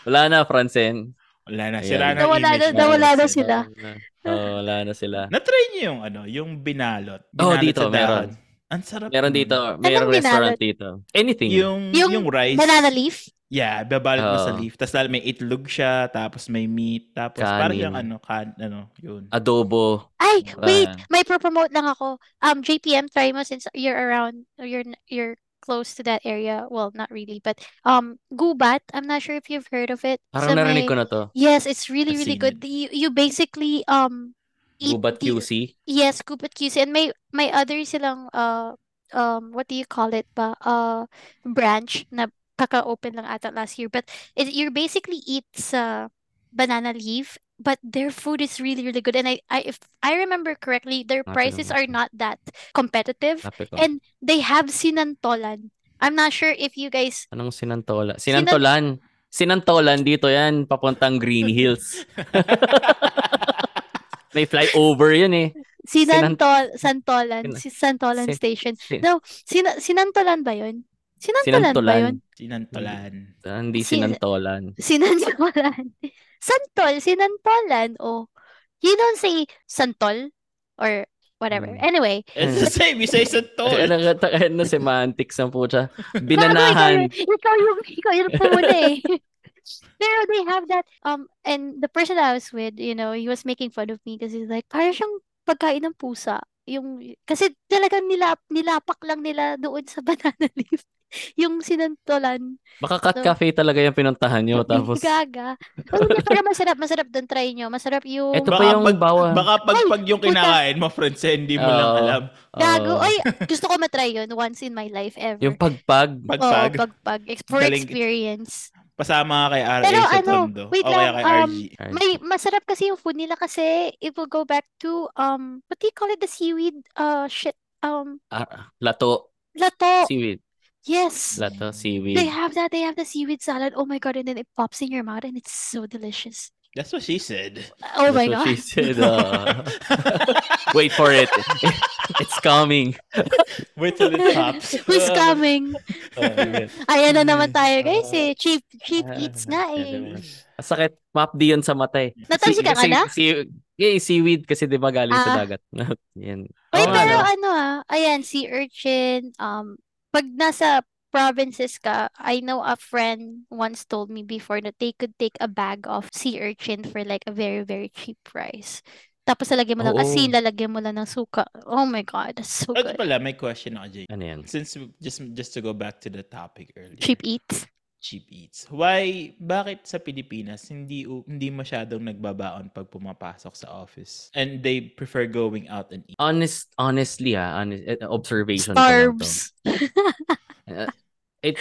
[SPEAKER 4] Wala na, Francen.
[SPEAKER 2] Wala na.
[SPEAKER 4] Ayan.
[SPEAKER 2] Sira na.
[SPEAKER 3] Nawala
[SPEAKER 2] image
[SPEAKER 3] na- nawala na
[SPEAKER 2] sila.
[SPEAKER 3] sila.
[SPEAKER 4] Oh, wala na sila.
[SPEAKER 2] Na-try niyo yung ano, yung binalot.
[SPEAKER 4] Oh,
[SPEAKER 2] Binalot
[SPEAKER 4] dito,
[SPEAKER 2] sa dahon.
[SPEAKER 4] meron.
[SPEAKER 2] Ang sarap.
[SPEAKER 4] Meron
[SPEAKER 2] nun.
[SPEAKER 4] dito, merong
[SPEAKER 3] binalot?
[SPEAKER 4] restaurant dito. Anything.
[SPEAKER 2] Yung, yung,
[SPEAKER 3] Yung
[SPEAKER 2] rice.
[SPEAKER 3] Banana leaf?
[SPEAKER 2] Yeah, babalot mo sa
[SPEAKER 4] Oo.
[SPEAKER 2] leaf. Tapos lalo may itlog siya, tapos may meat, tapos parang
[SPEAKER 4] Kanin.
[SPEAKER 2] yung ano, kan, ano, yun.
[SPEAKER 4] adobo.
[SPEAKER 3] Ay, wait,
[SPEAKER 4] Ah.
[SPEAKER 3] may pro-promote lang ako. Um, JPM, try mo since you're around, or you're n- you're close to that area. Well, not really, but um, gubat. I'm not sure if you've heard of it.
[SPEAKER 4] Parang
[SPEAKER 3] Sa
[SPEAKER 4] narinig
[SPEAKER 3] may-
[SPEAKER 4] ko na to.
[SPEAKER 3] Yes, it's really
[SPEAKER 2] I've
[SPEAKER 3] really
[SPEAKER 2] seen
[SPEAKER 3] good. You you basically um eat
[SPEAKER 4] Gubat
[SPEAKER 3] the-
[SPEAKER 4] QC.
[SPEAKER 3] Yes, gubat QC and may may other silang uh um what do you call it ba uh branch na kaka-open lang ata last year but it, you're basically eat sa banana leaf but their food is really really good and I, I if I remember correctly their
[SPEAKER 4] Ah,
[SPEAKER 3] prices are
[SPEAKER 4] tinanong ko.
[SPEAKER 3] not that competitive
[SPEAKER 4] Lapit ko.
[SPEAKER 3] and they have sinantolan. I'm not sure if you guys
[SPEAKER 4] Anong sinantola? Sinantolan. Sinantolan dito yan, papuntang Green Hills. May flyover yun eh. Sinan-
[SPEAKER 3] sinantol santolan
[SPEAKER 4] Sin-
[SPEAKER 3] si santolan
[SPEAKER 4] Sin-
[SPEAKER 3] station.
[SPEAKER 4] Sin-
[SPEAKER 3] No, sina, sinantolan ba 'yon? Sinantolan ba
[SPEAKER 4] Sinantolan.
[SPEAKER 3] 'yon?
[SPEAKER 2] Sinantolan.
[SPEAKER 4] Ah, Hindi
[SPEAKER 3] Sin-
[SPEAKER 4] sinantolan.
[SPEAKER 3] Sinantolan. Santol, sinantolan. Oh, you don't say santol or whatever.
[SPEAKER 4] Mm.
[SPEAKER 3] Anyway,
[SPEAKER 2] It's the same. You say santol.
[SPEAKER 4] Ano ka na semantics ang puta. Binanahan.
[SPEAKER 3] Bago ikaw, ikaw yung ikaw yung pumuna eh. Pero they have that um and the person that I was with, you know, he was making fun of me because he's like, parang siyang pagkain ng pusa. Yung kasi talagang nilap, nilapak lang nila doon sa banana leaf. Yung sinantolan.
[SPEAKER 4] Baka cat cafe talaga yung pinuntahan nyo. Tapos,
[SPEAKER 3] Gaga. Oh, hindi, pero masarap, masarap doon. Try nyo. Masarap yung...
[SPEAKER 4] Ito pa yung
[SPEAKER 2] pag,
[SPEAKER 4] bawal.
[SPEAKER 2] baka pag,
[SPEAKER 3] Ay,
[SPEAKER 2] pag yung
[SPEAKER 3] puta.
[SPEAKER 2] kinakain mo, friends, eh, hindi mo lang
[SPEAKER 4] Oo.
[SPEAKER 2] alam.
[SPEAKER 3] Gago.
[SPEAKER 4] oh,
[SPEAKER 3] Oy, gusto ko matry yun once in my life ever.
[SPEAKER 4] yung pagpag.
[SPEAKER 2] Pagpag,
[SPEAKER 3] Oo, pagpag. Ex- For
[SPEAKER 2] Galing.
[SPEAKER 3] experience.
[SPEAKER 2] pasama ka kay RA
[SPEAKER 3] Pero
[SPEAKER 2] sa
[SPEAKER 3] ano,
[SPEAKER 2] Tondo.
[SPEAKER 3] wait
[SPEAKER 2] o kaya
[SPEAKER 3] lang,
[SPEAKER 2] kay
[SPEAKER 3] um,
[SPEAKER 2] RG.
[SPEAKER 3] May masarap kasi yung food nila kasi it will go back to um what do you call it the seaweed uh shit um
[SPEAKER 4] Ah, lato.
[SPEAKER 3] lato.
[SPEAKER 4] Seaweed.
[SPEAKER 3] Yes.
[SPEAKER 4] Lato,
[SPEAKER 3] They
[SPEAKER 4] seaweed.
[SPEAKER 3] have that. They have the seaweed salad. Oh my god, and then it pops in your mouth and it's so delicious.
[SPEAKER 2] That's what she said.
[SPEAKER 3] Oh my
[SPEAKER 4] That's what
[SPEAKER 3] god.
[SPEAKER 4] she said, ah. Wait for uh, it. It's coming.
[SPEAKER 2] Wait till it pops.
[SPEAKER 3] Who's coming?
[SPEAKER 2] Oh, yun.
[SPEAKER 3] Ayan na naman tayo guys eh.
[SPEAKER 4] Ah.
[SPEAKER 3] Cheap, cheap eats nga eh.
[SPEAKER 4] Ang sakit. Map di yun sa eh. matay.
[SPEAKER 3] Natalsi ka ka
[SPEAKER 4] kasi-
[SPEAKER 3] na?
[SPEAKER 4] Si, yeah, seaweed kasi di ba galing sa
[SPEAKER 3] Ah.
[SPEAKER 4] dagat. Yan.
[SPEAKER 3] Uy,
[SPEAKER 2] Oo nga,
[SPEAKER 3] pero
[SPEAKER 2] no?
[SPEAKER 3] ano ah, ayan, si urchin, um, pag nasa provinces ka, I know a friend once told me before that they could take a bag of sea urchin for like a very, very cheap price. Tapos lalagyan mo lang
[SPEAKER 4] Oo.
[SPEAKER 3] asin, lalagyan mo lang ng suka. Oh my God, that's so
[SPEAKER 2] Ito
[SPEAKER 3] good.
[SPEAKER 2] pala, may question ako, Jay.
[SPEAKER 4] Ano yan?
[SPEAKER 2] Since we- just just to go back to the topic earlier.
[SPEAKER 3] Cheap eats.
[SPEAKER 2] cheap eats. Why bakit sa Pilipinas hindi u- hindi masyadong nagbabaon pag pumapasok sa office and they prefer going out and eat.
[SPEAKER 4] Honest, honestly ah, honest, eh, observation ko lang to.
[SPEAKER 3] Starves.
[SPEAKER 4] It's,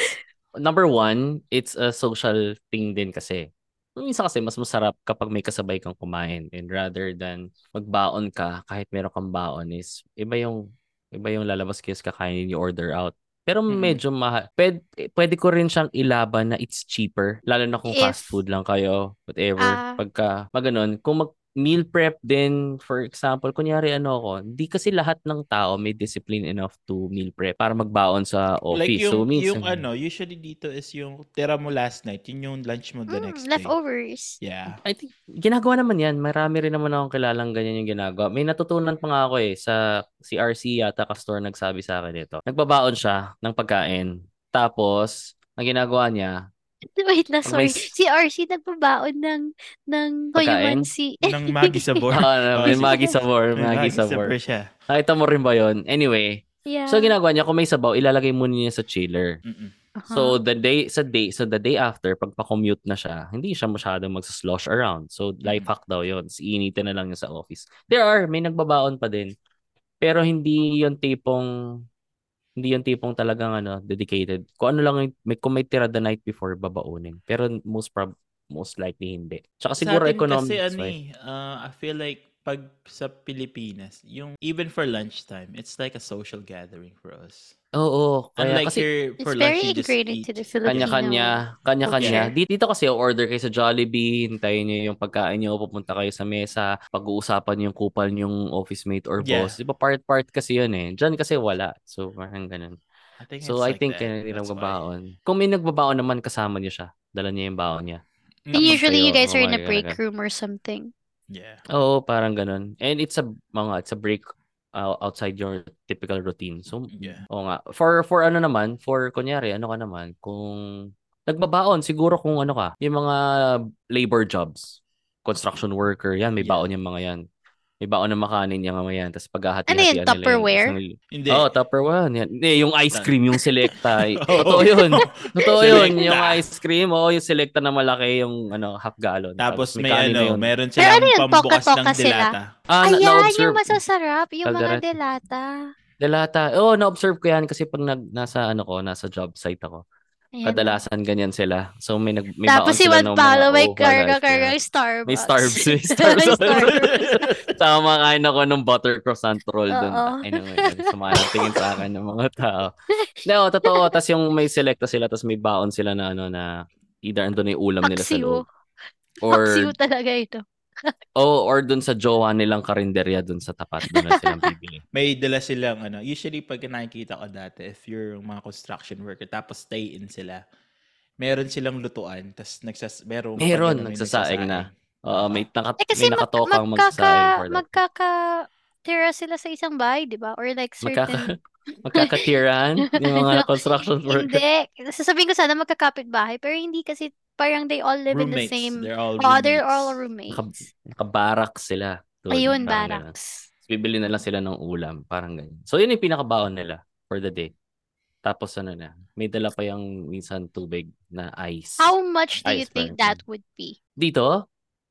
[SPEAKER 4] number one, it's a social thing din kasi. Minsan kasi mas masarap kapag may kasabay kang kumain and rather than magbaon ka, kahit meron kang baon is iba yung iba yung lalabas kayo sa kakainin, you order out. Pero
[SPEAKER 2] Mm.
[SPEAKER 4] medyo mahal. Pwede, pwede ko rin siyang ilaban na it's cheaper. Lalo na kung
[SPEAKER 3] If-
[SPEAKER 4] fast food lang kayo, whatever.
[SPEAKER 3] Ah.
[SPEAKER 4] Pagka, maganon. Kung mag meal prep din, for example, kunyari ano ko, hindi kasi lahat ng tao may discipline enough to meal prep para magbaon sa office.
[SPEAKER 2] like yung
[SPEAKER 4] so, minsan,
[SPEAKER 2] yung ano, usually dito is yung tira mo last night, yun yung lunch mo the
[SPEAKER 3] Mm,
[SPEAKER 2] next day.
[SPEAKER 3] leftovers.
[SPEAKER 2] Yeah.
[SPEAKER 4] I think, ginagawa naman yan. Marami rin naman akong kilalang ganyan yung ginagawa. May natutunan pa nga ako eh. Sa CRC yata, Castor nagsabi sa akin ito. Nagbabaon siya ng pagkain. Tapos, ang ginagawa niya,
[SPEAKER 3] Wait na, sorry.
[SPEAKER 4] May-
[SPEAKER 3] Si RC nagpabaon ng, ng
[SPEAKER 4] Pagkain?
[SPEAKER 3] si...
[SPEAKER 2] Nang magi sa board.
[SPEAKER 4] ah, may magi sabor,
[SPEAKER 2] Oh, May
[SPEAKER 4] magi
[SPEAKER 2] magi sa
[SPEAKER 4] sabor.
[SPEAKER 2] board siya.
[SPEAKER 4] Nakita mo rin ba yon? Anyway,
[SPEAKER 3] Yeah.
[SPEAKER 4] so ginagawa niya, kung may sabaw, ilalagay muna niya sa chiller.
[SPEAKER 2] Mm-mm.
[SPEAKER 3] Uh-huh.
[SPEAKER 4] So the day sa day so the day after pag pa-commute na siya, hindi siya masyadong magsa-slosh around. So life
[SPEAKER 2] Mm.
[SPEAKER 4] hack daw 'yon. Iinitin na lang niya sa office. There are may nagbabaon pa din. Pero hindi 'yon tipong hindi 'yon tipong talagang ano, dedicated. Kung ano lang yung- may kung may tira the night before babaunin. Pero most prob most likely hindi. Tsaka
[SPEAKER 2] sa
[SPEAKER 4] siguro
[SPEAKER 2] atin
[SPEAKER 4] economic.
[SPEAKER 2] kasi ano eh, uh, I feel like pag sa Pilipinas, yung even for lunchtime, it's like a social gathering for us.
[SPEAKER 4] Oo, oo. Kaya,
[SPEAKER 2] Unlike
[SPEAKER 4] kasi
[SPEAKER 2] here,
[SPEAKER 3] It's
[SPEAKER 2] for
[SPEAKER 3] very
[SPEAKER 2] lunch, you just
[SPEAKER 3] ingrained
[SPEAKER 2] eat.
[SPEAKER 3] into the Filipino.
[SPEAKER 4] Kanya-kanya, kanya-kanya. Di- Dito kasi order kayo sa Jollibee, hintayin niyo yung pagkain niyo, pupunta kayo sa mesa, pag-uusapan niyo yung kupal yung office mate or
[SPEAKER 2] Yeah.
[SPEAKER 4] boss. Di ba part-part kasi yun eh. Diyan kasi wala. So parang ganun.
[SPEAKER 2] I think it's
[SPEAKER 4] So
[SPEAKER 2] like
[SPEAKER 4] I
[SPEAKER 2] that.
[SPEAKER 4] think eh, hindi
[SPEAKER 2] That's why.
[SPEAKER 4] nagbabaon. Kung may nagbabaon naman kasama niyo siya, dala niya yung baon niya.
[SPEAKER 3] And
[SPEAKER 2] Mm,
[SPEAKER 3] usually you
[SPEAKER 4] kayo,
[SPEAKER 3] guys are in
[SPEAKER 4] mga
[SPEAKER 3] a break
[SPEAKER 4] ganun.
[SPEAKER 3] room or something.
[SPEAKER 2] Yeah.
[SPEAKER 4] Oo, parang ganun. And it's a mga it's a break uh, outside your typical routine. So
[SPEAKER 2] Yeah.
[SPEAKER 4] Oo nga. For for ano naman, for kunyari, ano ka naman, kung nagbabaon siguro kung ano ka, yung mga labor jobs, construction worker, yan may
[SPEAKER 2] Yeah.
[SPEAKER 4] baon yung mga yan. May baon ng makanin yung mga yan, tapos paghahati-hatian
[SPEAKER 3] Ano yun,
[SPEAKER 4] nila
[SPEAKER 3] Tupperware?
[SPEAKER 4] isang-
[SPEAKER 2] Hindi.
[SPEAKER 4] Oo, Tupperware. Yan. Eh, yung ice
[SPEAKER 2] Tan-
[SPEAKER 4] cream, yung selecta. eh.
[SPEAKER 2] Oo.
[SPEAKER 4] Totoo yun. Totoo yun.
[SPEAKER 2] Selecta.
[SPEAKER 4] Yung ice cream, oo, yung selecta na malaki, yung ano, half gallon.
[SPEAKER 2] Tapos may
[SPEAKER 4] kanin na
[SPEAKER 2] ano,
[SPEAKER 4] yun.
[SPEAKER 2] meron
[SPEAKER 3] Pero
[SPEAKER 2] silang
[SPEAKER 3] ano yun,
[SPEAKER 2] pambukas ng
[SPEAKER 3] toka-toka sila?
[SPEAKER 2] dilata.
[SPEAKER 4] Ah, na-
[SPEAKER 3] Ayan,
[SPEAKER 4] na-observe.
[SPEAKER 3] yung masasarap, yung mga
[SPEAKER 4] Kaldereta.
[SPEAKER 3] delata.
[SPEAKER 4] Delata. Oo, na-observe ko yan kasi pag nag, nasa, ano ko, nasa job site ako.
[SPEAKER 3] Ayan.
[SPEAKER 4] Kadalasan ganyan sila. So may nag may baon
[SPEAKER 3] Tapos si
[SPEAKER 4] sila
[SPEAKER 3] Juan
[SPEAKER 4] ng mga
[SPEAKER 3] Paolo may
[SPEAKER 4] oh,
[SPEAKER 3] karga
[SPEAKER 4] wala,
[SPEAKER 3] karga
[SPEAKER 4] sila.
[SPEAKER 3] Starbucks.
[SPEAKER 4] May Starbucks. May Starbucks. Tama kain ako ng butter croissant roll doon.
[SPEAKER 3] Oo.
[SPEAKER 4] Ay naman, sumayang tingin sa akin ng mga tao. No, totoo. Tapos yung may selecta sila, tapos may baon sila na ano na either andun na yung ulam nila sa
[SPEAKER 3] Paksiw.
[SPEAKER 4] loob. Or,
[SPEAKER 3] Paksiw talaga ito.
[SPEAKER 4] oh, or dun sa jowa nilang karinderya dun sa tapat. Dun na silang bibili.
[SPEAKER 2] may dala silang ano. Usually pag nakikita ko dati, if you're mga construction worker, tapos stay in sila, meron silang lutuan, tapos nagsas meron pag
[SPEAKER 4] Meron,
[SPEAKER 2] ano, may
[SPEAKER 4] nagsasaing na. Oo, may, naka,
[SPEAKER 3] Eh kasi
[SPEAKER 4] may
[SPEAKER 3] mag-
[SPEAKER 4] nakatokang
[SPEAKER 3] magkaka,
[SPEAKER 4] magsasaing for that.
[SPEAKER 3] magkaka, tira sila sa isang bahay, di ba? Or like certain...
[SPEAKER 4] Magkaka- magkakatirahan yung mga construction workers.
[SPEAKER 3] Hindi. Sasabihin ko sana magkakapit bahay, pero hindi kasi parang they all live in the
[SPEAKER 2] roommates.
[SPEAKER 3] same...
[SPEAKER 2] They're all
[SPEAKER 3] Oh, they're
[SPEAKER 2] roommates.
[SPEAKER 3] all roommates.
[SPEAKER 4] nakabarak sila. doon,
[SPEAKER 3] Ayun,
[SPEAKER 4] parang ganun.
[SPEAKER 3] barracks.
[SPEAKER 4] Tapos Bibili na lang sila ng ulam, parang ganyan. So yun yung pinakabaon nila for the day. Tapos ano na, may dala pa yung minsan tubig na ice.
[SPEAKER 3] How much do you
[SPEAKER 4] Ice
[SPEAKER 3] think
[SPEAKER 4] burger.
[SPEAKER 3] that would be?
[SPEAKER 4] Dito,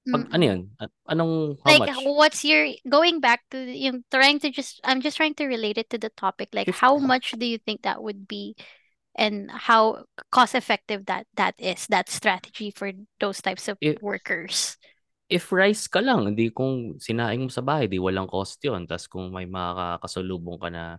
[SPEAKER 4] pag,
[SPEAKER 3] Mm.
[SPEAKER 4] ano yun? A- Anong, how
[SPEAKER 3] like
[SPEAKER 4] much?
[SPEAKER 3] what's your going back to the- yung trying to just I'm just trying to relate it to the topic like
[SPEAKER 4] Fif-
[SPEAKER 3] how much do you think that would be and how cost effective that that is that strategy for those types of
[SPEAKER 4] It-
[SPEAKER 3] workers.
[SPEAKER 4] If rice ka lang, di kung sinaing mo sa bahay, di walang cost yun. Tapos kung may makakasalubong ka na,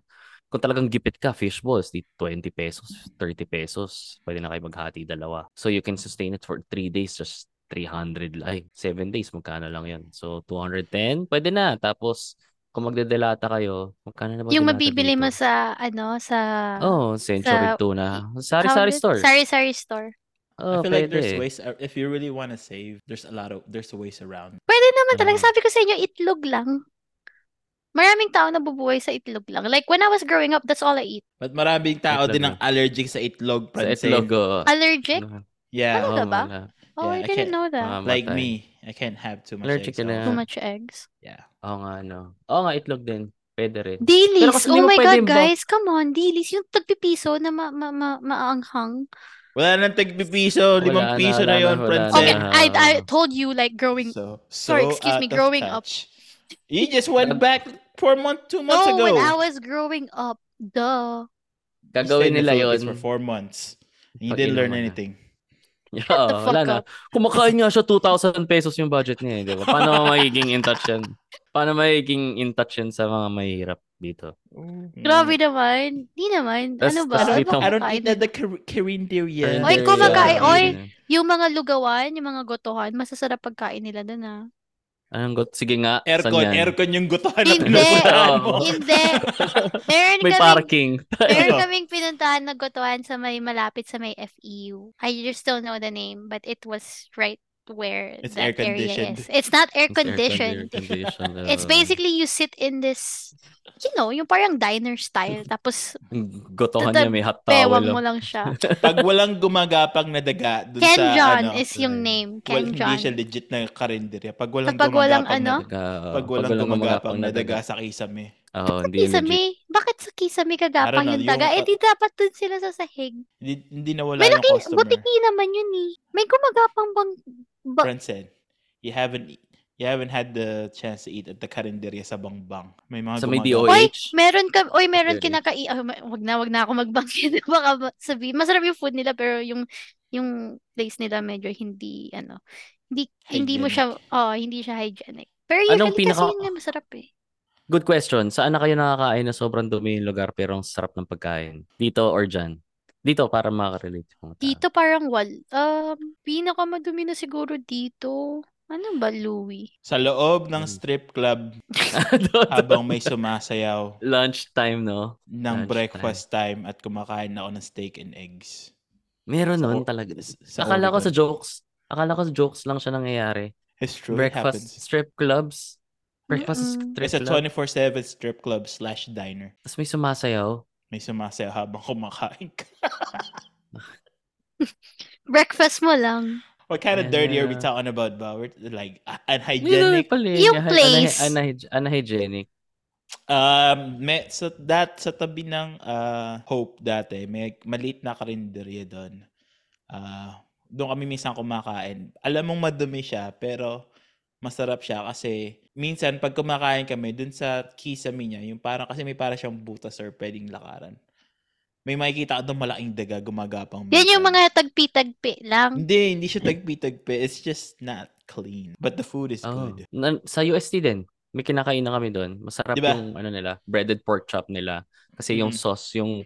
[SPEAKER 4] kung talagang gipit ka, fish balls, di 20 pesos, 30 pesos, pwede na kayo maghati dalawa. So you can sustain it for 3 days, just 300 lang. 7 days, magkano lang yun. So 210, pwede na. Tapos kung magdedelata kayo, magkano na ba
[SPEAKER 3] Yung
[SPEAKER 4] delata
[SPEAKER 3] mabibili mo
[SPEAKER 4] dito?
[SPEAKER 3] sa, ano, sa...
[SPEAKER 4] Oh, century
[SPEAKER 3] sa-
[SPEAKER 4] tuna.
[SPEAKER 3] tawag
[SPEAKER 4] Sari-sari
[SPEAKER 3] dito?
[SPEAKER 4] store.
[SPEAKER 3] Sari-sari store.
[SPEAKER 2] I
[SPEAKER 4] Oh,
[SPEAKER 2] feel like there's
[SPEAKER 4] pwede.
[SPEAKER 2] ways ar- if you really want to save, there's a lot of there's ways around.
[SPEAKER 3] Pwede naman talaga.
[SPEAKER 4] Mm.
[SPEAKER 3] Sabi ko sa inyo, itlog lang. Maraming tao nabubuhay sa itlog lang. Like, when I was growing up, that's all I eat.
[SPEAKER 2] But maraming tao
[SPEAKER 4] Itlog
[SPEAKER 2] din
[SPEAKER 4] na.
[SPEAKER 2] ang allergic sa itlog,
[SPEAKER 4] Sa
[SPEAKER 2] Francine.
[SPEAKER 4] itlog. oh.
[SPEAKER 3] Allergic?
[SPEAKER 4] Ano,
[SPEAKER 2] Yeah,
[SPEAKER 3] Ano?
[SPEAKER 4] oh,
[SPEAKER 3] ba?
[SPEAKER 4] wala.
[SPEAKER 2] Yeah,
[SPEAKER 3] Oh, I
[SPEAKER 2] I
[SPEAKER 3] didn't
[SPEAKER 2] can't-
[SPEAKER 3] know that.
[SPEAKER 4] Mamamatay.
[SPEAKER 2] like me, I can't have too much
[SPEAKER 4] Allergic
[SPEAKER 2] eggs.
[SPEAKER 4] ka na.
[SPEAKER 3] Too much eggs.
[SPEAKER 2] Yeah.
[SPEAKER 4] Oo nga, ano. Oo nga, itlog din. Pwede rin.
[SPEAKER 3] Dilis!
[SPEAKER 4] kasi hindi
[SPEAKER 3] Oh
[SPEAKER 4] mo
[SPEAKER 3] my
[SPEAKER 4] pwede
[SPEAKER 3] God,
[SPEAKER 4] ba-
[SPEAKER 3] guys. Come on, dilis. Yung tagpipiso na ma ma ma maanghang.
[SPEAKER 2] Wala nang tagpipiso,
[SPEAKER 4] Wala
[SPEAKER 2] limang
[SPEAKER 4] na,
[SPEAKER 2] piso
[SPEAKER 4] wala
[SPEAKER 2] na
[SPEAKER 4] na,
[SPEAKER 2] yun,
[SPEAKER 4] wala
[SPEAKER 3] Okay,
[SPEAKER 2] Francine.
[SPEAKER 4] na.
[SPEAKER 3] I, I told you, like, growing...
[SPEAKER 2] So,
[SPEAKER 3] Sorry, excuse me,
[SPEAKER 2] out of
[SPEAKER 3] growing up.
[SPEAKER 2] touch. You just went back four months, two months
[SPEAKER 3] no,
[SPEAKER 2] ago.
[SPEAKER 3] when I was growing up, duh.
[SPEAKER 2] You stayed
[SPEAKER 4] Gagawin
[SPEAKER 2] in the
[SPEAKER 4] nila
[SPEAKER 2] Philippines
[SPEAKER 4] yun.
[SPEAKER 2] for four months. You
[SPEAKER 4] Pag
[SPEAKER 2] didn't learn
[SPEAKER 4] inuman na.
[SPEAKER 2] anything.
[SPEAKER 4] Yeah,
[SPEAKER 3] the fuck
[SPEAKER 4] wala na.
[SPEAKER 2] ah?
[SPEAKER 3] up.
[SPEAKER 4] Kumakain nga siya 2,000 pesos yung budget niya, eh, di ba? Paano magiging in touch yan? Paano magiging in touch yan sa mga mahirap dito?
[SPEAKER 3] Mm.
[SPEAKER 2] Mm.
[SPEAKER 3] Grabe naman. Di naman.
[SPEAKER 4] Tas-
[SPEAKER 3] Ano
[SPEAKER 4] tas
[SPEAKER 3] ba?
[SPEAKER 2] I
[SPEAKER 4] wait lang.
[SPEAKER 3] Ano ba
[SPEAKER 2] don't
[SPEAKER 3] kumakain
[SPEAKER 2] eat that the Kar- Carinderia.
[SPEAKER 3] Oy,
[SPEAKER 4] Karinderia,
[SPEAKER 3] kumakain, oy.
[SPEAKER 4] karinderia.
[SPEAKER 3] Yung mga lugawan, yung mga gotohan, masasarap pagkain nila doon ah.
[SPEAKER 4] Anong got? Sige nga. saan
[SPEAKER 2] Aircon,
[SPEAKER 4] yan?
[SPEAKER 2] aircon yung gutuhan na
[SPEAKER 3] Hindi.
[SPEAKER 2] pinupuntahan mo.
[SPEAKER 4] Oo.
[SPEAKER 3] Hindi. Meron
[SPEAKER 4] May
[SPEAKER 3] kaming,
[SPEAKER 4] parking.
[SPEAKER 3] meron
[SPEAKER 2] Ano?
[SPEAKER 3] kaming pinuntahan na gotohan sa may malapit sa may FEU. I just don't know the name, but it was right where
[SPEAKER 2] It's
[SPEAKER 3] that area
[SPEAKER 2] air-conditioned.
[SPEAKER 3] is. It's not
[SPEAKER 4] It's
[SPEAKER 3] air conditioned.
[SPEAKER 4] air-conditioned, oo.
[SPEAKER 3] It's basically you sit in this, you know, yung parang diner style. Tapos,
[SPEAKER 4] Ang Gotohan
[SPEAKER 3] Tada,
[SPEAKER 4] niya may hot towel.
[SPEAKER 3] bewang
[SPEAKER 4] oh.
[SPEAKER 3] mo lang siya.
[SPEAKER 2] Pag walang gumagapang na daga dun
[SPEAKER 3] Ken
[SPEAKER 2] sa
[SPEAKER 3] John
[SPEAKER 2] ano,
[SPEAKER 3] is yung
[SPEAKER 4] eh,
[SPEAKER 3] name.
[SPEAKER 2] well,
[SPEAKER 3] Ken
[SPEAKER 2] hindi siya
[SPEAKER 3] John.
[SPEAKER 2] legit na karinderya. Pag walang
[SPEAKER 3] Kapag walang
[SPEAKER 2] gumagapang
[SPEAKER 3] ano?
[SPEAKER 2] na
[SPEAKER 4] Daga, oo.
[SPEAKER 2] Pag walang gumagapang na daga
[SPEAKER 4] daga.
[SPEAKER 2] sa kisame.
[SPEAKER 4] Oo, hindi legit.
[SPEAKER 3] Kisame? Bakit sa kisame
[SPEAKER 2] Oh, I don't
[SPEAKER 3] kagapang
[SPEAKER 2] know,
[SPEAKER 3] yung
[SPEAKER 2] yung
[SPEAKER 3] taga? Eh,
[SPEAKER 2] pa-
[SPEAKER 3] di dapat dun sila sa sahig.
[SPEAKER 2] Hindi, hindi nawala
[SPEAKER 3] May
[SPEAKER 2] yung
[SPEAKER 3] laki,
[SPEAKER 2] customer.
[SPEAKER 3] butiki naman yun eh. May gumagapang bang... ba-
[SPEAKER 2] Friend said, eh. you haven't you haven't had the chance to eat at the karinderya sa Bangbang. May mga
[SPEAKER 4] Sa may
[SPEAKER 2] gumagapang.
[SPEAKER 4] DOE.
[SPEAKER 3] Oy,
[SPEAKER 4] OH?
[SPEAKER 3] meron ka, oy, meron
[SPEAKER 4] Really?
[SPEAKER 3] kinakai, oh, ma- wag na, wag na ako magbangkin. Baka ma- sabi, masarap yung food nila pero yung yung place nila medyo hindi ano, hindi hindi mo siya, oh, hindi siya hygienic. Pero usually
[SPEAKER 4] Anong
[SPEAKER 3] kasi
[SPEAKER 4] pinaka-
[SPEAKER 3] yun nga masarap eh.
[SPEAKER 4] Good question. Saan na kayo nakakain na sobrang dumi yung lugar pero ang sarap ng pagkain? Dito or dyan? Dito para makarelate. yung mga tao.
[SPEAKER 3] Dito parang wal. Um, pinaka madumi na siguro dito. Ano ba, Louie?
[SPEAKER 2] Sa loob ng
[SPEAKER 4] Mm.
[SPEAKER 2] strip club
[SPEAKER 4] Doon.
[SPEAKER 2] habang may sumasayaw
[SPEAKER 4] Lunchtime, no?
[SPEAKER 2] ng
[SPEAKER 4] Lunchtime.
[SPEAKER 2] breakfast time at kumakain ako ng steak and eggs.
[SPEAKER 4] Meron
[SPEAKER 2] Sa
[SPEAKER 4] Ano
[SPEAKER 2] o-
[SPEAKER 4] nun talaga.
[SPEAKER 2] Sa
[SPEAKER 4] Akala ko
[SPEAKER 2] Oricon.
[SPEAKER 4] sa jokes. Akala ko sa jokes lang siya nangyayari.
[SPEAKER 2] It's true, it
[SPEAKER 4] Breakfast
[SPEAKER 2] happens.
[SPEAKER 4] strip clubs. Breakfast
[SPEAKER 3] Mm-mm.
[SPEAKER 4] strip
[SPEAKER 2] It's a
[SPEAKER 4] club.
[SPEAKER 2] 24-7 strip club slash diner.
[SPEAKER 4] Tapos may sumasayaw.
[SPEAKER 2] May sumasayaw habang kumakain ka.
[SPEAKER 3] Breakfast mo lang.
[SPEAKER 2] What kind of
[SPEAKER 4] Yeah.
[SPEAKER 2] dirty are we talking about, ba? We're like uh,
[SPEAKER 4] Meron
[SPEAKER 2] unhygienic.
[SPEAKER 4] pala eh.
[SPEAKER 3] Yung
[SPEAKER 4] Anah-
[SPEAKER 3] place.
[SPEAKER 4] anah- Anhygienic.
[SPEAKER 2] Um, may, sa, that, sa tabi ng uh, Hope dati, may maliit na karinderya doon. Uh, doon kami minsan kumakain. Alam mong madumi siya, pero masarap siya kasi minsan pag kumakain kami doon sa kisame niya, yung parang kasi may para siyang butas or pwedeng lakaran. May makikita ka doon malaking daga gumagapang.
[SPEAKER 3] Yan yung
[SPEAKER 2] minsan.
[SPEAKER 3] mga tagpi-tagpi lang.
[SPEAKER 2] Hindi, hindi siya tagpi-tagpi. It's just not clean. But the food is
[SPEAKER 4] Oh.
[SPEAKER 2] good.
[SPEAKER 4] Na- sa UST din, may kinakain na kami doon. Masarap
[SPEAKER 2] Diba?
[SPEAKER 4] yung ano nila, breaded pork chop nila. Kasi yung
[SPEAKER 2] Mm.
[SPEAKER 4] sauce, yung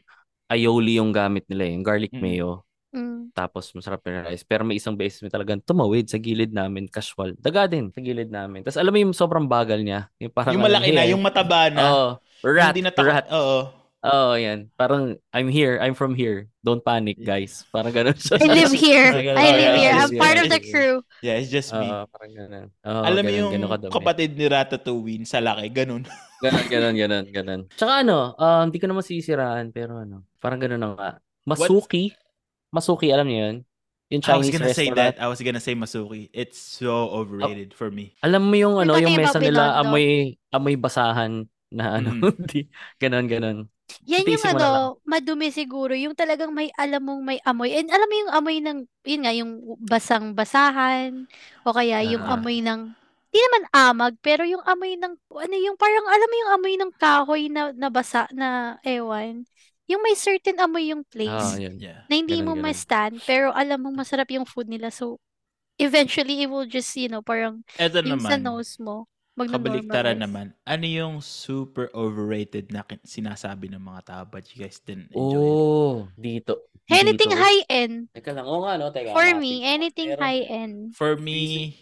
[SPEAKER 4] aioli yung gamit nila, eh, yung garlic
[SPEAKER 2] Mm.
[SPEAKER 4] mayo.
[SPEAKER 3] Mm.
[SPEAKER 4] Tapos masarap yung rice. Pero may isang beses may talagang tumawid sa gilid namin, casual. Daga din sa gilid namin. Tapos alam mo yung sobrang bagal niya. Yung, parang,
[SPEAKER 2] yung malaki
[SPEAKER 4] ano,
[SPEAKER 2] na,
[SPEAKER 4] "Hey,
[SPEAKER 2] yung mataba na.
[SPEAKER 4] Oh,
[SPEAKER 2] yung
[SPEAKER 4] rat,
[SPEAKER 2] hindi na
[SPEAKER 4] rat.
[SPEAKER 2] Oo.
[SPEAKER 4] Oh, yan. Parang, I'm here. I'm from here. Don't panic,
[SPEAKER 2] Yeah.
[SPEAKER 4] guys. Parang ganun siya.
[SPEAKER 3] I live here. I live here. I'm part of the crew.
[SPEAKER 2] Yeah, it's just me.
[SPEAKER 4] Oo, parang ganun. Oo,
[SPEAKER 2] Alam mo
[SPEAKER 4] ganun,
[SPEAKER 2] yung
[SPEAKER 4] ganun kadami.
[SPEAKER 2] kapatid ni Ratatouille sa laki, ganun.
[SPEAKER 4] Ganon, ganon, ganon, ganon. Tsaka ano, ah, hindi ko naman sisiraan, pero ano, parang ganon na nga. Masuki. Masuki, alam niyo yun? Yung
[SPEAKER 2] I was
[SPEAKER 4] Chinese
[SPEAKER 2] Ah, gonna say that.
[SPEAKER 4] restaurant.
[SPEAKER 2] I was gonna say Masuki. It's so overrated for me.
[SPEAKER 4] Alam mo yung
[SPEAKER 3] We're
[SPEAKER 4] ano, yung
[SPEAKER 3] talking
[SPEAKER 4] mesa
[SPEAKER 3] about
[SPEAKER 4] nila,
[SPEAKER 3] Binondo.
[SPEAKER 4] amoy, amoy basahan na ano, di, ganon, ganon.
[SPEAKER 3] Yan yung
[SPEAKER 4] Tiisin mo na lang.
[SPEAKER 3] ano, madumi siguro. Yung talagang may alam mong may amoy. And alam mo yung amoy ng, yun nga, yung basang basahan. O kaya yung
[SPEAKER 4] Ah.
[SPEAKER 3] amoy ng, di naman amag, pero yung amoy ng, ano yung parang, alam mo yung amoy ng kahoy na, na basa, na ewan. Yung may certain amoy yung
[SPEAKER 4] Ah,
[SPEAKER 3] place.
[SPEAKER 4] yun.
[SPEAKER 2] Yeah.
[SPEAKER 3] na hindi mo
[SPEAKER 4] ganun, ganun.
[SPEAKER 3] ma-stand, pero alam mong masarap yung food nila. So, eventually, it will just, you know, parang
[SPEAKER 2] Eto
[SPEAKER 3] yung sa
[SPEAKER 2] naman,
[SPEAKER 3] nose mo, magno-normalize.
[SPEAKER 2] kabaliktaran naman. Ano yung super overrated na kin- sinasabi ng mga tao but you guys didn't enjoy it?
[SPEAKER 4] Oh, dito.
[SPEAKER 3] Anything
[SPEAKER 4] dito.
[SPEAKER 3] high-end.
[SPEAKER 4] Teka lang, oo nga, no? Teka,
[SPEAKER 3] For
[SPEAKER 4] hanapin
[SPEAKER 3] me,
[SPEAKER 4] ko.
[SPEAKER 3] anything
[SPEAKER 4] Meron.
[SPEAKER 3] high-end.
[SPEAKER 2] For me,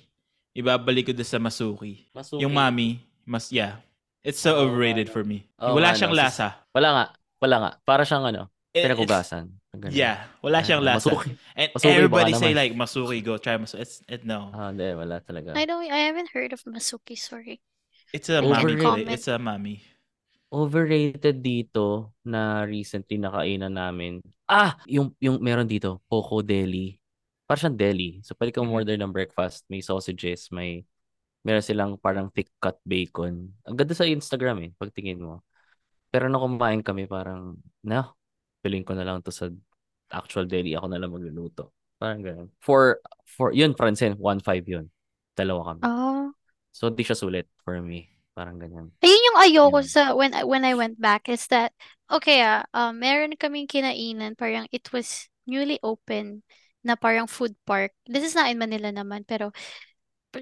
[SPEAKER 2] ibabalik ko doon sa Masuki.
[SPEAKER 4] Masuki.
[SPEAKER 2] Yung mami, mas yeah. It's so
[SPEAKER 4] Oo,
[SPEAKER 2] overrated
[SPEAKER 4] ano.
[SPEAKER 2] for me.
[SPEAKER 4] Oo,
[SPEAKER 2] wala
[SPEAKER 4] ano,
[SPEAKER 2] siyang
[SPEAKER 4] sis-
[SPEAKER 2] lasa.
[SPEAKER 4] Wala nga. Wala nga. Para siyang ano,
[SPEAKER 2] It-
[SPEAKER 4] pinagugasan.
[SPEAKER 2] it's-
[SPEAKER 4] Ganun.
[SPEAKER 2] Yeah, wala siyang
[SPEAKER 4] Ah,
[SPEAKER 2] lasa.
[SPEAKER 4] Masuki.
[SPEAKER 2] And
[SPEAKER 4] masuki
[SPEAKER 2] everybody
[SPEAKER 4] baka
[SPEAKER 2] say
[SPEAKER 4] naman.
[SPEAKER 2] like, masuki, go try masuki. It's, it, no.
[SPEAKER 4] Ah, hindi. Wala talaga.
[SPEAKER 3] I don't. I haven't heard of masuki. Sorry.
[SPEAKER 2] It's a
[SPEAKER 3] Thank you.
[SPEAKER 2] mommy plate.
[SPEAKER 3] Comment.
[SPEAKER 2] It's a mommy.
[SPEAKER 4] Overrated dito na recently nakainan namin. Ah! Yung, yung meron dito, Poco Deli. Parang siyang deli. So, pwede kang
[SPEAKER 2] Mhm.
[SPEAKER 4] order ng breakfast. May sausages, may... Meron silang parang thick cut bacon. Ang ganda sa Instagram eh, pag tingin mo. Pero nung kumain kami, parang, na, feeling ko na lang to sa actual deli. Ako na lang magluluto. Parang ganun. For, for yun, Francine, 1.5 yun. Dalawa kami.
[SPEAKER 3] Oh.
[SPEAKER 4] So, di siya sulit for me. Parang ganyan.
[SPEAKER 3] Ayun yung ayoko
[SPEAKER 4] Yun.
[SPEAKER 3] sa when I, when I went back is that okay ah uh, meron kaming kinainan parang it was newly open na parang food park. This is not in Manila naman pero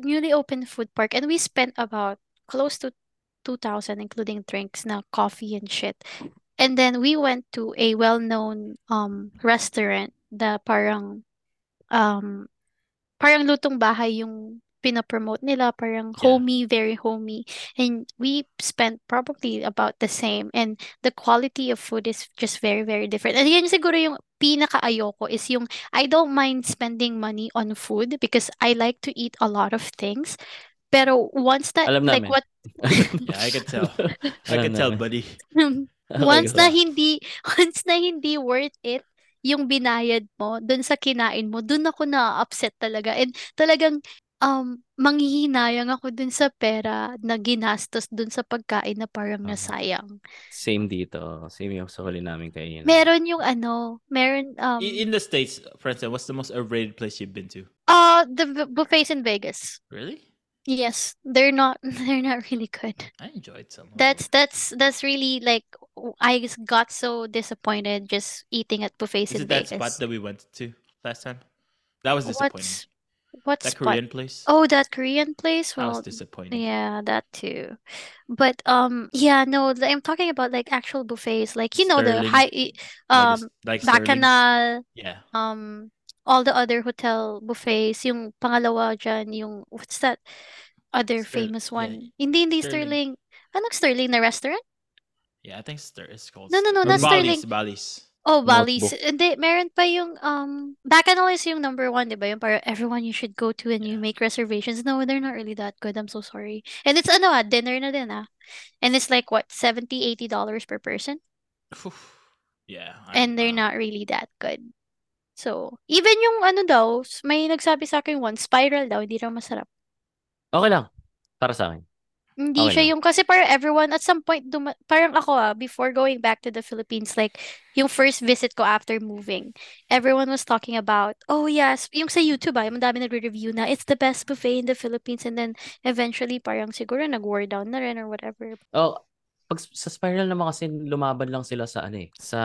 [SPEAKER 3] newly open food park and we spent about close to 2000 including drinks na coffee and shit. And then we went to a well-known um restaurant na parang um parang lutong bahay yung pinapromote nila, parang
[SPEAKER 2] Yeah.
[SPEAKER 3] homey, very homey. And we spent probably about the same and the quality of food is just very very different. And yun siguro yung pinaka-ayoko is yung I don't mind spending money on food because I like to eat a lot of things. Pero once that
[SPEAKER 4] Alam
[SPEAKER 3] like
[SPEAKER 4] namin.
[SPEAKER 3] what
[SPEAKER 2] Yeah, I can tell. I
[SPEAKER 4] Alam
[SPEAKER 2] can tell,
[SPEAKER 4] namin.
[SPEAKER 2] buddy.
[SPEAKER 3] hmm,
[SPEAKER 4] Okay,
[SPEAKER 3] once na
[SPEAKER 4] go.
[SPEAKER 3] hindi once na hindi worth it yung binayad mo dun sa kinain mo dun ako na upset talaga and talagang um manghihinayang ako dun sa pera na ginastos dun sa pagkain na parang
[SPEAKER 4] Tama.
[SPEAKER 3] nasayang
[SPEAKER 4] Same dito. Same yung sa huli namin kainin.
[SPEAKER 3] meron yung ano meron um
[SPEAKER 2] In, in the States, Francine, what's the most overrated place you've been to?
[SPEAKER 3] uh the bu- buffets in Vegas
[SPEAKER 2] Really?
[SPEAKER 3] yes they're not they're not really good
[SPEAKER 2] I enjoyed some. of
[SPEAKER 3] That's
[SPEAKER 2] them.
[SPEAKER 3] that's that's really like w- I just got so disappointed just eating at buffets
[SPEAKER 2] Is
[SPEAKER 3] in
[SPEAKER 2] it that
[SPEAKER 3] Vegas.
[SPEAKER 2] spot that we went to last time? That was disappointing.
[SPEAKER 3] What's what
[SPEAKER 2] that
[SPEAKER 3] spot?
[SPEAKER 2] Korean place?
[SPEAKER 3] Oh, that Korean place?
[SPEAKER 2] that was
[SPEAKER 3] Well,
[SPEAKER 2] disappointing.
[SPEAKER 3] yeah, that too. But um, yeah, no, th- I'm talking about like actual buffets, like you know the
[SPEAKER 2] Sterling.
[SPEAKER 3] high, e-
[SPEAKER 2] Like the-
[SPEAKER 3] um,
[SPEAKER 2] like Sterling's.
[SPEAKER 3] Bacchanal,
[SPEAKER 2] Yeah.
[SPEAKER 3] um, all the other hotel buffets. Yung pangalawa dyan, yung what's that other
[SPEAKER 2] Ster-
[SPEAKER 3] famous
[SPEAKER 2] yeah,
[SPEAKER 3] one? Hindi, hindi
[SPEAKER 2] Sterling.
[SPEAKER 3] Sterling. Anong Sterling na restaurant?
[SPEAKER 2] Yeah, I think Ster- it's called.
[SPEAKER 3] No, no, no,
[SPEAKER 2] Ster-
[SPEAKER 4] not
[SPEAKER 2] Bally's,
[SPEAKER 3] Sterling.
[SPEAKER 2] Bally's.
[SPEAKER 3] Oh, Bali.
[SPEAKER 4] Notebook.
[SPEAKER 3] S- Hindi, meron pa yung, um, Bacchanal is yung number one, di ba? Yung para everyone you should go to and you
[SPEAKER 2] Yeah.
[SPEAKER 3] make reservations. No, they're not really that good. I'm so sorry. And it's ano ah, dinner na din ah. And it's like what, 70, 80 dollars per person?
[SPEAKER 2] Phew. Yeah. I-
[SPEAKER 3] And they're
[SPEAKER 2] uh,
[SPEAKER 3] not really that good. So, even yung ano daw, s- may nagsabi sa akin once, spiral daw, hindi daw masarap.
[SPEAKER 4] Okay lang. Para sa akin.
[SPEAKER 3] Hindi
[SPEAKER 4] Okay
[SPEAKER 3] siya
[SPEAKER 4] lang.
[SPEAKER 3] yung, kasi para everyone, at some point, duma, parang ako ah, before going back to the Philippines, like, yung first visit ko after moving, everyone was talking about, oh yes, yung sa YouTube ah, yung dami nagre-review na, it's the best buffet in the Philippines, and then, eventually, parang siguro nag-war down na rin or whatever.
[SPEAKER 4] Oh, pag sa Spiral naman kasi lumaban lang sila sa ano eh, sa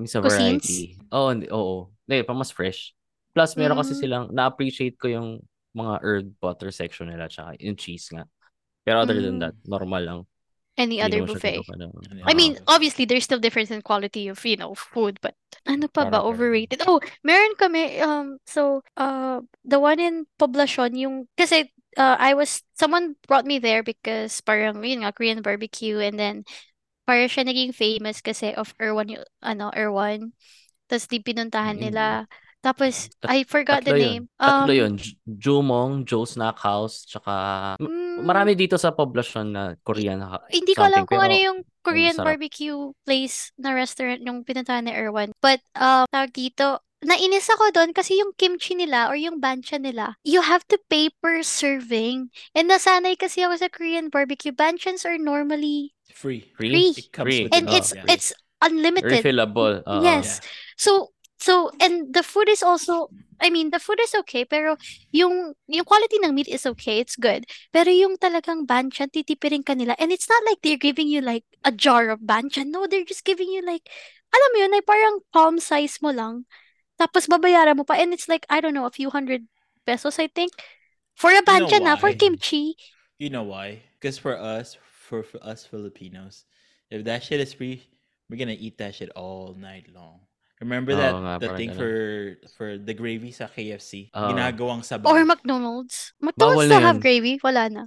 [SPEAKER 4] may sa
[SPEAKER 3] Cuisines?
[SPEAKER 4] variety. Oo, hindi, oo. Hindi, pa mas fresh. Plus meron kasi
[SPEAKER 3] Mm.
[SPEAKER 4] silang na-appreciate ko yung mga herb butter section nila tsaka yung cheese nga. Pero other than
[SPEAKER 3] Mm.
[SPEAKER 4] that, normal lang. Hindi
[SPEAKER 3] Any other
[SPEAKER 4] naman siya
[SPEAKER 3] buffet.
[SPEAKER 4] ganun ka na-
[SPEAKER 2] Any
[SPEAKER 3] I
[SPEAKER 2] other
[SPEAKER 3] mean,
[SPEAKER 2] buffet.
[SPEAKER 3] obviously, there's still difference in quality of, you know, food, but ano pa
[SPEAKER 4] Parang
[SPEAKER 3] ba,
[SPEAKER 4] ganun.
[SPEAKER 3] overrated? Oh, meron kami, um, so, uh, the one in Poblacion, yung, kasi, uh, I was, someone brought me there because parang, yun nga, Korean barbecue, and then, parang siya naging famous kasi of Erwan, yung- ano, Erwan. Tapos, di pinuntahan
[SPEAKER 4] Mm.
[SPEAKER 3] nila. Tapos,
[SPEAKER 4] Tat-
[SPEAKER 3] I forgot the
[SPEAKER 4] Tatlo yun.
[SPEAKER 3] name.
[SPEAKER 4] Tatlo
[SPEAKER 3] Um,
[SPEAKER 4] yun. J- Jumong, Joe's Snack House, tsaka m-
[SPEAKER 3] mm,
[SPEAKER 4] marami dito sa poblasyon na Korean ha-
[SPEAKER 3] Hindi ko
[SPEAKER 4] something,
[SPEAKER 3] alam kung ano
[SPEAKER 4] pero
[SPEAKER 3] yung Korean
[SPEAKER 4] sarap.
[SPEAKER 3] barbecue place na restaurant yung pinuntahan ni Erwan. But, um, tawag dito, nainis ako doon kasi yung kimchi nila or yung bancha nila, you have to pay per serving. And nasanay kasi ako sa Korean barbecue. Banchans are normally,
[SPEAKER 2] free.
[SPEAKER 4] Really?
[SPEAKER 2] It comes
[SPEAKER 4] Free.
[SPEAKER 2] with
[SPEAKER 3] and
[SPEAKER 2] the-
[SPEAKER 3] it's
[SPEAKER 2] yeah.
[SPEAKER 3] it's unlimited.
[SPEAKER 4] refillable. oo.
[SPEAKER 3] Yes. So, so, and the food is also, I mean, the food is okay, pero yung, yung quality ng meat is okay, it's good. Pero yung talagang banchan, titipirin ka nila. And it's not like they're giving you like a jar of banchan. No, they're just giving you like, alam mo yun, ay parang palm size mo lang. Tapos babayaran mo pa. And it's like, I don't know, a few hundred pesos, I think. For a
[SPEAKER 2] know
[SPEAKER 3] banchan na, for
[SPEAKER 2] why?
[SPEAKER 3] kimchi.
[SPEAKER 2] You know why? Because for us, for, for us Filipinos, if that shit is free, we're gonna eat that shit all night long. Remember that
[SPEAKER 4] Oo nga,
[SPEAKER 2] the
[SPEAKER 4] parang
[SPEAKER 2] thing
[SPEAKER 4] ganun.
[SPEAKER 2] for for the gravy sa KFC,
[SPEAKER 4] Oo.
[SPEAKER 2] ginagawang sabaw.
[SPEAKER 3] Oh, Or McDonald's.
[SPEAKER 4] Bawal
[SPEAKER 3] McDonald's
[SPEAKER 4] na
[SPEAKER 3] still have
[SPEAKER 4] yun.
[SPEAKER 3] gravy. Wala na.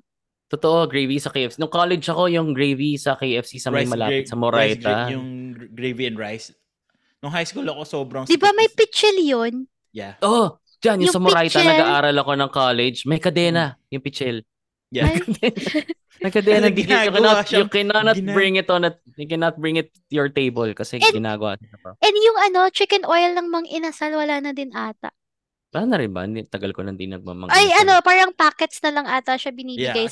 [SPEAKER 4] Totoo, gravy sa KFC. Nung college ako, yung gravy sa KFC sa may
[SPEAKER 2] Rice
[SPEAKER 4] malapit,
[SPEAKER 2] gra-
[SPEAKER 4] sa
[SPEAKER 2] rice gra-
[SPEAKER 4] Moraita.
[SPEAKER 2] yung gr- gravy and rice. Nung high school ako, sobrang...
[SPEAKER 3] Di ba may pichel yun?
[SPEAKER 2] Yeah.
[SPEAKER 4] Oh, dyan, yung,
[SPEAKER 3] Yung
[SPEAKER 4] sa Moraita,
[SPEAKER 3] pichel.
[SPEAKER 4] nag-aaral ako ng college. May kadena,
[SPEAKER 2] Hmm.
[SPEAKER 4] yung pichel.
[SPEAKER 2] Yeah.
[SPEAKER 3] Ay.
[SPEAKER 4] May kadena,
[SPEAKER 2] Ano,
[SPEAKER 4] di- you
[SPEAKER 2] ginagawa
[SPEAKER 4] cannot,
[SPEAKER 2] siyang-
[SPEAKER 4] you cannot
[SPEAKER 2] gina-
[SPEAKER 4] bring it on, at you cannot bring it to your table kasi
[SPEAKER 3] And-
[SPEAKER 4] ginagawa nila pa.
[SPEAKER 3] And yung ano, chicken oil ng mang inasal, wala na din ata.
[SPEAKER 4] Wala na rin ba? Hindi- Tagal ko nang di nagmamangkin.
[SPEAKER 3] Ay, ano, parang packets na lang ata siya binibigay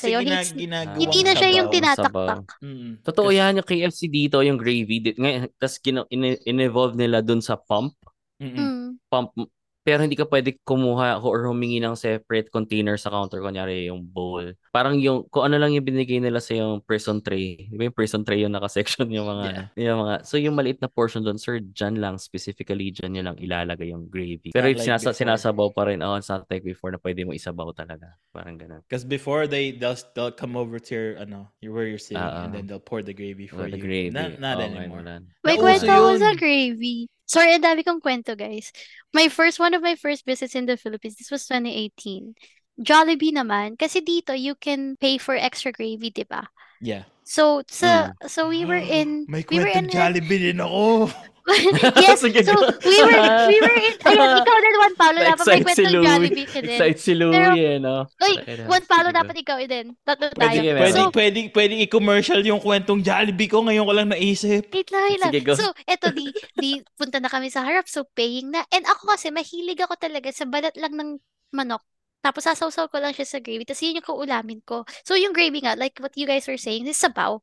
[SPEAKER 2] Yeah. Kasi
[SPEAKER 3] sa'yo.
[SPEAKER 2] gina-
[SPEAKER 3] Hindi-
[SPEAKER 2] ginagawa
[SPEAKER 3] hindi na siya
[SPEAKER 2] sabaw.
[SPEAKER 3] yung tinataktak.
[SPEAKER 2] Mm-mm.
[SPEAKER 4] Totoo
[SPEAKER 2] Kasi-
[SPEAKER 4] yan, yung KFC dito, yung gravy. Di- Ngayon, tapos gino, in, in-evolve nila dun sa pump.
[SPEAKER 2] Mm-mm.
[SPEAKER 3] Mm.
[SPEAKER 4] pump pero hindi ka pwede kumuha or humingi ng separate container sa counter kunyari yung bowl. Parang yung kung ano lang yung binigay nila sa yung prison tray. Di ba yung prison tray yung naka-section yung mga yung mga so yung maliit na portion doon sir dyan lang specifically dyan yun lang ilalagay yung gravy. Pero
[SPEAKER 2] Not
[SPEAKER 4] if
[SPEAKER 2] like
[SPEAKER 4] sinasa-
[SPEAKER 2] before.
[SPEAKER 4] sinasabaw pa rin oh it's not like before na pwede mo isabaw talaga. Parang ganun.
[SPEAKER 2] Because before they they'll, they'll come over to your ano you where you're sitting
[SPEAKER 4] Ah, ah.
[SPEAKER 2] and then they'll pour the gravy for
[SPEAKER 4] Or the
[SPEAKER 2] you.
[SPEAKER 4] gravy.
[SPEAKER 2] Not, not
[SPEAKER 4] Oo, ngayon
[SPEAKER 2] anymore.
[SPEAKER 4] wala na.
[SPEAKER 3] May
[SPEAKER 2] Nauso
[SPEAKER 3] kwento ako sa
[SPEAKER 2] yun.
[SPEAKER 3] gravy. Sorry, ang dami kong kwento, guys. My first, one of my first visits in the Philippines, this was 2018. Jollibee naman, kasi dito, you can pay for extra gravy, di ba?
[SPEAKER 2] Yeah.
[SPEAKER 3] So, sa, so we were in,
[SPEAKER 2] Mm. May
[SPEAKER 3] we were
[SPEAKER 2] kwentong
[SPEAKER 3] in, like-
[SPEAKER 2] Jollibee din ako.
[SPEAKER 3] yes, so
[SPEAKER 4] Sige, go.
[SPEAKER 3] we were, we were in, ayun, ikaw na Juan Paolo, dapat may
[SPEAKER 4] Na-excite si
[SPEAKER 3] kwentong
[SPEAKER 4] Louie.
[SPEAKER 3] Jollibie ka din.
[SPEAKER 4] Excited si Louie eh, no?
[SPEAKER 3] Uy,
[SPEAKER 4] Tara,
[SPEAKER 3] Juan Paolo,
[SPEAKER 4] sige, go.
[SPEAKER 3] dapat ikaw din. Tatlo
[SPEAKER 4] Pwede
[SPEAKER 3] tayo.
[SPEAKER 4] kayo, meron.
[SPEAKER 2] Pwede,
[SPEAKER 3] So,
[SPEAKER 2] pwede, pwede i-commercial yung kwentong Jollibee ko. Ngayon ko lang naisip.
[SPEAKER 3] Wait lang, wait lang.
[SPEAKER 4] Sige, go.
[SPEAKER 3] So, eto, di, di, punta na kami sa harap. So, paying na. And ako kasi, mahilig ako talaga sa balat lang ng manok. Tapos, sasawsaw ko lang siya sa gravy. Tapos, yun yung kaulamin ko. So, yung gravy nga, like what you guys were saying, is sabaw.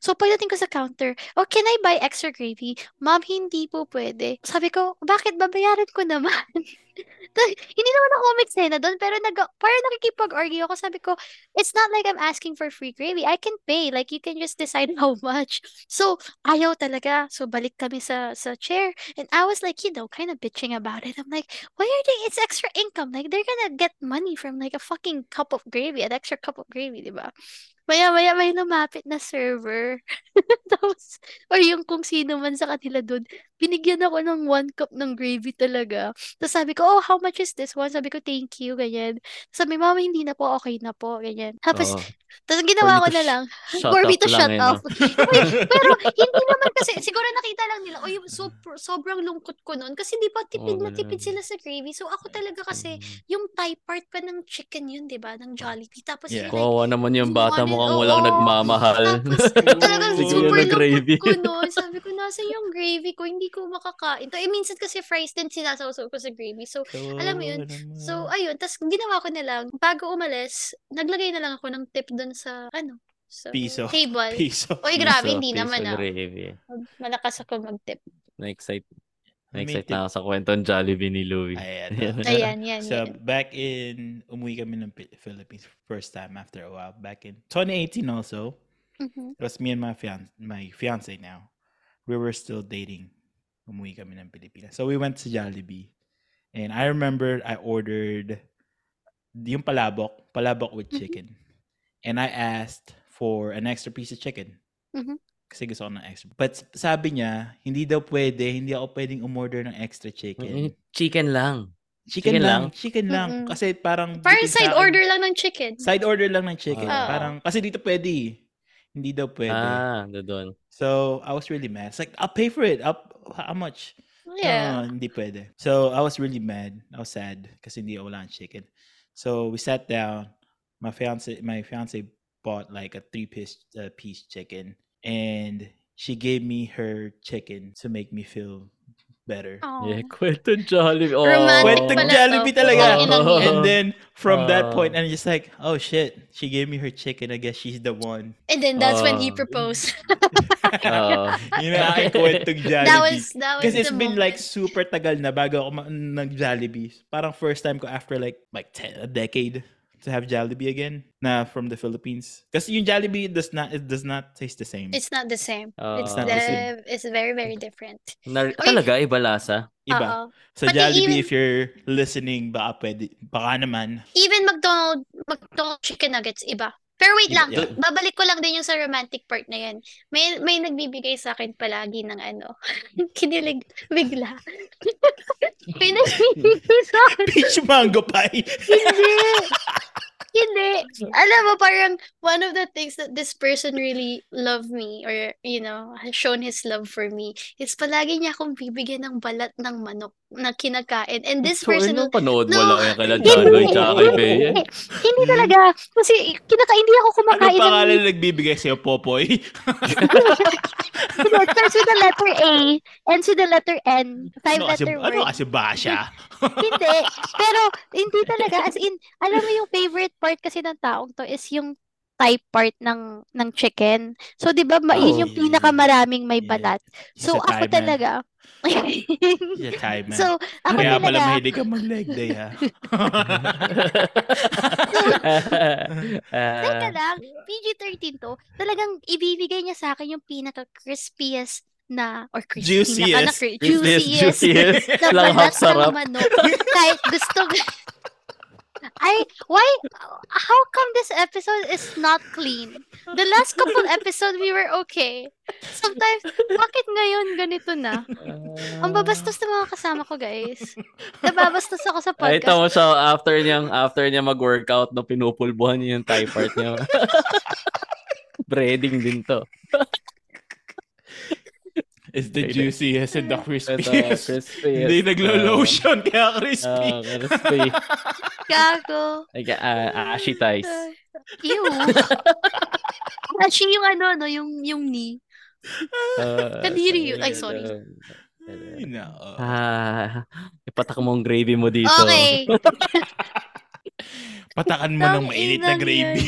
[SPEAKER 3] So, pagdating ko sa counter, oh, can I buy extra gravy? Ma'am, hindi po pwede. Sabi ko, bakit babayaran ko naman? Ta- hindi naman ako umeksena doon, pero nag parang nakikipag-argue ako. Sabi ko, it's not like I'm asking for free gravy. I can pay. Like, you can just decide how much. So, ayaw talaga. So, balik kami sa, sa chair. And I was like, you know, kind of bitching about it. I'm like, why are they, it's extra income. Like, they're gonna get money from like a fucking cup of gravy, an extra cup of gravy, di ba? Maya, maya, may lumapit na server. Tapos, or yung kung sino man sa kanila doon, binigyan ako ng one cup ng gravy talaga. Tapos sabi ko, oh, how much is this one? Sabi ko, thank you, ganyan. Sabi, mama, hindi na po, okay na po, ganyan. Tapos,
[SPEAKER 4] Oo.
[SPEAKER 3] tapos ang
[SPEAKER 4] For
[SPEAKER 3] ginawa
[SPEAKER 4] me
[SPEAKER 3] ko
[SPEAKER 4] to
[SPEAKER 3] na
[SPEAKER 4] sh-
[SPEAKER 3] lang,
[SPEAKER 4] Shut
[SPEAKER 3] for me
[SPEAKER 4] up
[SPEAKER 3] to
[SPEAKER 4] lang
[SPEAKER 3] shut
[SPEAKER 4] eh, no?
[SPEAKER 3] up. Uy, pero hindi naman kasi, siguro nakita lang nila, oy, so, sobrang lungkot ko noon kasi di ba tipid
[SPEAKER 4] Oo,
[SPEAKER 3] na tipid
[SPEAKER 4] ganun.
[SPEAKER 3] sila sa gravy. So ako talaga kasi,
[SPEAKER 2] Mm.
[SPEAKER 3] yung Thai part pa ng chicken yun, di ba, ng Jollibee. Tapos
[SPEAKER 2] Yeah.
[SPEAKER 3] yun, like,
[SPEAKER 4] Kawawa naman yung bata
[SPEAKER 3] Morning,
[SPEAKER 4] mukhang walang
[SPEAKER 3] ano, oo.
[SPEAKER 4] nagmamahal.
[SPEAKER 3] Tapos, talagang
[SPEAKER 2] Bigyan
[SPEAKER 3] super
[SPEAKER 2] na
[SPEAKER 3] lungkot
[SPEAKER 4] gravy.
[SPEAKER 3] ko noon. Sabi ko, nasa yung gravy ko, hindi ko makakain. To, eh, minsan kasi fries din sinasawsaw ko sa gravy. So, Alam mo yun, so
[SPEAKER 2] Mm.
[SPEAKER 3] ayun. Tapos ginawa ko na lang, bago umalis, naglagay na lang ako ng tip doon sa, ano, sa
[SPEAKER 2] Piso.
[SPEAKER 3] table.
[SPEAKER 2] piso.
[SPEAKER 3] Oy,
[SPEAKER 4] Piece
[SPEAKER 3] grabe,
[SPEAKER 4] of-
[SPEAKER 3] hindi
[SPEAKER 4] piece
[SPEAKER 3] naman
[SPEAKER 4] of
[SPEAKER 3] ah.
[SPEAKER 4] gravy.
[SPEAKER 3] Malakas ako mag-tip.
[SPEAKER 4] Na-excite.
[SPEAKER 2] May
[SPEAKER 4] Na-excite
[SPEAKER 2] tip.
[SPEAKER 4] na ako sa kwentong Jollibee ni Louie.
[SPEAKER 2] Ayan.
[SPEAKER 3] Ayan, yan,
[SPEAKER 2] So
[SPEAKER 3] yan.
[SPEAKER 2] back in umuwi kami ng Pi- Philippines first time after a while back in 2018 also.
[SPEAKER 3] Mhm.
[SPEAKER 2] It was me and my fian my fiance now. We were still dating. Umuwi kami ng Pilipinas. So we went to Jollibee. And I remember I ordered yung palabok, palabok with
[SPEAKER 3] Mhm.
[SPEAKER 2] chicken. And I asked for an extra piece of chicken.
[SPEAKER 3] Mhm.
[SPEAKER 2] Kasi gusto ko ng extra. But s- sabi niya, hindi daw pwede, hindi ako pwedeng umorder ng extra chicken.
[SPEAKER 4] Mm, Chicken lang.
[SPEAKER 2] Chicken,
[SPEAKER 4] Chicken
[SPEAKER 2] lang, chicken lang.
[SPEAKER 3] Mm-mm.
[SPEAKER 2] Kasi parang...
[SPEAKER 3] Parang
[SPEAKER 2] bitin sa
[SPEAKER 3] side
[SPEAKER 2] akin.
[SPEAKER 3] order lang ng chicken.
[SPEAKER 2] Side order lang ng chicken.
[SPEAKER 4] Ah.
[SPEAKER 2] Parang, kasi dito pwede eh. Hindi daw pwede.
[SPEAKER 4] Ah, doon.
[SPEAKER 2] So, I was really mad. It's like, I'll pay for it. I'll, how much?
[SPEAKER 3] Yeah.
[SPEAKER 2] No, hindi pwede. So, I was really mad. I was sad kasi hindi wala ang chicken. So, we sat down. My fiance, my fiance bought like a three-piece uh, piece chicken. And she gave me her chicken to make me feel better.
[SPEAKER 3] Aw.
[SPEAKER 4] Yeah, kwentong Jollibee. Oh.
[SPEAKER 3] Romantic
[SPEAKER 2] Kwentong
[SPEAKER 3] pala
[SPEAKER 2] Jollibee
[SPEAKER 3] to.
[SPEAKER 2] talaga.
[SPEAKER 3] Putang ina mo.
[SPEAKER 2] And then from that point,
[SPEAKER 4] Oh.
[SPEAKER 2] I'm just like, oh shit, she gave me her chicken. I guess she's the one.
[SPEAKER 3] And then that's when
[SPEAKER 2] Um,
[SPEAKER 3] he
[SPEAKER 4] Oh.
[SPEAKER 3] proposed.
[SPEAKER 4] Oo.
[SPEAKER 2] Yun ang aking kwentong Jollibee.
[SPEAKER 3] that was, that was
[SPEAKER 2] Because it's
[SPEAKER 3] the
[SPEAKER 2] been
[SPEAKER 3] Oh, moment.
[SPEAKER 2] like super tagal na bago ako ma- nag-Jollibee. Parang first time ko after like like te- a decade to have Jollibee again na from the Philippines. Kasi yung Jollibee does not it does not taste the same.
[SPEAKER 3] It's not the same. It's,
[SPEAKER 4] Oo.
[SPEAKER 2] not the same.
[SPEAKER 3] the, it's very, very different.
[SPEAKER 4] Nar- talaga, iba lasa.
[SPEAKER 2] Iba.
[SPEAKER 3] Oo.
[SPEAKER 2] So
[SPEAKER 3] Pati
[SPEAKER 2] Jollibee,
[SPEAKER 3] even-
[SPEAKER 2] if you're listening, baka pwede, baka naman.
[SPEAKER 3] Even McDonald, McDonald chicken nuggets, iba. Pero wait
[SPEAKER 2] Iba,
[SPEAKER 3] lang,
[SPEAKER 2] yeah.
[SPEAKER 3] babalik ko lang din yung sa romantic part na yan. May, may nagbibigay sa akin palagi ng ano, kinilig bigla. may nagbibigay sa akin.
[SPEAKER 2] Peach mango pie.
[SPEAKER 3] Hindi. Hindi. Alam mo, parang one of the things that this person really loved me or, you know, has shown his love for me is palagi niya akong bibigyan ng balat ng manok na kinakain. And this
[SPEAKER 4] So,
[SPEAKER 3] person
[SPEAKER 4] ano, panood
[SPEAKER 3] No,
[SPEAKER 4] mo lang yan kala
[SPEAKER 3] hindi.
[SPEAKER 4] Janoy tsaka kay Bea.
[SPEAKER 3] Eh, Hindi talaga. Kasi kinakain, hindi ako
[SPEAKER 2] Ano
[SPEAKER 3] kumakain
[SPEAKER 2] pangalan
[SPEAKER 3] ng...
[SPEAKER 2] na nagbibigay sa'yo, Popoy?
[SPEAKER 3] It starts with the letter A, ends with the letter N.
[SPEAKER 2] ano kasi,
[SPEAKER 3] Five-letter word.
[SPEAKER 2] ano kasi ba siya?
[SPEAKER 3] Hindi. Pero, hindi talaga. As in, alam mo yung favorite part kasi ng taong to is yung Thai part ng ng chicken. So, di ba, ma- yun
[SPEAKER 2] Oh,
[SPEAKER 3] yung
[SPEAKER 2] yeah,
[SPEAKER 3] pinakamaraming may
[SPEAKER 2] yeah.
[SPEAKER 3] balat.
[SPEAKER 2] He's
[SPEAKER 3] So,
[SPEAKER 2] a
[SPEAKER 3] ako
[SPEAKER 2] Thai man.
[SPEAKER 3] talaga.
[SPEAKER 2] He's a Thai man.
[SPEAKER 3] so, ako
[SPEAKER 2] Kaya pala
[SPEAKER 3] talaga.
[SPEAKER 2] mahilig ka mag-leg day, ha?
[SPEAKER 4] Ah,
[SPEAKER 3] Teka lang, PG-13 to, talagang ibibigay niya sa akin yung pinaka-crispiest na, or crispy,
[SPEAKER 2] Juiciest.
[SPEAKER 3] pinaka- cri-
[SPEAKER 4] Juiciest,
[SPEAKER 3] juiciest,
[SPEAKER 4] juiciest.
[SPEAKER 3] na
[SPEAKER 4] Lang
[SPEAKER 3] balat
[SPEAKER 4] sarap.
[SPEAKER 3] ng manok. Kahit gusto I, why, how come this episode is not clean? The last couple episode, we were okay. Sometimes, bakit ngayon ganito na?
[SPEAKER 4] Ah.
[SPEAKER 3] Ang babastos ng mga kasama ko, guys. Nababastos ako sa
[SPEAKER 4] Ay, ito
[SPEAKER 3] podcast.
[SPEAKER 4] mo siya after niyang after niya mag-workout no pinupulbuhan niya yung thigh part niya. Breading din to.
[SPEAKER 2] It's the juiciest and the
[SPEAKER 4] Ito,
[SPEAKER 2] crispiest.
[SPEAKER 4] crispy.
[SPEAKER 2] Hindi naglo-lotion, kaya crispy.
[SPEAKER 4] Ah, crispy.
[SPEAKER 3] Gago.
[SPEAKER 4] Like, ah, ashy thighs.
[SPEAKER 3] Ew. Actually, yung ano, no, yung, yung knee.
[SPEAKER 4] Ah,
[SPEAKER 3] Kadiri yun. Ay, sorry.
[SPEAKER 2] Ay, nako.
[SPEAKER 4] Ah, ipatak mo ang gravy mo dito.
[SPEAKER 3] Okay.
[SPEAKER 2] Patakan mo ng
[SPEAKER 3] Tang
[SPEAKER 2] mainit
[SPEAKER 3] ina
[SPEAKER 2] na
[SPEAKER 3] niyan.
[SPEAKER 2] gravy.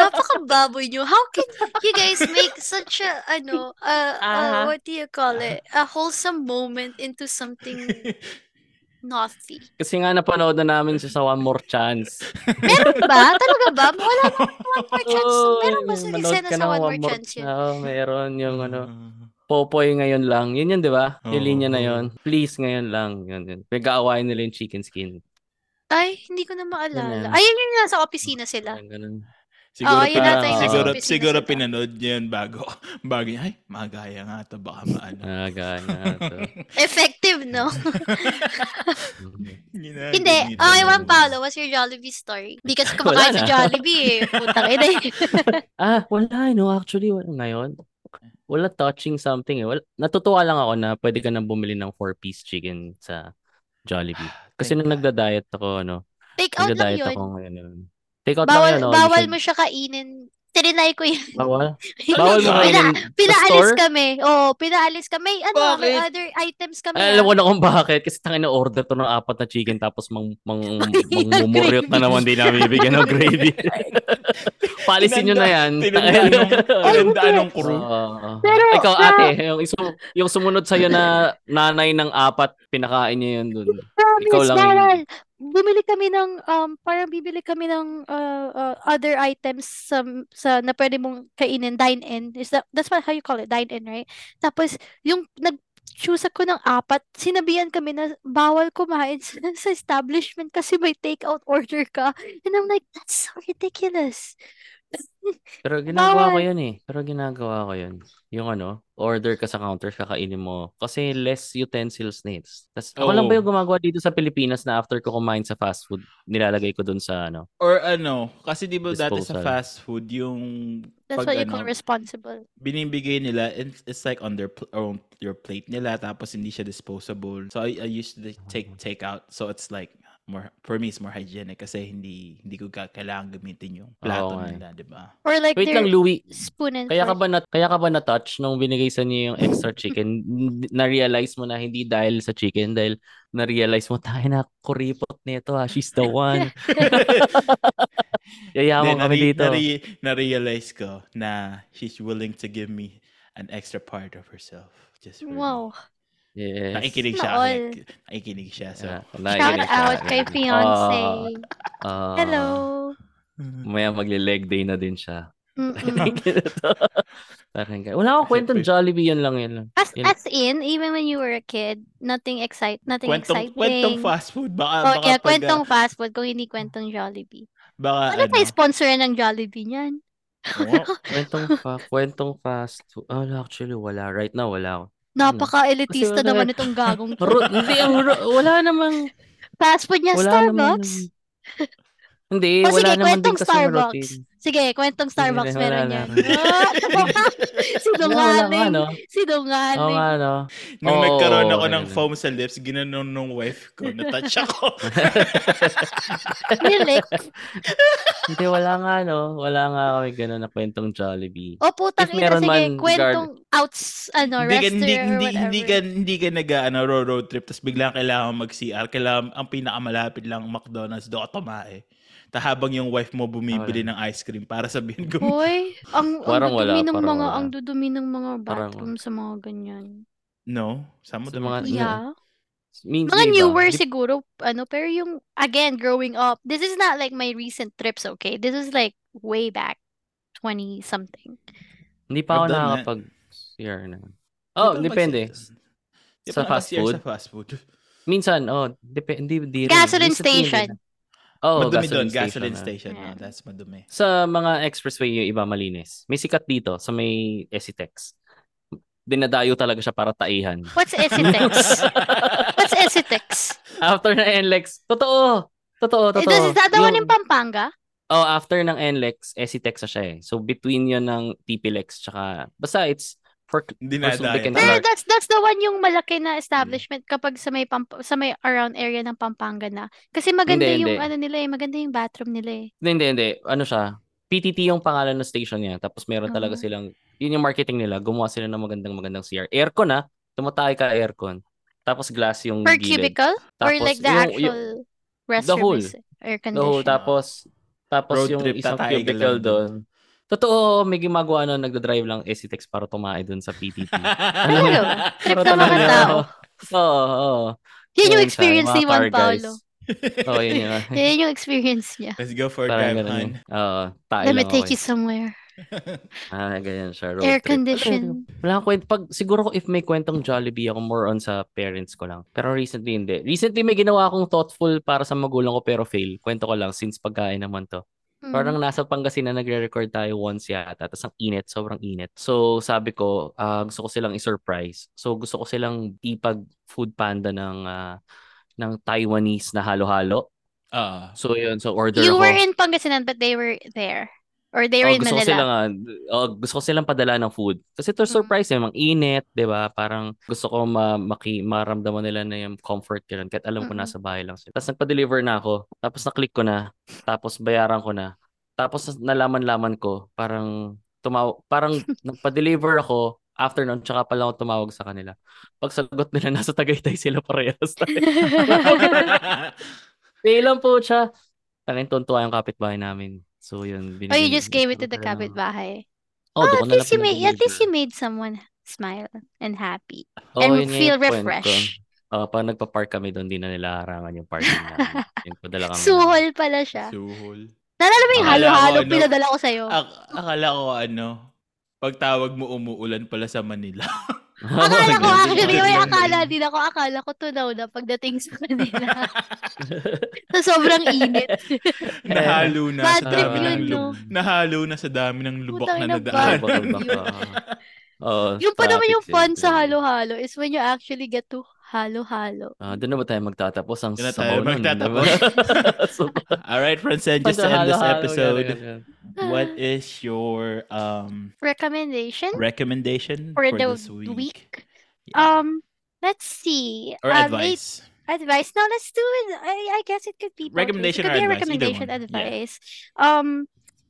[SPEAKER 3] Napakababoy nyo. How can you guys make such a, ano, uh, uh,
[SPEAKER 4] Ah.
[SPEAKER 3] what do you call it? A wholesome moment into something naughty.
[SPEAKER 4] Kasi nga napanood na namin siya sa One More Chance.
[SPEAKER 3] Meron ba? Talaga ba? Wala na one more chance. Meron ba
[SPEAKER 4] Oh,
[SPEAKER 3] sa
[SPEAKER 4] yung manood ka
[SPEAKER 3] eksena sa
[SPEAKER 4] ng
[SPEAKER 3] one more chance yun?
[SPEAKER 4] Oo, meron yung ano,
[SPEAKER 2] Ah.
[SPEAKER 4] Popoy ngayon lang. Yun yun, di ba?
[SPEAKER 2] Oo.
[SPEAKER 4] Yung linya na yun. Please ngayon lang. Yun yun. Pinag-aawayan nila yung chicken skin.
[SPEAKER 3] Ay, hindi ko na maalala.
[SPEAKER 4] Ganun.
[SPEAKER 3] Ayun yung nasa opisina sila.
[SPEAKER 4] Parang ganun.
[SPEAKER 2] Siguro,
[SPEAKER 3] Oo, yun
[SPEAKER 2] pina-
[SPEAKER 4] ata yung
[SPEAKER 2] siguro,
[SPEAKER 3] nasa opisina
[SPEAKER 2] siguro
[SPEAKER 3] sila.
[SPEAKER 2] pinanood niya yun bago. Bago niya, ay, magaya nga to, baka maano.
[SPEAKER 4] Ah, gana to.
[SPEAKER 3] Effective, no?
[SPEAKER 2] Ginagamitan
[SPEAKER 3] Hindi. Oh,
[SPEAKER 2] niya.
[SPEAKER 3] Okay, Juan Paolo, what's your Jollibee story? Hindi kasi kumakain
[SPEAKER 4] Wala
[SPEAKER 3] sa
[SPEAKER 4] na.
[SPEAKER 3] Jollibee eh. Putang ina eh.
[SPEAKER 4] ah, wala no. Actually, wala ngayon. Wala touching something. Eh. Wala, natutuwa lang ako na pwede ka nang bumili ng four-piece chicken sa Jollibee. Kasi
[SPEAKER 2] Ah, Thank
[SPEAKER 4] nung
[SPEAKER 2] God.
[SPEAKER 4] nagda-diet ako, ano,
[SPEAKER 3] Take out lang
[SPEAKER 4] nagda-diet
[SPEAKER 3] yun.
[SPEAKER 4] ako ngayon. ano. Take out
[SPEAKER 3] Bawal,
[SPEAKER 4] lang yun. oh, you
[SPEAKER 3] bawal
[SPEAKER 4] should-
[SPEAKER 3] mo siya kainin. Tirinay ko yun.
[SPEAKER 4] Bawal? Bawal mo
[SPEAKER 2] Pila-
[SPEAKER 4] kainin
[SPEAKER 3] Pinaalis
[SPEAKER 4] store?
[SPEAKER 3] kami. Oo, pinaalis kami. May ano, may
[SPEAKER 2] Bakit?
[SPEAKER 3] other items kami.
[SPEAKER 4] Alam
[SPEAKER 3] ah.
[SPEAKER 4] ko na kung bakit. Kasi tangin na order to ng apat na chicken tapos mang, mang,
[SPEAKER 3] Magiging
[SPEAKER 4] mang mumuryot na
[SPEAKER 3] gravy.
[SPEAKER 4] naman din namin ibigyan ng gravy. Palisin nyo na yan.
[SPEAKER 2] Tinandaan ng- tinandaan ng crew.
[SPEAKER 4] Oo.
[SPEAKER 3] Pero ah,
[SPEAKER 4] Ikaw
[SPEAKER 3] sa-
[SPEAKER 4] ate, yung, isu- yung sumunod sa'yo na nanay ng apat, pinakain niya yun dun.
[SPEAKER 3] Promise,
[SPEAKER 4] Ikaw lang yun.
[SPEAKER 3] Daral. Bumili kami ng, um, parang bibili kami ng uh, uh, other items sa, sa, na pwede mong kainin, dine-in. Is that, that's what, how you call it, dine-in, right? Tapos, yung nag-choose ako ng apat, sinabihan kami na bawal kumain sa, sa establishment kasi may take-out order ka. And I'm like, that's so ridiculous.
[SPEAKER 4] Pero ginagawa ko
[SPEAKER 3] Bawal.
[SPEAKER 4] yun eh. Pero ginagawa ko yun. Yung ano, order ka sa counter, kakainin mo. Kasi less utensils needs. Tapos ako lang
[SPEAKER 2] Oo.
[SPEAKER 4] ba yung gumagawa dito sa Pilipinas na after ko kumain sa fast food, nilalagay ko dun sa ano.
[SPEAKER 2] Or ano, kasi di ba dati sa
[SPEAKER 4] Disposal.
[SPEAKER 2] fast food, yung
[SPEAKER 3] That's
[SPEAKER 2] Pag
[SPEAKER 3] what you call
[SPEAKER 2] ano,
[SPEAKER 3] responsible.
[SPEAKER 2] binibigay nila, it's, it's like on their pl- own, your plate nila, tapos hindi siya disposable. So I, I used to take take out. So it's like, more for me, it's more hygienic kasi hindi hindi ko ka- kailangan gamitin yung plato
[SPEAKER 4] Oo nga eh.
[SPEAKER 2] nila, di ba?
[SPEAKER 3] Or like
[SPEAKER 4] Wait lang,
[SPEAKER 3] their
[SPEAKER 4] Louie.
[SPEAKER 3] spoon and
[SPEAKER 4] Kaya ka
[SPEAKER 3] fork.
[SPEAKER 4] ba na kaya ka ba na touch nung binigay sa niyo yung extra chicken? N- na-realize mo na hindi dahil sa chicken dahil na-realize mo tayo na kuripot nito ah. She's the one. Yayaman
[SPEAKER 2] Then,
[SPEAKER 4] kami
[SPEAKER 2] nare-
[SPEAKER 4] dito.
[SPEAKER 2] nare- na-realize ko na she's willing to give me an extra part of herself. Just for
[SPEAKER 3] Wow.
[SPEAKER 4] Yes.
[SPEAKER 2] Me. Nakikinig siya.
[SPEAKER 3] Maol.
[SPEAKER 2] Like, nakikinig siya. So,
[SPEAKER 4] Yeah,
[SPEAKER 3] Shout
[SPEAKER 4] naiinis
[SPEAKER 3] out
[SPEAKER 4] siya.
[SPEAKER 3] kay
[SPEAKER 4] Ah,
[SPEAKER 3] fiance.
[SPEAKER 4] ah.
[SPEAKER 3] Hello.
[SPEAKER 4] Maya magle-leg day na din siya.
[SPEAKER 3] Mm-mm.
[SPEAKER 4] Parang ganun. Wala akong kwentong
[SPEAKER 2] Siyempre.
[SPEAKER 4] Jollibee, yun lang, yun lang.
[SPEAKER 3] As
[SPEAKER 4] Yun.
[SPEAKER 3] as in, even when you were a kid, nothing excite, nothing
[SPEAKER 2] kwentong,
[SPEAKER 3] exciting.
[SPEAKER 2] kwentong fast food. Baka,
[SPEAKER 3] Oh,
[SPEAKER 2] baka
[SPEAKER 3] yeah,
[SPEAKER 2] pag-
[SPEAKER 3] kwentong fast food kung hindi kwentong Jollibee.
[SPEAKER 2] Baka,
[SPEAKER 3] Ano
[SPEAKER 2] ano,
[SPEAKER 3] tayo sponsor ng Jollibee niyan?
[SPEAKER 2] oo.
[SPEAKER 4] Kwentong, fa- kwentong fast food. Ah, actually, wala. Right now, wala ako. Kasi
[SPEAKER 3] Napaka-elitista
[SPEAKER 4] wala
[SPEAKER 3] naman itong gagong to.
[SPEAKER 4] Ru- hindi, ang ru- wala namang
[SPEAKER 3] Fast food niya
[SPEAKER 4] Wala naman
[SPEAKER 3] Starbucks.
[SPEAKER 4] yung- Hindi,
[SPEAKER 3] O, sige,
[SPEAKER 4] wala naman din
[SPEAKER 3] kwentong
[SPEAKER 4] kasi
[SPEAKER 3] Starbucks.
[SPEAKER 4] routine.
[SPEAKER 3] Sige, kwentong Starbucks
[SPEAKER 4] wala
[SPEAKER 3] meron
[SPEAKER 4] na.
[SPEAKER 3] yan. Ah,
[SPEAKER 4] Wala, wala nga,
[SPEAKER 3] Sinungaling.
[SPEAKER 4] no? Oo
[SPEAKER 3] Sinungaling.
[SPEAKER 4] nga, no?
[SPEAKER 2] Nung
[SPEAKER 4] Oo,
[SPEAKER 2] nagkaroon ako
[SPEAKER 4] oo,
[SPEAKER 2] ng
[SPEAKER 4] ganun.
[SPEAKER 2] foam sa lips, ginanon nung wife ko. Natouch ako.
[SPEAKER 3] Really?
[SPEAKER 4] Hindi, wala nga, no? Wala nga kami ganun na kwentong Jollibee.
[SPEAKER 3] O Oh, putang
[SPEAKER 4] If
[SPEAKER 3] ina,
[SPEAKER 4] meron
[SPEAKER 3] sige,
[SPEAKER 4] man,
[SPEAKER 3] kwentong outs, ano,
[SPEAKER 2] hindi ka,
[SPEAKER 3] restaurant
[SPEAKER 2] hindi,
[SPEAKER 3] or
[SPEAKER 2] hindi,
[SPEAKER 3] whatever.
[SPEAKER 2] hindi ka, hindi ka nag ano, road, road trip, tapos biglang kailangan mag-CR. Kailangan, ang pinakamalapit lang McDonald's, do ka tumae. Ta habang yung wife mo bumibili ng ice cream para sabihin ko,
[SPEAKER 4] Oh.
[SPEAKER 3] Hoy, ang, ang
[SPEAKER 4] Parang
[SPEAKER 3] dudumi
[SPEAKER 4] wala,
[SPEAKER 3] ng
[SPEAKER 4] parang
[SPEAKER 3] mga
[SPEAKER 4] wala.
[SPEAKER 3] ang dudumi ng mga
[SPEAKER 4] Parang
[SPEAKER 3] bathroom sa mga ganyan.
[SPEAKER 2] no, sama
[SPEAKER 4] Sa
[SPEAKER 2] dami.
[SPEAKER 4] mga- Ano yun?
[SPEAKER 3] Yeah.
[SPEAKER 4] Means
[SPEAKER 3] Mga
[SPEAKER 4] yung iba,
[SPEAKER 3] newer
[SPEAKER 4] di-
[SPEAKER 3] siguro, ano, pero yung again growing up, this is not like my recent trips, okay? This is like way back 20 something.
[SPEAKER 4] Hindi pa ako
[SPEAKER 2] I've done that.
[SPEAKER 4] nakakapag-CR na.
[SPEAKER 2] Hindi
[SPEAKER 4] Oh,
[SPEAKER 2] pa
[SPEAKER 4] depende.
[SPEAKER 2] mag-CR. Di
[SPEAKER 4] Sa
[SPEAKER 2] pa
[SPEAKER 4] fast
[SPEAKER 2] naka-CR
[SPEAKER 4] food?
[SPEAKER 2] Sa fast food.
[SPEAKER 4] Minsan, oh, depende. Hindi, rin.
[SPEAKER 3] Gasoline
[SPEAKER 4] Minsan tingin
[SPEAKER 3] station.
[SPEAKER 4] din na. Oh,
[SPEAKER 2] madumi doon,
[SPEAKER 4] gasoline station.
[SPEAKER 2] gasoline
[SPEAKER 4] ah.
[SPEAKER 2] station.
[SPEAKER 3] Yeah.
[SPEAKER 2] ah, that's madumi.
[SPEAKER 4] Sa mga expressway yung iba malinis. May sikat dito sa may Esitex. Dinadayo talaga siya para taihan.
[SPEAKER 3] What's Esitex? What's Esitex?
[SPEAKER 4] after ng NLEX, totoo. Totoo,
[SPEAKER 3] Eh,
[SPEAKER 4] totoo.
[SPEAKER 3] this is that the one in
[SPEAKER 4] Yung-
[SPEAKER 3] Pampanga?
[SPEAKER 4] Oh, after ng NLEX, Esitex na siya eh. So between yun ng TPLEX E tsaka basta it's for
[SPEAKER 2] Dinadayo. pa.
[SPEAKER 4] Bacon Alarm.
[SPEAKER 3] Pero that's that's the one yung malaki na establishment kapag sa may Pamp- sa may around area ng Pampanga na. Kasi maganda
[SPEAKER 4] Hindi,
[SPEAKER 3] yung
[SPEAKER 4] hindi.
[SPEAKER 3] ano nila eh, maganda yung bathroom nila eh.
[SPEAKER 4] hindi, hindi, hindi. Ano siya? PTT yung pangalan ng station niya. Tapos meron talaga
[SPEAKER 3] Oo.
[SPEAKER 4] silang yun yung marketing nila. Gumawa sila ng magandang magandang CR. Aircon na, tumatay ka aircon. Tapos glass yung
[SPEAKER 3] Per
[SPEAKER 4] gilid.
[SPEAKER 3] cubicle or
[SPEAKER 4] Tapos
[SPEAKER 3] like the
[SPEAKER 4] yung-
[SPEAKER 3] actual restroom
[SPEAKER 4] the whole.
[SPEAKER 3] is air
[SPEAKER 4] The whole,
[SPEAKER 3] conditioned.
[SPEAKER 4] tapos tapos
[SPEAKER 2] Road
[SPEAKER 4] yung
[SPEAKER 2] trip,
[SPEAKER 4] isang
[SPEAKER 2] tatay ka
[SPEAKER 4] cubicle
[SPEAKER 2] lang dun.
[SPEAKER 4] doon. Totoo, may gumagawa na nagda-drive lang Esitex para tumae doon sa PTT. Alam mo,
[SPEAKER 3] Pero, trip
[SPEAKER 4] Pero
[SPEAKER 3] ng mga
[SPEAKER 4] talaga,
[SPEAKER 3] tao.
[SPEAKER 4] Oo, oo. oo.
[SPEAKER 3] Yun yung
[SPEAKER 4] Yun siya,
[SPEAKER 3] experience
[SPEAKER 4] mga
[SPEAKER 3] ni Juan
[SPEAKER 4] car guys.
[SPEAKER 3] Paolo.
[SPEAKER 4] Oo, yun yun.
[SPEAKER 3] Yun yung experience niya.
[SPEAKER 2] Let's go for a
[SPEAKER 4] Parang
[SPEAKER 2] drive,
[SPEAKER 4] ganun yun.
[SPEAKER 2] hon.
[SPEAKER 4] Oo, tayo
[SPEAKER 3] Let me
[SPEAKER 4] lang
[SPEAKER 3] take
[SPEAKER 4] ako
[SPEAKER 3] you somewhere.
[SPEAKER 4] eh. Ah, ganyan siya. Road
[SPEAKER 3] Air
[SPEAKER 4] trip.
[SPEAKER 3] conditioned.
[SPEAKER 4] Wala akong kwento. Pag, siguro if may kwentong Jollibee ako, more on sa parents ko lang. Pero recently hindi. Recently may ginawa akong thoughtful para sa magulang ko pero fail. Kwento ko lang since pagkain naman to.
[SPEAKER 3] Mm.
[SPEAKER 4] Parang nasa Pangasinan nagre-record tayo once yata. Tapos ang init, sobrang init. So sabi ko, ah, gusto ko silang i-surprise. So gusto ko silang ipag food panda ng ah, ng Taiwanese na halo-halo.
[SPEAKER 2] Ah.
[SPEAKER 4] So yun, so order
[SPEAKER 3] you
[SPEAKER 4] ako.
[SPEAKER 3] were in Pangasinan but they were there. Or they were
[SPEAKER 4] Oh,
[SPEAKER 3] in
[SPEAKER 4] gusto ko silang
[SPEAKER 3] Manila.
[SPEAKER 4] ah, oh, gusto ko silang padala ng food. Kasi to
[SPEAKER 3] Mm.
[SPEAKER 4] surprise eh, mang init, 'di ba? Parang gusto ko ma maki maramdaman nila na yung comfort ganun kahit alam ko
[SPEAKER 3] Mm-mm.
[SPEAKER 4] nasa bahay lang sila. Tapos nagpa-deliver na ako. Tapos na-click ko na. Tapos bayaran ko na. Tapos nalaman-laman ko parang tumaw parang nagpa-deliver ako afternoon tsaka pala ako tumawag sa kanila. Pag sagot nila nasa Tagaytay sila parehas.
[SPEAKER 2] Ah.
[SPEAKER 4] May ilang po siya. Tangin tuntua yung kapitbahay namin. So yun.
[SPEAKER 3] Oh, you
[SPEAKER 4] binigyan-
[SPEAKER 3] just gave it to
[SPEAKER 4] talaga
[SPEAKER 3] the
[SPEAKER 4] ng-
[SPEAKER 3] kapitbahay.
[SPEAKER 4] Oh,
[SPEAKER 3] Oh,
[SPEAKER 4] doon
[SPEAKER 3] at
[SPEAKER 4] ko na
[SPEAKER 3] least you
[SPEAKER 4] lang
[SPEAKER 3] made, at
[SPEAKER 4] pinadeliver.
[SPEAKER 3] least you made someone smile and happy.
[SPEAKER 4] Oh, yun
[SPEAKER 3] and
[SPEAKER 4] nga
[SPEAKER 3] feel
[SPEAKER 4] yung point ko.
[SPEAKER 3] refreshed.
[SPEAKER 4] Oh, pag nagpa-park kami doon, di na nila harangan yung parking namin. Yun, padala kami.
[SPEAKER 3] Suhol pala siya.
[SPEAKER 2] Suhol.
[SPEAKER 3] Nalala mo yung
[SPEAKER 2] Akala ko,
[SPEAKER 3] halo-halo
[SPEAKER 2] ano,
[SPEAKER 3] pinadala ko sa'yo?
[SPEAKER 2] Ak- akala ko ano, pagtawag mo umuulan pala sa Manila.
[SPEAKER 4] Oo,
[SPEAKER 3] Akala ko,
[SPEAKER 4] ganun.
[SPEAKER 3] actually, may
[SPEAKER 2] Ganun.
[SPEAKER 3] akala din ako. Akala ko tunaw na pagdating sa kanila. sa sobrang init.
[SPEAKER 2] Nahalo na
[SPEAKER 3] Bad
[SPEAKER 2] sa
[SPEAKER 3] trip
[SPEAKER 2] dami
[SPEAKER 3] yun,
[SPEAKER 2] ng
[SPEAKER 3] no?
[SPEAKER 2] lubok. Nahalo na sa dami ng lubok
[SPEAKER 3] Putang
[SPEAKER 2] na
[SPEAKER 3] ina,
[SPEAKER 2] nadaan.
[SPEAKER 3] bad trip yun.
[SPEAKER 4] Oo,
[SPEAKER 3] Yung pa naman
[SPEAKER 4] traffic
[SPEAKER 3] yung fun
[SPEAKER 4] safety.
[SPEAKER 3] sa halo-halo is when you actually get to halo-halo.
[SPEAKER 4] Ah, doon na ba tayo magtatapos? Ang
[SPEAKER 2] Doon na tayo
[SPEAKER 4] sabaw nun, di ba?
[SPEAKER 2] magtatapos.
[SPEAKER 4] Sabaw.
[SPEAKER 2] All right, friends, and just to end this
[SPEAKER 4] Halo-halo,
[SPEAKER 2] episode,
[SPEAKER 4] ganun, ganun.
[SPEAKER 2] what is your um
[SPEAKER 3] Recommendation
[SPEAKER 2] recommendation
[SPEAKER 3] for the
[SPEAKER 2] this
[SPEAKER 3] week?
[SPEAKER 2] week? Yeah.
[SPEAKER 3] Um, let's see.
[SPEAKER 2] or
[SPEAKER 3] Um, it-
[SPEAKER 2] advice?
[SPEAKER 3] advice. No, let's do it. I, I guess it could be both ways.
[SPEAKER 2] Recommendation or
[SPEAKER 3] It could be a
[SPEAKER 2] advice, either
[SPEAKER 3] recommendation,
[SPEAKER 2] one. Yeah.
[SPEAKER 3] advice. Um,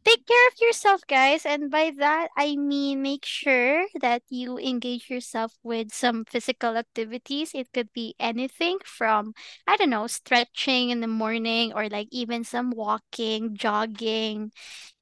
[SPEAKER 3] take care of yourself, guys, and by that I mean make sure that you engage yourself with some physical activities. It could be anything from I don't know, stretching in the morning or like even some walking, jogging,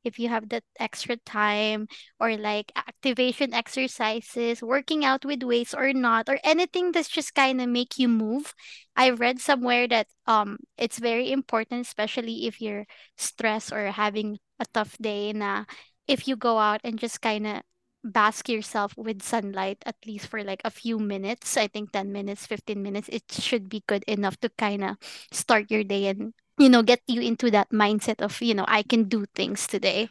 [SPEAKER 3] if you have that extra time or like activation exercises, working out with weights or not, or anything that's just kind of make you move. I read somewhere that um it's very important, especially if you're stressed or having a tough day, na if you go out and just kind of bask yourself with sunlight at least for like a few minutes, I think 10 minutes, 15 minutes, it should be good enough to kind of start your day and you know get you into that mindset of you know i can do things today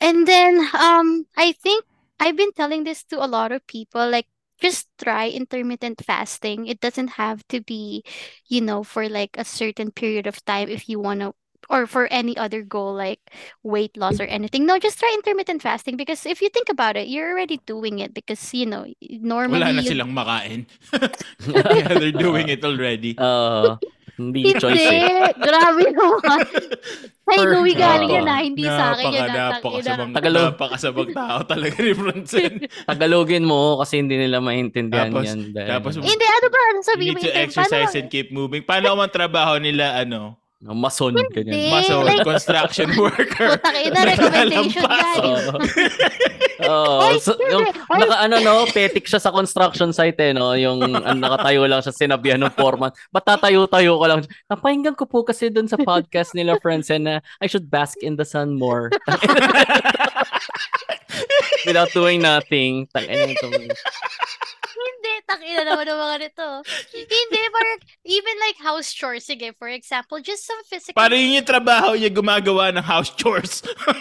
[SPEAKER 3] and then um i think i've been telling this to a lot of people like just try intermittent fasting it doesn't have to be you know for like a certain period of time if you want to or for any other goal like weight loss or anything. No, just try intermittent fasting because if you think about it, you're already doing it because you know normally
[SPEAKER 2] Wala na
[SPEAKER 3] you-
[SPEAKER 2] silang makain. yeah, they're doing it already.
[SPEAKER 4] Oo. hindi
[SPEAKER 3] Hindi,
[SPEAKER 4] choice eh.
[SPEAKER 3] grabe naman. Sa
[SPEAKER 4] For-
[SPEAKER 3] inuwi galing
[SPEAKER 4] Oo.
[SPEAKER 3] yan na, hindi sa akin ah. yan.
[SPEAKER 2] Napaka-
[SPEAKER 3] Napaka,
[SPEAKER 2] Napakasabang,
[SPEAKER 4] Tagalog.
[SPEAKER 2] napakasabang tao talaga ni Bronson.
[SPEAKER 4] Tagalogin mo kasi hindi nila maintindihan
[SPEAKER 2] Tapos-
[SPEAKER 4] yan. dahil-
[SPEAKER 2] tapos-
[SPEAKER 3] Hindi, ano ba? Ano
[SPEAKER 2] you
[SPEAKER 3] sabihin
[SPEAKER 2] need
[SPEAKER 3] mo?
[SPEAKER 2] to
[SPEAKER 3] Ethan?
[SPEAKER 2] exercise
[SPEAKER 3] Paano-
[SPEAKER 2] and keep moving. Paano man trabaho nila, ano,
[SPEAKER 4] Ang mason, ganyan.
[SPEAKER 3] Hindi.
[SPEAKER 2] maso,
[SPEAKER 3] Eh, like-
[SPEAKER 2] construction worker.
[SPEAKER 3] Putang ina, recommendation
[SPEAKER 2] Naglalampas.
[SPEAKER 3] yan.
[SPEAKER 4] Oo. Oo.
[SPEAKER 3] Oy,
[SPEAKER 4] So,
[SPEAKER 3] siyempre.
[SPEAKER 4] yung,
[SPEAKER 3] Oy.
[SPEAKER 4] naka, ano, no, petik siya sa construction site, eh, no? Yung ang nakatayo lang siya, sinabihan ng foreman. Ba't tatayo-tayo ko lang? Napahinggan ko po kasi dun sa podcast nila, friends, and na I should bask in the sun more. Without doing nothing. Tangina itong...
[SPEAKER 3] Hindi, takina naman ng mga nito. Hindi, parang, even like house chores, sige, for example, just some physical,
[SPEAKER 2] Paano yun yung trabaho niya gumagawa ng house chores?
[SPEAKER 4] Oo.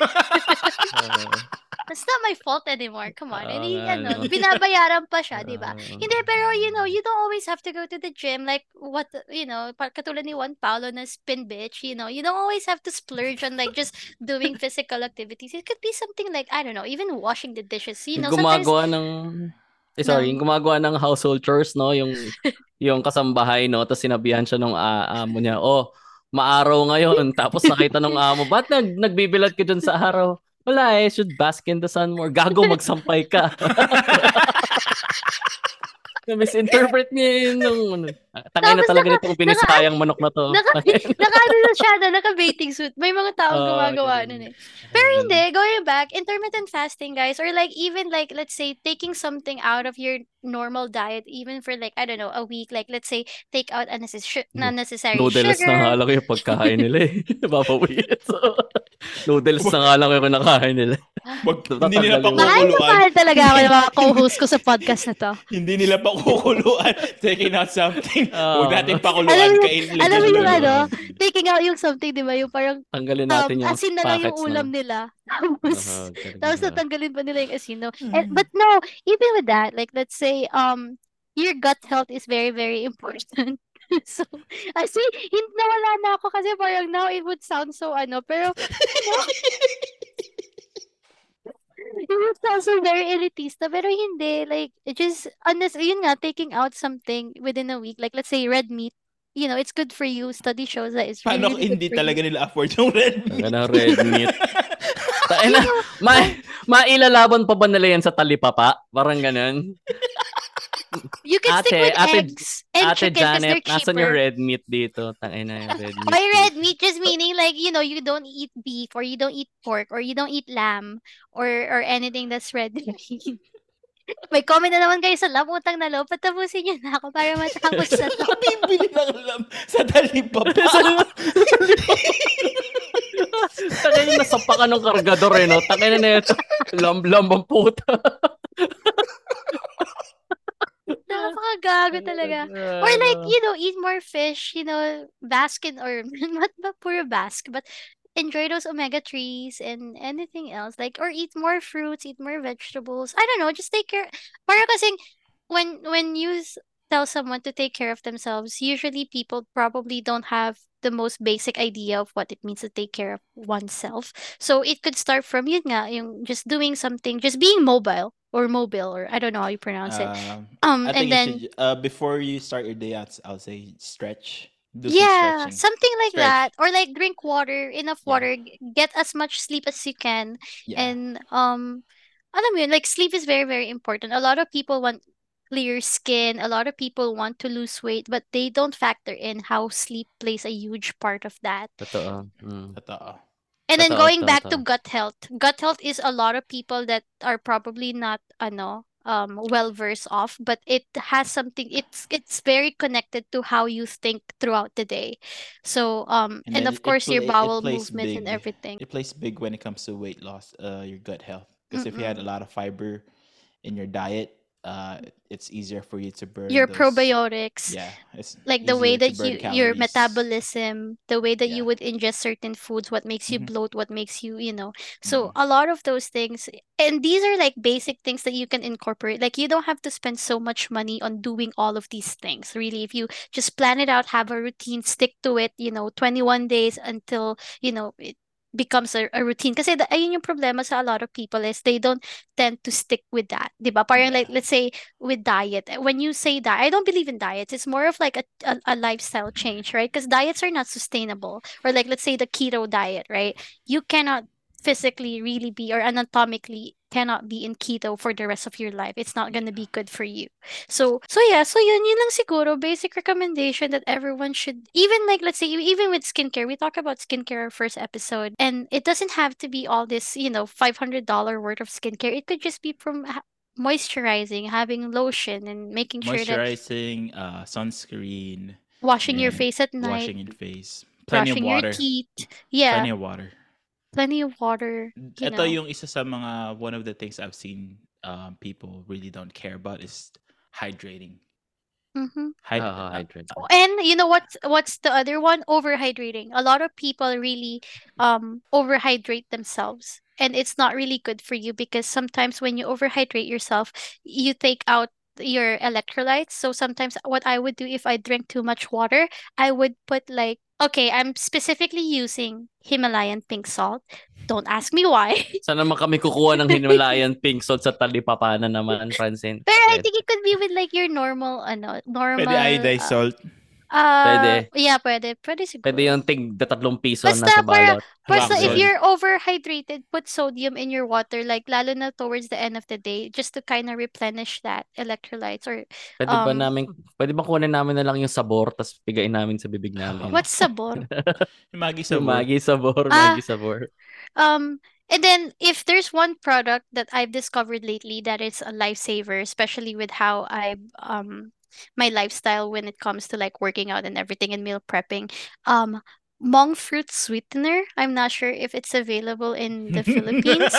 [SPEAKER 3] that's not my fault anymore, come on,
[SPEAKER 4] Oo
[SPEAKER 3] hindi,
[SPEAKER 4] nga, no.
[SPEAKER 3] ano, binabayaran pa siya, di ba?
[SPEAKER 4] Oo.
[SPEAKER 3] Hindi, pero you know, you don't always have to go to the gym. Like what you know, par- katulad ni Juan Paolo na spin bitch, you know, you don't always have to splurge on like just doing physical activities. It could be something like I don't know, even washing the dishes.
[SPEAKER 4] Yung
[SPEAKER 3] You know, sometimes
[SPEAKER 4] gumagawa ng eh, sorry,
[SPEAKER 3] Ng- Mm.
[SPEAKER 4] yung gumagawa ng household chores, no? Yung yung kasambahay, no? Tapos sinabihan siya nung ah, amo niya, oh, maaraw ngayon. Tapos nakita nung amo, ba't nag, nagbibilad ka dun sa araw? Wala eh, should bask in the sun more. Gago, magsampay ka. Na-misinterpret niya yun nung ano. Tangay na
[SPEAKER 3] Tapos
[SPEAKER 4] talaga
[SPEAKER 3] naka-
[SPEAKER 4] nitong pinisayang manok na to.
[SPEAKER 3] naka, naka ano na siya na, naka bathing suit. May mga taong
[SPEAKER 4] Oo,
[SPEAKER 3] gumagawa
[SPEAKER 4] Oh, ganun.
[SPEAKER 3] nun eh. Pero hindi, going back, intermittent fasting guys, or like even like, let's say, taking something out of your normal diet, even for like, I don't know, a week, like let's say, take out unnecessary,
[SPEAKER 4] No-
[SPEAKER 3] unnecessary
[SPEAKER 4] Hmm. Noodles
[SPEAKER 3] sugar.
[SPEAKER 4] na nga lang yung pagkain nila eh. Napapawilit. So, noodles na nga lang yung kinakain nila.
[SPEAKER 2] Wag, hindi nila pa
[SPEAKER 3] Mahal na
[SPEAKER 2] kukuluan.
[SPEAKER 3] mahal talaga ako ng mga co-host ko sa podcast na to.
[SPEAKER 2] Hindi nila pa kukuluan. Taking out something.
[SPEAKER 4] Oo.
[SPEAKER 2] Huwag natin
[SPEAKER 4] ano?
[SPEAKER 2] pakuluan.
[SPEAKER 3] Ah. Alam mo-
[SPEAKER 2] Kain-
[SPEAKER 3] alam mo yung
[SPEAKER 2] Lagyan-
[SPEAKER 3] ano, taking out yung something, di ba? Yung parang
[SPEAKER 4] Tanggalin
[SPEAKER 3] um,
[SPEAKER 4] natin yung
[SPEAKER 3] asin na lang yung
[SPEAKER 4] packets
[SPEAKER 3] ulam
[SPEAKER 4] na-
[SPEAKER 3] nila. Tapos,
[SPEAKER 4] Oo, ganun
[SPEAKER 3] Tapos
[SPEAKER 4] nga.
[SPEAKER 3] natanggalin pa nila yung asino. And, Eh,
[SPEAKER 2] Hmm.
[SPEAKER 4] Mm-hmm.
[SPEAKER 3] but no, even with that, like let's say um your gut health is very very important. so, as in, hin- nawala na ako kasi parang now it would sound so ano, pero it would sound so very elitista, pero hindi, like, it just, unless, yun nga, taking out something within a week, like, let's say, red meat, you know, it's good for you, study shows that it's
[SPEAKER 2] Paano
[SPEAKER 3] really,
[SPEAKER 2] kung
[SPEAKER 3] really
[SPEAKER 2] hindi
[SPEAKER 3] good for you.
[SPEAKER 2] talaga nila afford yung red
[SPEAKER 4] Ang
[SPEAKER 2] meat?
[SPEAKER 4] ganang red meat. Tayo na, ma, mailalaban pa ba nila yan sa talipapa? Parang ganun.
[SPEAKER 3] You can
[SPEAKER 4] Ate,
[SPEAKER 3] stick with
[SPEAKER 4] ate-
[SPEAKER 3] eggs and
[SPEAKER 4] Ate
[SPEAKER 3] chicken because they're
[SPEAKER 4] Janet, nasan yung
[SPEAKER 3] cheaper.
[SPEAKER 4] red meat dito? Tangay na yung red meat.
[SPEAKER 3] By red meat just meaning like you know you don't eat beef or you don't eat pork or you don't eat lamb or or anything that's red meat. May comment na naman kayo sa lamutang na loob. Patapusin niyo na ako para matapos na to.
[SPEAKER 2] Bibili ng lam sa talipapa.
[SPEAKER 4] Tangay na nasampakan ng kargador eh, no? Tangay na na ito. Lamb-lamb ang puta.
[SPEAKER 3] Napakagago talaga. Or like, you know, eat more fish, you know, bask in or not ba puro bask, but enjoy those omega 3s and anything else. Like, or eat more fruits, eat more vegetables. I don't know, just take care. Para kasing, when, when you s- tell someone to take care of themselves, usually people probably don't have the most basic idea of what it means to take care of oneself. So it could start from yun nga, yung just doing something, just being mobile or mobile or I don't know how you pronounce it.
[SPEAKER 2] Um,
[SPEAKER 3] Um,
[SPEAKER 2] I
[SPEAKER 3] and
[SPEAKER 2] think
[SPEAKER 3] then
[SPEAKER 2] you should, uh, before you start your day out, I'll say stretch. Do some
[SPEAKER 3] yeah,
[SPEAKER 2] stretching.
[SPEAKER 3] something like
[SPEAKER 2] Stretch.
[SPEAKER 3] that, or like drink water, enough
[SPEAKER 2] Yeah.
[SPEAKER 3] water, g- get as much sleep as you can,
[SPEAKER 2] Yeah.
[SPEAKER 3] and um, alam mo yun, like sleep is very very important. A lot of people want clear skin, a lot of people want to lose weight, but they don't factor in how sleep plays a huge part of that.
[SPEAKER 4] Totoo. Mm.
[SPEAKER 2] Totoo.
[SPEAKER 3] And then
[SPEAKER 4] Totoo,
[SPEAKER 3] going back to
[SPEAKER 4] totoo.
[SPEAKER 3] gut health, gut health is a lot of people that are probably not ano um well versed off, but it has something it's it's very connected to how you think throughout the day. So um
[SPEAKER 2] And
[SPEAKER 3] and,
[SPEAKER 2] then
[SPEAKER 3] of
[SPEAKER 2] it
[SPEAKER 3] course your
[SPEAKER 2] play- it
[SPEAKER 3] bowel
[SPEAKER 2] plays
[SPEAKER 3] movements and
[SPEAKER 2] big.
[SPEAKER 3] everything.
[SPEAKER 2] It plays big when it comes to weight loss, uh, your gut health. Because if you had a lot of fiber in your diet, uh, it's easier for you to burn
[SPEAKER 3] your
[SPEAKER 2] those-
[SPEAKER 3] probiotics
[SPEAKER 2] Yeah, it's
[SPEAKER 3] like the way
[SPEAKER 2] easier
[SPEAKER 3] that
[SPEAKER 2] to burn
[SPEAKER 3] you your
[SPEAKER 2] calories.
[SPEAKER 3] metabolism the way that you
[SPEAKER 2] Yeah.
[SPEAKER 3] would ingest certain foods what makes you
[SPEAKER 2] Mhm.
[SPEAKER 3] bloat what makes you you know so
[SPEAKER 2] Mm-hmm.
[SPEAKER 3] a lot of those things and these are like basic things that you can incorporate like you don't have to spend so much money on doing all of these things really if you just plan it out have a routine stick to it you know 21 days until you know it becomes a, a routine kasi the, ayun yung problema sa a lot of people is they don't tend to stick with that 'di ba parang like let's say with diet. When you say that, I don't believe in diets. It's more of like a, a, a lifestyle change, right? Because diets are not sustainable. Or like let's say the keto diet, right? You cannot physically really be or anatomically cannot be in keto for the rest of your life. It's not gonna be good for you. So so yeah, so yun yun lang siguro basic recommendation that everyone should even like let's say even with skincare, we talk about skincare our first episode and it doesn't have to be all this, you know, $500 worth of skincare. It could just be from ha- moisturizing, having lotion and making sure that
[SPEAKER 2] moisturizing, uh, sunscreen,
[SPEAKER 3] washing your
[SPEAKER 2] and
[SPEAKER 3] face at night,
[SPEAKER 2] washing your face, plenty
[SPEAKER 3] brushing
[SPEAKER 2] of water,
[SPEAKER 3] your teeth. Yeah,
[SPEAKER 2] plenty of water.
[SPEAKER 3] plenty of water. you
[SPEAKER 2] Ito
[SPEAKER 3] know.
[SPEAKER 2] yung isa sa mga one of the things I've seen um, people really don't care about is hydrating.
[SPEAKER 3] Mhm.
[SPEAKER 2] Hyd-
[SPEAKER 4] Ah,
[SPEAKER 2] uh,
[SPEAKER 4] hydrate.
[SPEAKER 3] And you know what's what's the other one? Overhydrating. A lot of people really um overhydrate themselves. And it's not really good for you because sometimes when you overhydrate yourself, you take out your electrolytes. So sometimes what I would do if I drink too much water, I would put like okay, I'm specifically using Himalayan pink salt. Don't ask me why.
[SPEAKER 4] Saan naman kami kukuha ng Himalayan pink salt sa talipapana naman, Francine?
[SPEAKER 3] But I
[SPEAKER 4] Shit.
[SPEAKER 3] think it could be with like your normal ano, normal
[SPEAKER 2] Pwede iodized
[SPEAKER 3] uh,
[SPEAKER 2] salt.
[SPEAKER 3] uh,
[SPEAKER 4] Pwede.
[SPEAKER 3] yeah, pwede. Pwede siguro.
[SPEAKER 4] Pwede yung tig na tatlong piso
[SPEAKER 3] Diba? Basta
[SPEAKER 4] na sa
[SPEAKER 3] para-
[SPEAKER 4] balot.
[SPEAKER 3] Basta
[SPEAKER 2] Rock
[SPEAKER 3] if
[SPEAKER 2] salt.
[SPEAKER 3] you're overhydrated, put sodium in your water, like lalo na towards the end of the day, just to kind of replenish that electrolytes. Or
[SPEAKER 4] Pwede ba
[SPEAKER 3] um,
[SPEAKER 4] namin, pwede ba kunin namin na lang yung sabor tapos pigain namin sa bibig namin?
[SPEAKER 3] what's sabor?
[SPEAKER 2] Yung Maggi
[SPEAKER 4] Yung
[SPEAKER 2] sabor.
[SPEAKER 4] Maggi sabor,
[SPEAKER 3] Ah.
[SPEAKER 4] Maggi sabor.
[SPEAKER 3] Um, and then if there's one product that I've discovered lately that is a lifesaver, especially with how I um my lifestyle when it comes to like working out and everything and meal prepping, um, monk fruit sweetener. I'm not sure if it's available in the Philippines,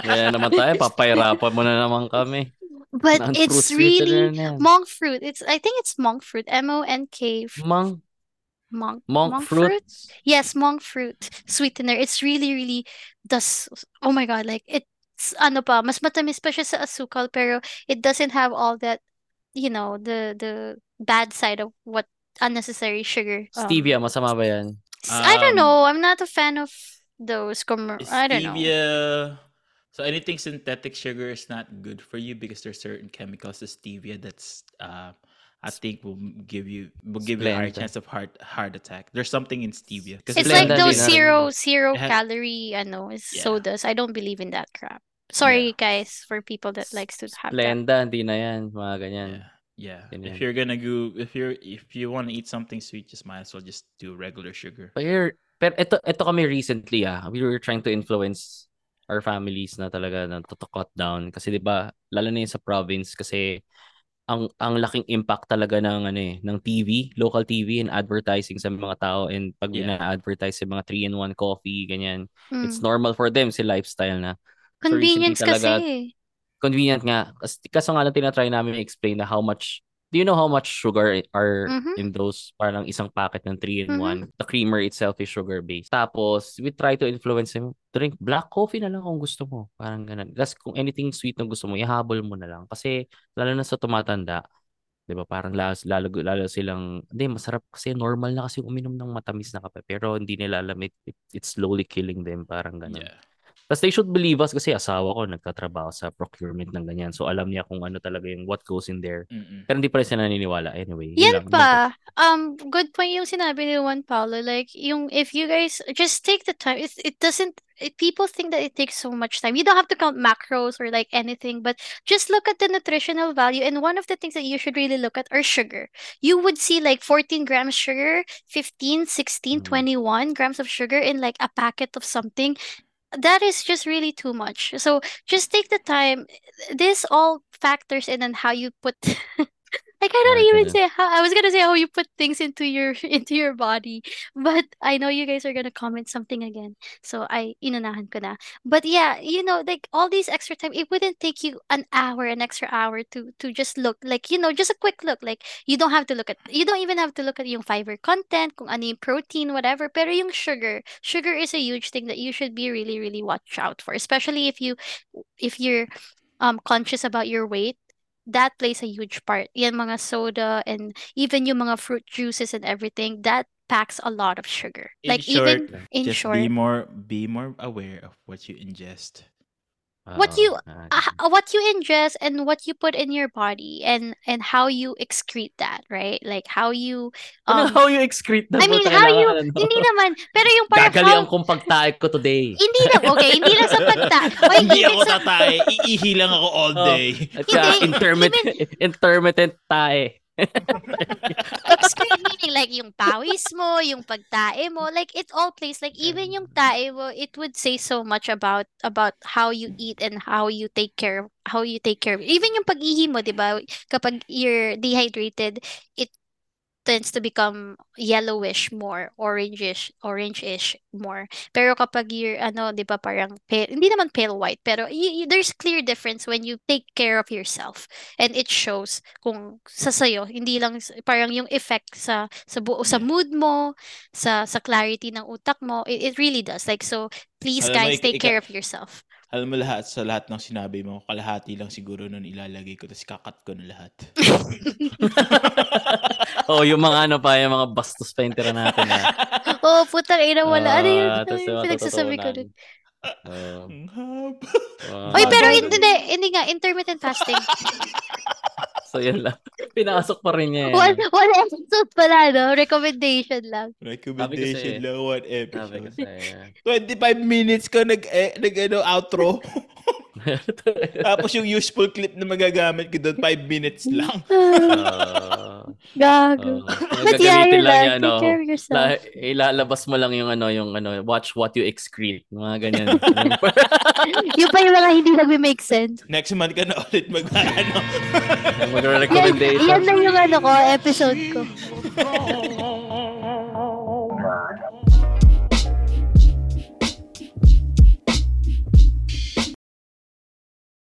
[SPEAKER 4] Kaya naman tayo, papahirapan mo na naman kami.
[SPEAKER 3] but
[SPEAKER 4] Ang
[SPEAKER 3] it's
[SPEAKER 4] fruit
[SPEAKER 3] really
[SPEAKER 4] sweetener na yan.
[SPEAKER 3] monk fruit. It's I think it's monk fruit. M O N K
[SPEAKER 2] Mm.
[SPEAKER 3] f-
[SPEAKER 4] Mang,
[SPEAKER 3] monk
[SPEAKER 4] monk,
[SPEAKER 3] monk
[SPEAKER 4] fruit.
[SPEAKER 3] fruit? Yes, monk fruit sweetener. It's really really does oh my god, like it's ano pa, mas matamis pa siya sa asukal pero it doesn't have all that you know, the the bad side of what unnecessary sugar. um,
[SPEAKER 4] Stevia, masama ba yan?
[SPEAKER 3] s- I don't
[SPEAKER 2] Um,
[SPEAKER 3] know. I'm not a fan of those com- I don't know.
[SPEAKER 2] Stevia. So anything synthetic sugar is not good for you because there's certain chemicals to stevia that's uh, I think will m- give you will give you a higher
[SPEAKER 4] Splenda.
[SPEAKER 2] chance of heart heart attack. There's something in stevia. 'Cause
[SPEAKER 3] It's
[SPEAKER 2] Splenda
[SPEAKER 4] Splenda
[SPEAKER 3] like those
[SPEAKER 4] din, ano.
[SPEAKER 3] zero zero
[SPEAKER 2] It has-
[SPEAKER 3] calorie ano is
[SPEAKER 2] Yeah.
[SPEAKER 3] sodas. I don't believe in that crap. Sorry
[SPEAKER 2] Yeah.
[SPEAKER 3] guys for people that likes to have that.
[SPEAKER 4] Blenda, hindi na yan. Mga ganyan.
[SPEAKER 2] Yeah. Yeah.
[SPEAKER 4] Yun yan.
[SPEAKER 2] If you're gonna go if you're if you want to eat something sweet, just might as well just do regular sugar.
[SPEAKER 4] But here, pero ito, ito kami recently ah, we were trying to influence our families na talaga na to, to cut down. Kasi di ba lalo na yun sa province kasi ang ang laking impact talaga ng ano eh, ng TV, local TV and advertising sa mga tao and pag
[SPEAKER 2] Yeah.
[SPEAKER 4] ina-advertise sa mga 3-in-1 coffee, ganyan.
[SPEAKER 3] Mm.
[SPEAKER 4] It's normal for them si lifestyle na. So recently
[SPEAKER 3] Convenience
[SPEAKER 4] talaga,
[SPEAKER 3] kasi. eh.
[SPEAKER 4] Convenient nga. Kas- Kaso nga lang tinatry namin i-explain na how much Do you know how much sugar are
[SPEAKER 3] Mhm.
[SPEAKER 4] in those parang isang packet ng 3 in 1? The creamer itself is sugar based. Tapos we try to influence him, drink black coffee na lang kung gusto mo. Parang ganun. Tapos kung anything sweet na gusto mo, ihabol mo na lang kasi lalo na sa tumatanda, 'di ba? Parang lalo, lalo, lalo silang, hindi masarap kasi normal na kasi uminom ng matamis na kape pero hindi nila alam it, it- it's slowly killing them, parang ganun.
[SPEAKER 2] Yeah.
[SPEAKER 4] Tapos they should believe us kasi asawa ko nagtatrabaho sa procurement ng ganyan. So alam niya kung ano talaga yung what goes in there.
[SPEAKER 2] Mm-mm.
[SPEAKER 4] Pero hindi pa rin siya naniniwala. Anyway, yun lang.
[SPEAKER 3] Yan pa. Um, good point yung sinabi ni Juan Paulo. Like, yung if you guys just take the time, it, it doesn't, it, people think that it takes so much time. You don't have to count macros or like anything, but just look at the nutritional value. And one of the things that you should really look at are sugar. You would see like 14 grams sugar, 15, 16,
[SPEAKER 4] Mhm.
[SPEAKER 3] 21 grams of sugar in like a packet of something. That is just really too much. So just take the time. This all factors in on how you put I cannot
[SPEAKER 4] Alright,
[SPEAKER 3] even
[SPEAKER 4] ganun.
[SPEAKER 3] say how I was gonna say how you put things into your into your body, but I know you guys are gonna comment something again, so I inunahan ko na. But yeah, you know, like all these extra time, it wouldn't take you an hour, an extra hour to to just look like you know, just a quick look. Like you don't have to look at, you don't even have to look at yung fiber content, kung ano yung protein, whatever. Pero yung sugar, sugar is a huge thing that you should be really really watch out for, especially if you if you're um conscious about your weight that plays a huge part. Yan mga soda and even yung mga fruit juices and everything, that packs a lot of sugar. like even in
[SPEAKER 2] just
[SPEAKER 3] short,
[SPEAKER 2] be more be more aware of what you ingest.
[SPEAKER 3] What you-
[SPEAKER 4] Ah,
[SPEAKER 3] ah, ah, what you ingest and what you put in your body and and how you excrete that, right? Like how you
[SPEAKER 4] Ano,
[SPEAKER 3] um
[SPEAKER 4] how you excrete na
[SPEAKER 3] I mean,
[SPEAKER 4] putang
[SPEAKER 3] how
[SPEAKER 4] ina,
[SPEAKER 3] you-
[SPEAKER 4] ano?
[SPEAKER 3] hindi naman, pero yung parang
[SPEAKER 4] Gagalian
[SPEAKER 3] how,
[SPEAKER 4] kong pagtaik ko today.
[SPEAKER 3] hindi lang, okay, hindi lang sa pagta. Oy,
[SPEAKER 2] Hindi
[SPEAKER 3] even
[SPEAKER 2] ako
[SPEAKER 3] sa-
[SPEAKER 2] tatay. Iihi lang ako all
[SPEAKER 4] Oh.
[SPEAKER 2] day.
[SPEAKER 4] At saka
[SPEAKER 3] Hindi,
[SPEAKER 4] intermittent, intermittent tae.
[SPEAKER 3] Excrete meaning like yung pawis mo, yung pagtae mo, like it all plays like even yung tae mo, it would say so much about about how you eat and how you take care how you take care of even yung pag-ihi mo, 'di ba? Kapag you're dehydrated, it tends to become yellowish more, orangish, orange-ish more. Pero kapag you're ano, 'di ba, parang pale, hindi naman pale white, pero y- y- there's clear difference when you take care of yourself and it shows kung sa sayo hindi lang s- parang yung effect sa sa buo
[SPEAKER 2] Mm.
[SPEAKER 3] sa mood mo sa sa clarity ng utak mo it, it really does like so please
[SPEAKER 2] Alam mo, ik-
[SPEAKER 3] guys take
[SPEAKER 2] ika-
[SPEAKER 3] care of yourself
[SPEAKER 2] Alam mo lahat sa lahat ng sinabi mo, kalahati lang siguro nun ilalagay ko tapos kakat ko na lahat.
[SPEAKER 4] oh, yung mga ano pa, yung mga bastos pa yung tira natin. Ha?
[SPEAKER 3] oh putang ina wala ano yun
[SPEAKER 4] Ah,
[SPEAKER 3] ano
[SPEAKER 4] tas
[SPEAKER 3] yung
[SPEAKER 4] yung
[SPEAKER 3] pinagsasabi ko
[SPEAKER 4] matututunan.
[SPEAKER 3] dun
[SPEAKER 4] Oh,
[SPEAKER 2] Ang haba.
[SPEAKER 4] wow.
[SPEAKER 3] oy pero
[SPEAKER 2] Ah,
[SPEAKER 3] hindi hindi- hindi nga intermittent fasting
[SPEAKER 4] So, yun lang. Pinasok pa rin niya. eh. yan.
[SPEAKER 3] one one episode pala no recommendation lang
[SPEAKER 2] Recommendation
[SPEAKER 4] Sabi kasi-
[SPEAKER 2] lang one
[SPEAKER 4] Sabi ko
[SPEAKER 2] episode.
[SPEAKER 4] sa'yo.
[SPEAKER 2] 25 minutes ka nag, eh, nag ano, outro.
[SPEAKER 4] Ah,
[SPEAKER 2] Tapos yung useful clip na magagamit ko doon, 5 minutes lang.
[SPEAKER 4] Ah,
[SPEAKER 3] gago
[SPEAKER 4] ah.
[SPEAKER 3] but yeah
[SPEAKER 4] Gagamitin
[SPEAKER 3] you're
[SPEAKER 4] lang
[SPEAKER 3] right
[SPEAKER 4] yan,
[SPEAKER 3] take
[SPEAKER 4] oh.
[SPEAKER 3] care of yourself
[SPEAKER 4] La, ilalabas mo lang yung ano, yung ano, watch what you excrete. Mga ganyan.
[SPEAKER 3] yung pa yung mga hindi nagme-make sense
[SPEAKER 2] Next month ka na ulit mag ano.
[SPEAKER 4] Mag-recommendation.
[SPEAKER 3] yan, yan na yung ano ko episode ko
[SPEAKER 1] She was wrong.